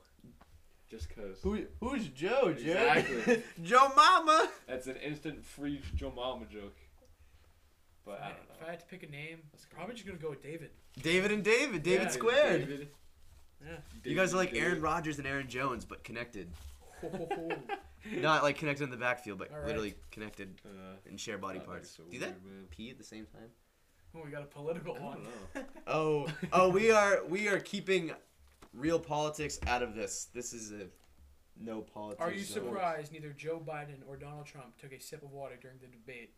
[SPEAKER 3] Just cause.
[SPEAKER 1] Who, who's Joe, Joe?
[SPEAKER 3] Exactly.
[SPEAKER 1] Joe Mama.
[SPEAKER 3] That's an instant free Joe Mama joke. But I
[SPEAKER 2] If I
[SPEAKER 3] don't know.
[SPEAKER 2] had to pick a name,
[SPEAKER 3] That's cool.
[SPEAKER 2] probably just gonna go with David.
[SPEAKER 1] David and David. David
[SPEAKER 2] Yeah.
[SPEAKER 1] squared.
[SPEAKER 3] David.
[SPEAKER 2] Yeah.
[SPEAKER 1] You guys are like
[SPEAKER 3] David.
[SPEAKER 1] Aaron Rodgers and Aaron Jones, but connected.
[SPEAKER 2] Ho, ho, ho.
[SPEAKER 1] Not like connected in the backfield, but
[SPEAKER 2] All right.
[SPEAKER 1] literally connected.
[SPEAKER 3] Uh,
[SPEAKER 1] and share body
[SPEAKER 3] God, that
[SPEAKER 1] parts.
[SPEAKER 3] is so
[SPEAKER 1] Do that
[SPEAKER 3] weird, man.
[SPEAKER 1] pee at the same time?
[SPEAKER 2] oh, we got a political
[SPEAKER 3] I
[SPEAKER 2] one.
[SPEAKER 3] don't know.
[SPEAKER 1] Oh, oh, we are we are keeping real politics out of this. This is a no politics.
[SPEAKER 2] Are you
[SPEAKER 1] zone.
[SPEAKER 2] surprised neither Joe Biden or Donald Trump took a sip of water during the debate?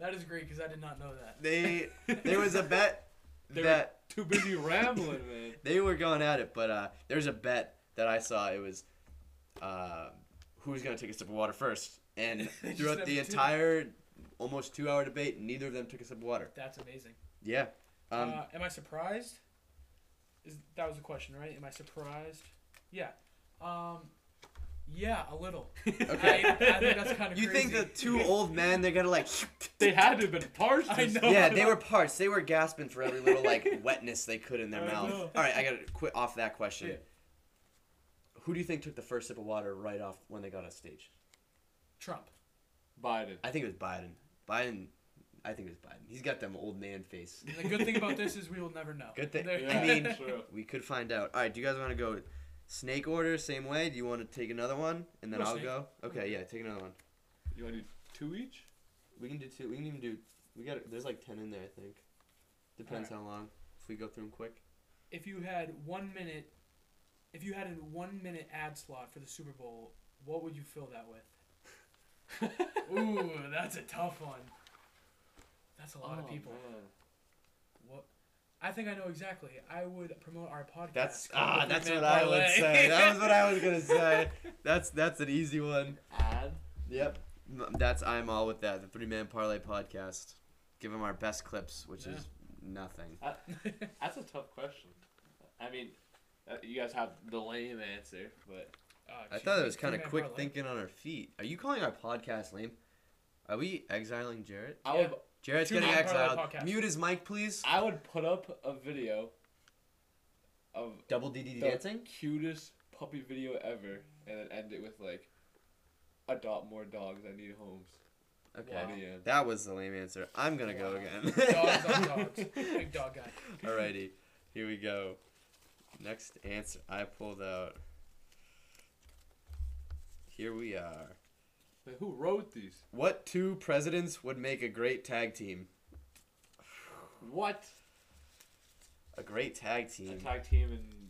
[SPEAKER 2] That is great because I did not know that.
[SPEAKER 1] They there was a bet
[SPEAKER 3] They were
[SPEAKER 1] that
[SPEAKER 3] too busy rambling, man.
[SPEAKER 1] they were going at it, but uh, there was a bet that I saw. It was uh, who was gonna take a sip of water first, and
[SPEAKER 2] They just
[SPEAKER 1] throughout
[SPEAKER 2] never
[SPEAKER 1] the
[SPEAKER 2] did.
[SPEAKER 1] entire almost two hour debate, neither of them took a sip of water.
[SPEAKER 2] That's amazing.
[SPEAKER 1] Yeah. Um,
[SPEAKER 2] uh, am I surprised? Is that was the question, right? Am I surprised? Yeah. Um, yeah, a little.
[SPEAKER 1] Okay.
[SPEAKER 2] I, I think that's kind of
[SPEAKER 1] you think the two old men they're gonna like
[SPEAKER 3] They had to have been parched.
[SPEAKER 2] I know.
[SPEAKER 1] Yeah, they were parts. They were gasping for every little like wetness they could in their
[SPEAKER 3] I
[SPEAKER 1] mouth.
[SPEAKER 3] know.
[SPEAKER 1] All right, I gotta quit off that question.
[SPEAKER 2] Yeah.
[SPEAKER 1] Who do you think took the first sip of water right off when they got on stage?
[SPEAKER 2] Trump?
[SPEAKER 3] Biden.
[SPEAKER 1] I think it was Biden. Biden, I think it was Biden. He's got them old man face.
[SPEAKER 2] The good thing about this is we will never know.
[SPEAKER 1] Good thing-
[SPEAKER 2] There-
[SPEAKER 1] I mean-
[SPEAKER 3] true.
[SPEAKER 1] We could find out. All right, do you guys want to go snake order same way? Do you want to take another one and then
[SPEAKER 2] Go
[SPEAKER 1] I'll
[SPEAKER 2] snake.
[SPEAKER 1] go? Okay, yeah, take another one.
[SPEAKER 3] You want to do two each?
[SPEAKER 1] We can do two. We can even do. We got. There's like ten in there, I think. Depends how long. If we go through them quick.
[SPEAKER 2] if you had one minute, if you had a one minute ad slot for the Super Bowl, what would you fill that with? Ooh, that's a tough one. That's a lot of
[SPEAKER 3] Oh,
[SPEAKER 2] people.
[SPEAKER 3] man.
[SPEAKER 2] What? I think I know exactly. I would promote our podcast.
[SPEAKER 1] That's
[SPEAKER 2] called
[SPEAKER 1] ah,
[SPEAKER 2] The
[SPEAKER 1] that's
[SPEAKER 2] Three
[SPEAKER 1] what
[SPEAKER 2] Man
[SPEAKER 1] I would
[SPEAKER 2] Parlay.
[SPEAKER 1] say. That was what I was gonna say. That's that's an easy one.
[SPEAKER 3] Ad.
[SPEAKER 1] Yep. M- That's I'm all with that. The three man parlay podcast. Give them our best clips, which
[SPEAKER 2] Yeah.
[SPEAKER 1] is nothing.
[SPEAKER 2] Oh,
[SPEAKER 3] That's a tough question. I mean, uh, you guys have the lame answer, but
[SPEAKER 2] Ah,
[SPEAKER 1] I
[SPEAKER 2] geez,
[SPEAKER 1] thought it was
[SPEAKER 2] Three
[SPEAKER 1] kind of
[SPEAKER 2] Man
[SPEAKER 1] quick
[SPEAKER 2] Parlay.
[SPEAKER 1] thinking on our feet. Are you calling our podcast lame? Are we exiling Jarrett?
[SPEAKER 3] I would
[SPEAKER 1] Jarrett's
[SPEAKER 2] Two
[SPEAKER 1] getting
[SPEAKER 2] Man Parlay
[SPEAKER 1] exiled.
[SPEAKER 2] podcast.
[SPEAKER 1] Mute his mic, please.
[SPEAKER 3] I would put up a video of
[SPEAKER 1] Double DD
[SPEAKER 3] the
[SPEAKER 1] dancing.
[SPEAKER 3] cutest puppy video ever, and then end it with like, adopt more dogs. I need homes.
[SPEAKER 1] Okay.
[SPEAKER 3] At the end.
[SPEAKER 1] That was the lame answer. I'm gonna go
[SPEAKER 2] Wow.
[SPEAKER 1] again.
[SPEAKER 2] Dogs on dogs. Big dog guy.
[SPEAKER 1] Alrighty, here we go. Next answer I pulled out. Here we are.
[SPEAKER 3] Like, who wrote these?
[SPEAKER 1] What two presidents would make a great tag team?
[SPEAKER 3] What?
[SPEAKER 1] A great tag
[SPEAKER 3] A
[SPEAKER 1] team.
[SPEAKER 3] tag team and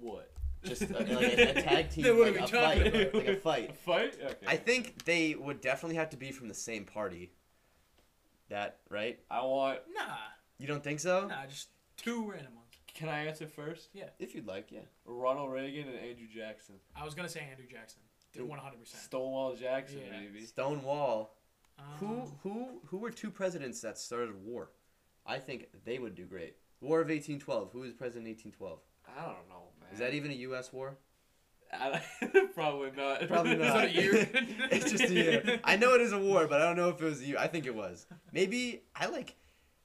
[SPEAKER 3] what?
[SPEAKER 1] Mm. Just a, like a, a tag team,
[SPEAKER 2] Then what are
[SPEAKER 1] like
[SPEAKER 2] we
[SPEAKER 1] a
[SPEAKER 2] talking
[SPEAKER 1] fight,
[SPEAKER 3] about?
[SPEAKER 1] like a
[SPEAKER 3] A
[SPEAKER 1] fight.
[SPEAKER 3] fight? Okay.
[SPEAKER 1] I think they would definitely have to be from the same party. That right?
[SPEAKER 3] I want.
[SPEAKER 2] Nah,
[SPEAKER 1] You don't think so?
[SPEAKER 2] nah, just two random ones.
[SPEAKER 3] Can I answer first?
[SPEAKER 1] If you'd like, yeah.
[SPEAKER 3] Ronald Reagan and Andrew Jackson.
[SPEAKER 2] I was gonna say Andrew Jackson.
[SPEAKER 1] Dude.
[SPEAKER 2] One hundred percent. Um,
[SPEAKER 3] Stonewall Jackson,
[SPEAKER 2] Yeah.
[SPEAKER 3] maybe.
[SPEAKER 1] Stonewall. Who who who were two presidents that started war? I think they would do great. War of 1812. Who was president in 1812?
[SPEAKER 3] I don't know, man.
[SPEAKER 1] Is that e- even a U.S. war?
[SPEAKER 3] I don't- probably not.
[SPEAKER 1] Probably
[SPEAKER 3] Is that
[SPEAKER 1] not.
[SPEAKER 3] a year?
[SPEAKER 1] it's just a year. I know it is a war, but I don't know if it was a year. I think it was. Maybe I like.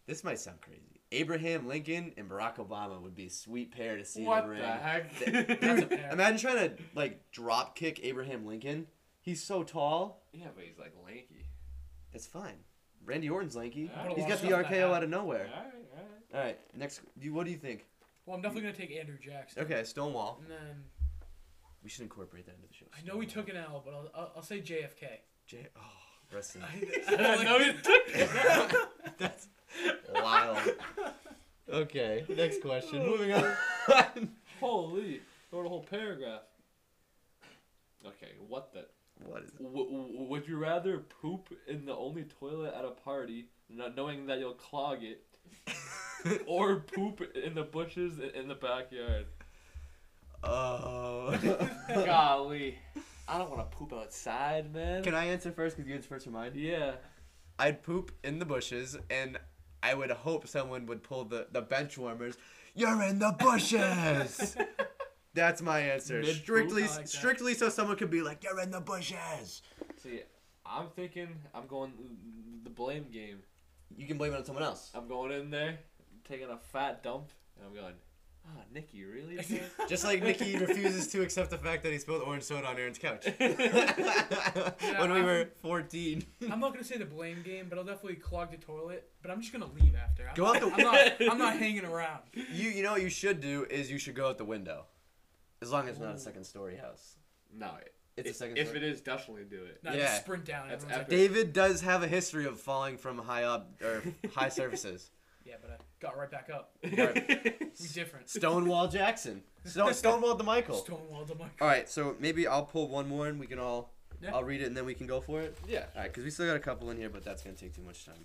[SPEAKER 1] This might sound crazy. Abraham Lincoln and Barack Obama would be a sweet pair to see
[SPEAKER 3] what
[SPEAKER 1] in the
[SPEAKER 3] the
[SPEAKER 1] ring.
[SPEAKER 3] heck?
[SPEAKER 1] Th-
[SPEAKER 2] That's a
[SPEAKER 1] Dude,
[SPEAKER 2] pair.
[SPEAKER 1] imagine trying to like drop kick Abraham Lincoln. He's so tall.
[SPEAKER 3] yeah, but he's like lanky.
[SPEAKER 1] It's fine. Randy Orton's lanky.
[SPEAKER 3] Yeah, I don't
[SPEAKER 1] He's
[SPEAKER 3] want
[SPEAKER 1] got the
[SPEAKER 2] something to
[SPEAKER 1] RKO out
[SPEAKER 2] happen.
[SPEAKER 1] of nowhere.
[SPEAKER 3] All right, all right.
[SPEAKER 1] All right, next. You, what do you think?
[SPEAKER 2] Well, I'm definitely gonna take Andrew Jackson.
[SPEAKER 1] Okay, Stonewall.
[SPEAKER 2] And then
[SPEAKER 1] We should incorporate that into the show.
[SPEAKER 2] I know we took an L, but I'll, I'll, I'll say JFK.
[SPEAKER 1] J- oh, rest in
[SPEAKER 3] I know you took it.
[SPEAKER 1] That's wild. Okay, next question.
[SPEAKER 2] Oh.
[SPEAKER 1] Moving on.
[SPEAKER 3] Holy, I wrote a whole paragraph. Okay, what the?
[SPEAKER 1] what is?
[SPEAKER 3] W- w- would you rather poop in the only toilet at a party, not knowing that you'll clog it, or poop in the bushes i- in the backyard?
[SPEAKER 1] Oh.
[SPEAKER 3] Golly, I don't want to poop outside, man.
[SPEAKER 1] Can I answer first? Cause you answered first for mine.
[SPEAKER 3] yeah.
[SPEAKER 1] I'd poop in the bushes, and I would hope someone would pull the the bench warmers. You're in the bushes. That's my answer.
[SPEAKER 3] Mid-poop?
[SPEAKER 1] Strictly,
[SPEAKER 2] I like that.
[SPEAKER 1] strictly, so someone could be like, "You're in the bushes."
[SPEAKER 3] See, I'm thinking I'm going the blame game.
[SPEAKER 1] You can blame it on someone else.
[SPEAKER 3] I'm going in there, taking a fat dump, and I'm going, ah, Nikki, really? man?"
[SPEAKER 1] Just like Nikki refuses to accept the fact that he spilled orange soda on Aaron's couch. when we were 14.
[SPEAKER 2] I'm not gonna say the blame game, but I'll definitely clog the toilet. But I'm just gonna leave after. I'm,
[SPEAKER 1] Go out the-
[SPEAKER 2] I'm not. I'm not hanging around.
[SPEAKER 1] You you know what you should do is you should go out the window. As long as it's not a second story house.
[SPEAKER 3] no,
[SPEAKER 1] It's a
[SPEAKER 3] if,
[SPEAKER 1] second
[SPEAKER 3] if
[SPEAKER 1] story.
[SPEAKER 3] it is, definitely do it.
[SPEAKER 2] Not
[SPEAKER 1] Yeah.
[SPEAKER 2] just sprint down.
[SPEAKER 3] That's
[SPEAKER 2] Everyone's like,
[SPEAKER 3] epic.
[SPEAKER 1] David does have a history of falling from high up or high surfaces.
[SPEAKER 2] yeah, but I got right back up. We different.
[SPEAKER 1] Stonewall Jackson. Stone, Stonewall the Michael.
[SPEAKER 2] Stonewall to Michael.
[SPEAKER 1] All right, so maybe I'll pull one more and we can all
[SPEAKER 2] Yeah.
[SPEAKER 1] I'll read it and then we can go for it.
[SPEAKER 3] yeah.
[SPEAKER 1] All right, because we still got a couple in here, but that's gonna take too much time.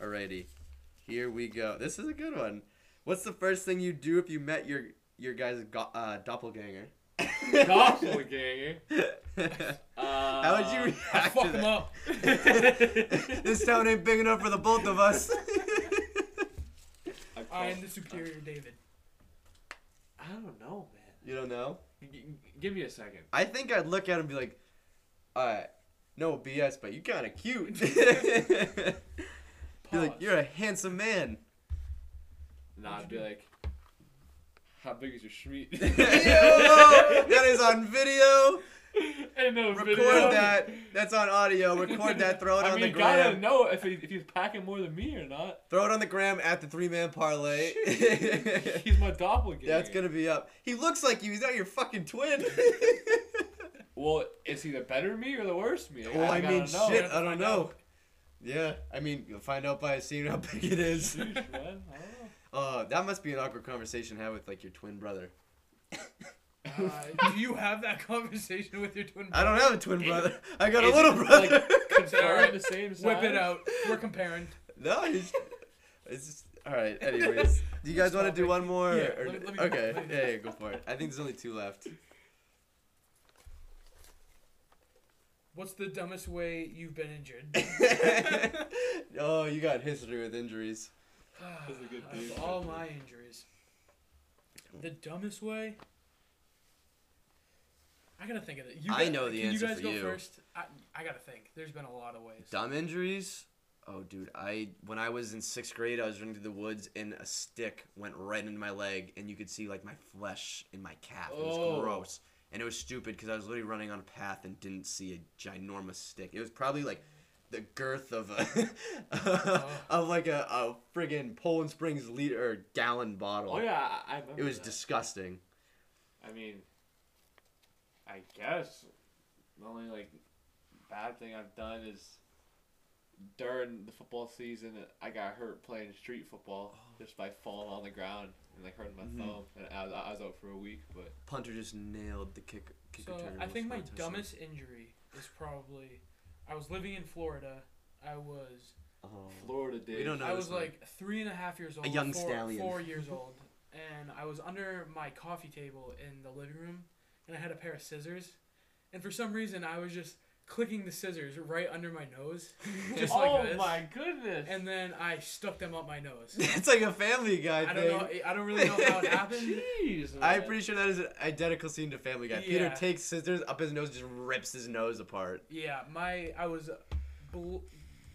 [SPEAKER 1] Alrighty, here we go. This is a good one. What's the first thing you do if you met your your guy's go- uh, doppelganger?
[SPEAKER 3] Doppelganger. Uh,
[SPEAKER 1] How would you
[SPEAKER 2] I
[SPEAKER 1] react
[SPEAKER 2] fuck
[SPEAKER 1] to
[SPEAKER 2] him
[SPEAKER 1] that?
[SPEAKER 2] up.
[SPEAKER 1] this town ain't big enough for the both of us.
[SPEAKER 3] I, call-
[SPEAKER 2] I am the superior David.
[SPEAKER 3] I don't know, man.
[SPEAKER 1] you don't know?
[SPEAKER 3] G- g- give me a second.
[SPEAKER 1] I think I'd look at him and be like, all right, no BS, but you kind of cute. Be like,
[SPEAKER 2] Pause.
[SPEAKER 1] you're a handsome man.
[SPEAKER 3] Nah, I'd be like, how big is your street?
[SPEAKER 1] Yo, that is on video.
[SPEAKER 3] Ain't no
[SPEAKER 1] Record
[SPEAKER 3] video.
[SPEAKER 1] that. That's on audio. Record that. Throw it
[SPEAKER 3] I
[SPEAKER 1] on
[SPEAKER 3] mean,
[SPEAKER 1] the
[SPEAKER 3] gotta
[SPEAKER 1] gram.
[SPEAKER 3] know if, he, if he's packing more than me or not.
[SPEAKER 1] Throw it on the gram at the three man parlay.
[SPEAKER 3] He's my doppelganger.
[SPEAKER 1] That's gonna be up. He looks like you. He's not your fucking twin.
[SPEAKER 3] Well, is he the better me or the worse me?
[SPEAKER 1] well, I,
[SPEAKER 3] gotta
[SPEAKER 1] mean,
[SPEAKER 3] know.
[SPEAKER 1] shit.
[SPEAKER 2] Gotta
[SPEAKER 1] I don't
[SPEAKER 2] find
[SPEAKER 1] know.
[SPEAKER 2] out.
[SPEAKER 1] Yeah, I mean, you'll find out by seeing how big it is.
[SPEAKER 3] Sheesh, man. I don't know.
[SPEAKER 1] Uh, that must be an awkward conversation to have with like your twin brother.
[SPEAKER 2] Uh, do you have that conversation with your twin?
[SPEAKER 1] I don't have a twin brother. I got a
[SPEAKER 3] Is
[SPEAKER 1] little
[SPEAKER 3] it,
[SPEAKER 1] brother.
[SPEAKER 3] like, confirmed
[SPEAKER 2] Alright,
[SPEAKER 3] the same size?
[SPEAKER 2] Whip it out. We're comparing.
[SPEAKER 1] no, he's, it's just all right. Anyways, do you guys want to do one more?
[SPEAKER 2] Yeah,
[SPEAKER 1] or-
[SPEAKER 2] let me- let me-
[SPEAKER 1] okay,
[SPEAKER 2] let me-
[SPEAKER 1] yeah, yeah, go for it. I think there's only two left.
[SPEAKER 2] What's the dumbest way you've been injured?
[SPEAKER 1] oh, you got history with injuries.
[SPEAKER 3] That's a good
[SPEAKER 2] Out Ah, of
[SPEAKER 3] dude.
[SPEAKER 2] all my injuries, the dumbest way. I gotta think of it. You
[SPEAKER 1] I
[SPEAKER 2] got-
[SPEAKER 1] know the
[SPEAKER 2] can
[SPEAKER 1] answer
[SPEAKER 2] you guys
[SPEAKER 1] for
[SPEAKER 2] go
[SPEAKER 1] you.
[SPEAKER 2] first. I, I gotta think. There's been a lot of ways.
[SPEAKER 1] Dumb injuries? Oh, dude, I when I was in sixth grade, I was running through the woods and a stick went right into my leg, and you could see like my flesh in my calf. It was
[SPEAKER 3] Oh.
[SPEAKER 1] gross, and it was stupid because I was literally running on a path and didn't see a ginormous stick. It was probably like the girth of a of like a, a friggin' Poland Springs liter or gallon bottle.
[SPEAKER 3] Oh yeah, I, I remember.
[SPEAKER 1] It was
[SPEAKER 3] that.
[SPEAKER 1] disgusting.
[SPEAKER 3] I mean, I guess the only like bad thing I've done is during the football season I got hurt playing street football just by falling on the ground and like hurting my
[SPEAKER 1] Mm-hmm.
[SPEAKER 3] thumb and I, was- I was out for a week. But
[SPEAKER 1] Punter just nailed the kick. kick
[SPEAKER 2] So
[SPEAKER 1] return. It
[SPEAKER 2] I
[SPEAKER 1] was
[SPEAKER 2] think my
[SPEAKER 1] fantastic.
[SPEAKER 2] dumbest injury is probably I was living in Florida. I was
[SPEAKER 1] Oh.
[SPEAKER 3] Florida did.
[SPEAKER 1] We don't know.
[SPEAKER 2] I
[SPEAKER 1] this
[SPEAKER 2] was
[SPEAKER 1] one.
[SPEAKER 2] like three and a half years old.
[SPEAKER 1] young
[SPEAKER 2] four,
[SPEAKER 1] stallion.
[SPEAKER 2] Four years old, and I was under my coffee table in the living room, and I had a pair of scissors, and for some reason I was just clicking the scissors right under my nose, just
[SPEAKER 3] oh
[SPEAKER 2] like this.
[SPEAKER 3] my goodness.
[SPEAKER 2] And then I stuck them up my nose.
[SPEAKER 1] it's like a Family Guy
[SPEAKER 2] I
[SPEAKER 1] thing.
[SPEAKER 2] don't know. I don't really know how it happened.
[SPEAKER 3] Jeez.
[SPEAKER 1] I'm
[SPEAKER 3] man.
[SPEAKER 1] pretty sure that is an identical scene to Family Guy. Peter
[SPEAKER 2] Yeah.
[SPEAKER 1] takes scissors up his nose, just rips his nose apart.
[SPEAKER 2] Yeah, my I was bl-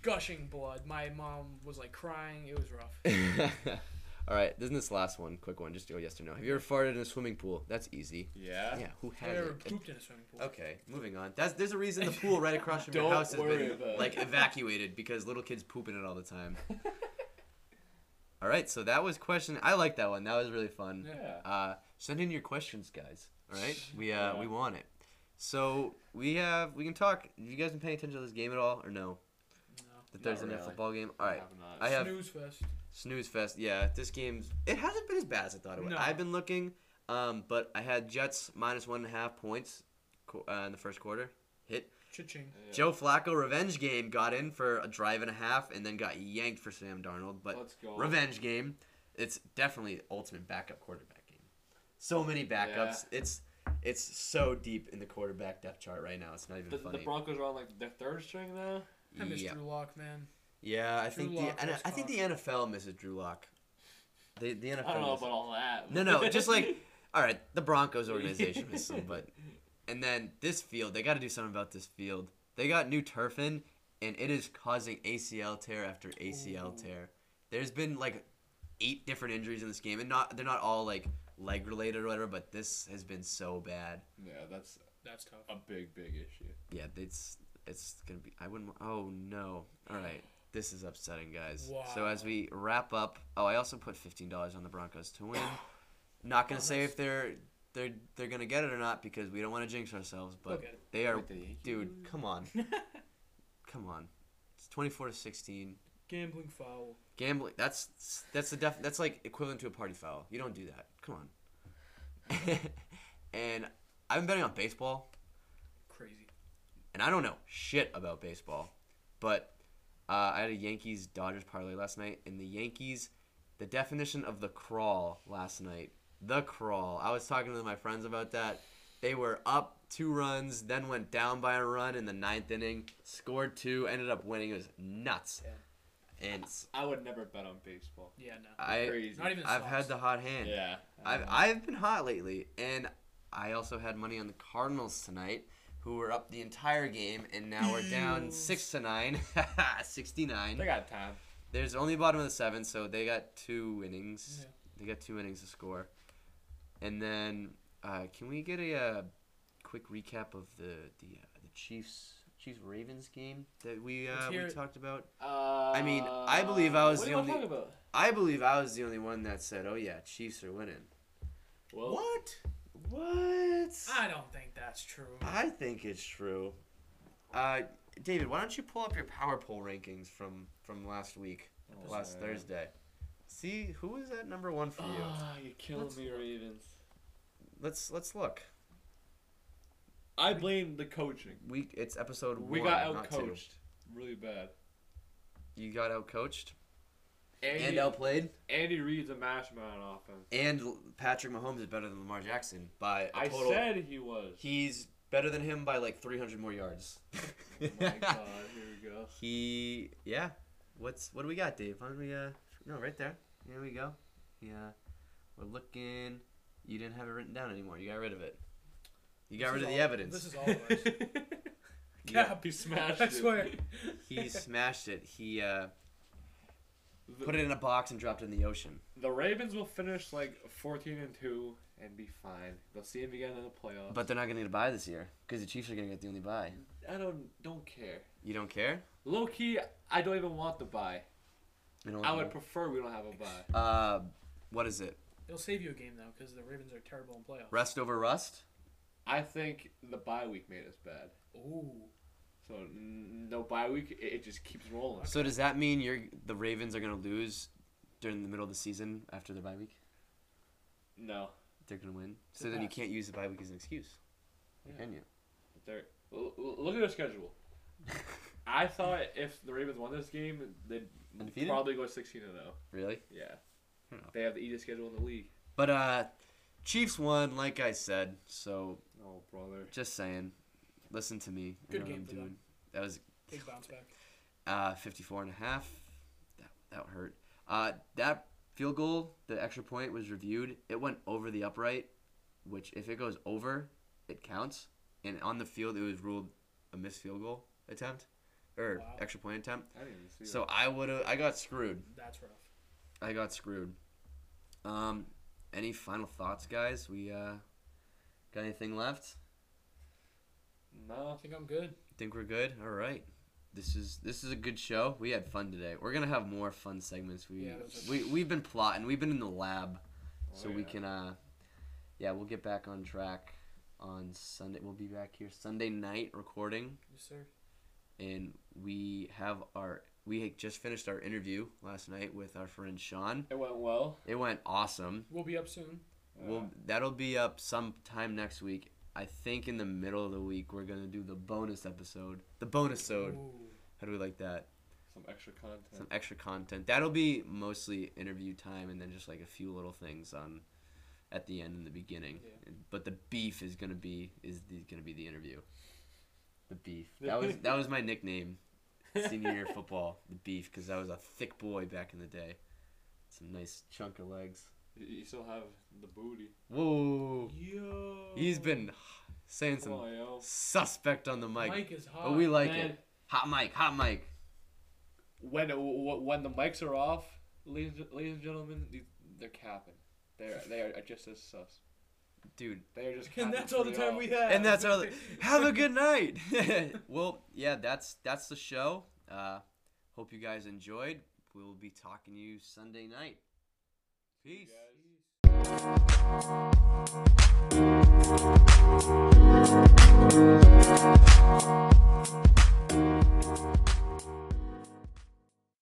[SPEAKER 2] gushing blood. My mom was like crying. It was rough.
[SPEAKER 1] All right, this is this last one, quick one, just go yes or no. Have you ever farted in a swimming pool? That's easy.
[SPEAKER 3] Yeah.
[SPEAKER 1] Yeah, who
[SPEAKER 2] Have you ever
[SPEAKER 1] hasn't?
[SPEAKER 2] pooped in a swimming pool?
[SPEAKER 1] Okay, moving on. That's there's a reason the pool right across from your
[SPEAKER 3] Don't
[SPEAKER 1] house has
[SPEAKER 3] worry
[SPEAKER 1] been
[SPEAKER 3] about it.
[SPEAKER 1] like evacuated because little kids poop in it all the time. all right, so that was question. I like that one. That was really fun.
[SPEAKER 3] Yeah.
[SPEAKER 1] Uh, send in your questions, guys. All right, we uh,
[SPEAKER 3] Yeah.
[SPEAKER 1] we want it. So we have we can talk. Have you guys been paying attention to this game at all or no? The
[SPEAKER 3] Not
[SPEAKER 1] Thursday night
[SPEAKER 3] really.
[SPEAKER 1] football game. All right,
[SPEAKER 3] Have not.
[SPEAKER 1] I have
[SPEAKER 2] Snooze fest.
[SPEAKER 1] snooze fest. Yeah, this game's it hasn't been as bad as I thought it would.
[SPEAKER 2] No.
[SPEAKER 1] I've been looking, um, but I had Jets minus one and a half points qu- uh, in the first quarter. Hit.
[SPEAKER 2] Cha-ching.
[SPEAKER 3] Yeah.
[SPEAKER 1] Joe Flacco revenge game got in for a drive and a half and then got yanked for Sam Darnold. But
[SPEAKER 3] Let's go.
[SPEAKER 1] revenge game. It's definitely ultimate backup quarterback game. So many backups. It's it's so deep in the quarterback depth chart right now. It's not even
[SPEAKER 3] The, the
[SPEAKER 1] funny.
[SPEAKER 3] Broncos are on like their third string now.
[SPEAKER 2] I miss
[SPEAKER 1] yeah.
[SPEAKER 2] Drew Lock, man.
[SPEAKER 1] yeah, I
[SPEAKER 2] Drew
[SPEAKER 1] think
[SPEAKER 2] Lock
[SPEAKER 1] the and I-
[SPEAKER 2] was
[SPEAKER 1] I think the NFL misses Drew Lock. The the NFL.
[SPEAKER 3] I don't know
[SPEAKER 1] misses-
[SPEAKER 3] about all that.
[SPEAKER 1] No, no, just like all right, the Broncos organization is some, but and then this field, they got to do something about this field. They got new turf in, and it is causing ACL tear after ACL
[SPEAKER 3] Ooh.
[SPEAKER 1] tear. There's been like eight different injuries in this game, and not they're not all like leg related or whatever, but this has been so bad.
[SPEAKER 3] Yeah, that's
[SPEAKER 2] That's tough.
[SPEAKER 3] a big, big issue.
[SPEAKER 1] Yeah, it's it's gonna be. I wouldn't. Oh no! All right, this is upsetting, guys. So as
[SPEAKER 2] Wow.
[SPEAKER 1] we wrap up, oh, I also put fifteen dollars on the Broncos to win. Not gonna say
[SPEAKER 2] Nice.
[SPEAKER 1] if they're they're they're gonna get it or not because we don't want to jinx ourselves. But
[SPEAKER 2] Okay.
[SPEAKER 1] they are,
[SPEAKER 3] Wait, they-
[SPEAKER 1] dude. Come on, come on. It's twenty four to sixteen.
[SPEAKER 2] Gambling foul.
[SPEAKER 1] Gambling. That's that's the def. That's like equivalent to a party foul. You don't do that. Come on. and I've been betting on baseball
[SPEAKER 2] Crazy.
[SPEAKER 1] and I don't know shit about baseball, but uh, I had a Yankees Dodgers parlay last night, and the Yankees, the definition of the crawl last night, the crawl. I was talking to my friends about that. They were up two runs, then went down by a run in the ninth inning, scored two, ended up winning. It was nuts. And
[SPEAKER 3] I would never bet on baseball.
[SPEAKER 2] Yeah, no.
[SPEAKER 1] I,
[SPEAKER 3] Crazy.
[SPEAKER 2] Not even.
[SPEAKER 1] I've
[SPEAKER 2] socks.
[SPEAKER 1] had the hot hand.
[SPEAKER 3] Yeah.
[SPEAKER 1] I've, I've been hot lately, and I also had money on the Cardinals tonight, who were up the entire game, and now we're down
[SPEAKER 2] Eels.
[SPEAKER 1] six to nine,
[SPEAKER 3] They
[SPEAKER 1] 69.
[SPEAKER 3] got time.
[SPEAKER 1] There's only bottom of the seventh, so they got two innings.
[SPEAKER 2] Yeah.
[SPEAKER 1] They got two innings to score, and then uh, can we get a uh, quick recap of the the uh, the Chiefs Chiefs Ravens game that we
[SPEAKER 2] Let's
[SPEAKER 1] uh,
[SPEAKER 2] hear
[SPEAKER 1] we
[SPEAKER 2] it.
[SPEAKER 1] talked about?
[SPEAKER 3] Uh,
[SPEAKER 1] mean, I believe I was
[SPEAKER 3] what
[SPEAKER 1] the
[SPEAKER 3] am
[SPEAKER 1] only-
[SPEAKER 3] talking about?
[SPEAKER 1] I believe I was the only one that said, "Oh yeah, Chiefs are winning."
[SPEAKER 3] Well,
[SPEAKER 1] what? What?
[SPEAKER 2] I don't think that's true.
[SPEAKER 1] I think it's true. Uh, David, why don't you pull up your power poll rankings from from last week,
[SPEAKER 3] Oh,
[SPEAKER 1] last
[SPEAKER 3] yeah.
[SPEAKER 1] Thursday? See who was at number one for you.
[SPEAKER 3] Ah, you're killing
[SPEAKER 1] Let's
[SPEAKER 3] me, Ravens.
[SPEAKER 1] let's let's look.
[SPEAKER 3] I blame the coaching.
[SPEAKER 1] Week it's episode
[SPEAKER 3] We
[SPEAKER 1] one.
[SPEAKER 3] got
[SPEAKER 1] not
[SPEAKER 3] out
[SPEAKER 1] two.
[SPEAKER 3] coached really bad.
[SPEAKER 1] You got out coached
[SPEAKER 3] Andy,
[SPEAKER 1] and outplayed,
[SPEAKER 3] Andy Reid's a mastermind on offense.
[SPEAKER 1] and L- Patrick Mahomes is better than Lamar Jackson by a
[SPEAKER 3] I
[SPEAKER 1] total.
[SPEAKER 3] said he was.
[SPEAKER 1] He's better than him by like 300 more yards.
[SPEAKER 3] oh my god, here we go.
[SPEAKER 1] He yeah. What's what do we got, Dave? Why don't we uh no right there. Here we go. Yeah. We're looking you didn't have it written down anymore. You got rid of it. You got rid
[SPEAKER 2] This
[SPEAKER 1] of
[SPEAKER 2] is
[SPEAKER 1] the
[SPEAKER 2] all-
[SPEAKER 1] evidence.
[SPEAKER 2] This is all of ours.
[SPEAKER 1] Yeah.
[SPEAKER 3] He smashed
[SPEAKER 2] I
[SPEAKER 3] it.
[SPEAKER 2] swear.
[SPEAKER 1] he smashed it. He uh,
[SPEAKER 3] The,
[SPEAKER 1] put it in a box and dropped it in the ocean.
[SPEAKER 3] the Ravens will finish like 14 and 2 and be fine. They'll see him again in the playoffs.
[SPEAKER 1] But they're not gonna get a buy this year because the Chiefs are gonna get the only buy.
[SPEAKER 3] I don't don't care.
[SPEAKER 1] You don't care?
[SPEAKER 3] Low key, I don't even want the buy.
[SPEAKER 1] You don't
[SPEAKER 3] I would prefer we don't have a buy.
[SPEAKER 1] uh, what is it?
[SPEAKER 2] It'll save you a game though, because the Ravens are terrible in playoffs.
[SPEAKER 1] Rest over rust?
[SPEAKER 3] I think the bye week made us bad.
[SPEAKER 2] Ooh.
[SPEAKER 3] So n- no bye week, it, it just keeps rolling.
[SPEAKER 1] So does that mean you're the Ravens are gonna lose during the middle of the season after their bye week?
[SPEAKER 3] No,
[SPEAKER 1] They're gonna win.
[SPEAKER 2] It's
[SPEAKER 1] So
[SPEAKER 2] a
[SPEAKER 1] then you
[SPEAKER 2] pass.
[SPEAKER 1] can't use the bye week as an excuse,
[SPEAKER 3] Yeah.
[SPEAKER 1] can you?
[SPEAKER 3] they're, l- l- look at their schedule. I thought if the Ravens won this game, they'd
[SPEAKER 1] Undefeated?
[SPEAKER 3] probably go 16 0.
[SPEAKER 1] Really?
[SPEAKER 3] Yeah.
[SPEAKER 1] Hmm.
[SPEAKER 3] They have the easiest schedule in the league.
[SPEAKER 1] But uh, Chiefs won, like I said. So
[SPEAKER 3] Oh, brother.
[SPEAKER 1] just saying, listen to me. I
[SPEAKER 2] Good
[SPEAKER 1] know what
[SPEAKER 2] game
[SPEAKER 1] I'm
[SPEAKER 2] for them.
[SPEAKER 1] doing. That was
[SPEAKER 2] Big bounce back.
[SPEAKER 1] uh, 54 and a half. That, that hurt. Uh, that field goal, the extra point was reviewed. It went over the upright, which if it goes over, it counts. And on the field, it was ruled a missed field goal attempt or
[SPEAKER 2] Wow.
[SPEAKER 1] extra point attempt.
[SPEAKER 3] I didn't even see
[SPEAKER 1] So I would have I got screwed.
[SPEAKER 2] That's rough.
[SPEAKER 1] I got screwed. Um, any final thoughts, guys? We uh, got anything left?
[SPEAKER 3] that. No.
[SPEAKER 2] I think I'm good.
[SPEAKER 1] Think we're good? All right. This is this is a good show. We had fun today. We're gonna have more fun segments. We
[SPEAKER 2] Yeah, that's-
[SPEAKER 1] we we've been plotting. We've been in the lab, so
[SPEAKER 3] Oh,
[SPEAKER 1] we
[SPEAKER 3] yeah.
[SPEAKER 1] can uh, yeah, we'll get back on track on Sunday. We'll be back here Sunday night recording,
[SPEAKER 2] Yes, sir.
[SPEAKER 1] and we have our we had just finished our interview last night with our friend Sean.
[SPEAKER 3] It went well.
[SPEAKER 1] It went awesome.
[SPEAKER 2] We'll be up soon.
[SPEAKER 1] Well, that'll be up sometime next week. I think in the middle of the week we're gonna do the bonus episode, the bonus episode.
[SPEAKER 2] Ooh.
[SPEAKER 1] How do we like that?
[SPEAKER 3] some extra
[SPEAKER 1] Some
[SPEAKER 3] content.
[SPEAKER 1] extra content. That'll be mostly interview time, and then just like a few little things on at the end and the beginning.
[SPEAKER 2] Yeah.
[SPEAKER 1] And- But the beef is gonna be is the, gonna be the interview. The beef. That was that was my nickname, senior year football. The beef, because I was a thick boy back in the day. Some nice chunk of legs.
[SPEAKER 3] You- You still have the booty.
[SPEAKER 1] Whoa.
[SPEAKER 2] Yo.
[SPEAKER 1] He's been saying
[SPEAKER 3] Come
[SPEAKER 1] some
[SPEAKER 3] on, yo.
[SPEAKER 1] suspect on the mic.
[SPEAKER 2] Mike, is hot.
[SPEAKER 1] But we like
[SPEAKER 3] Man.
[SPEAKER 1] it. Hot mic, hot mic.
[SPEAKER 3] When when the mics are off, ladies, ladies and gentlemen, these- they're capping. They're they are just as sus.
[SPEAKER 1] Dude.
[SPEAKER 3] They are just.
[SPEAKER 2] and
[SPEAKER 3] capping
[SPEAKER 2] that's all the
[SPEAKER 3] pretty
[SPEAKER 2] time
[SPEAKER 3] off.
[SPEAKER 2] we have.
[SPEAKER 1] And that's our have a good night. well, yeah, that's that's the show. Uh hope you guys enjoyed. We'll be talking to you Sunday night. Peace.
[SPEAKER 3] guys.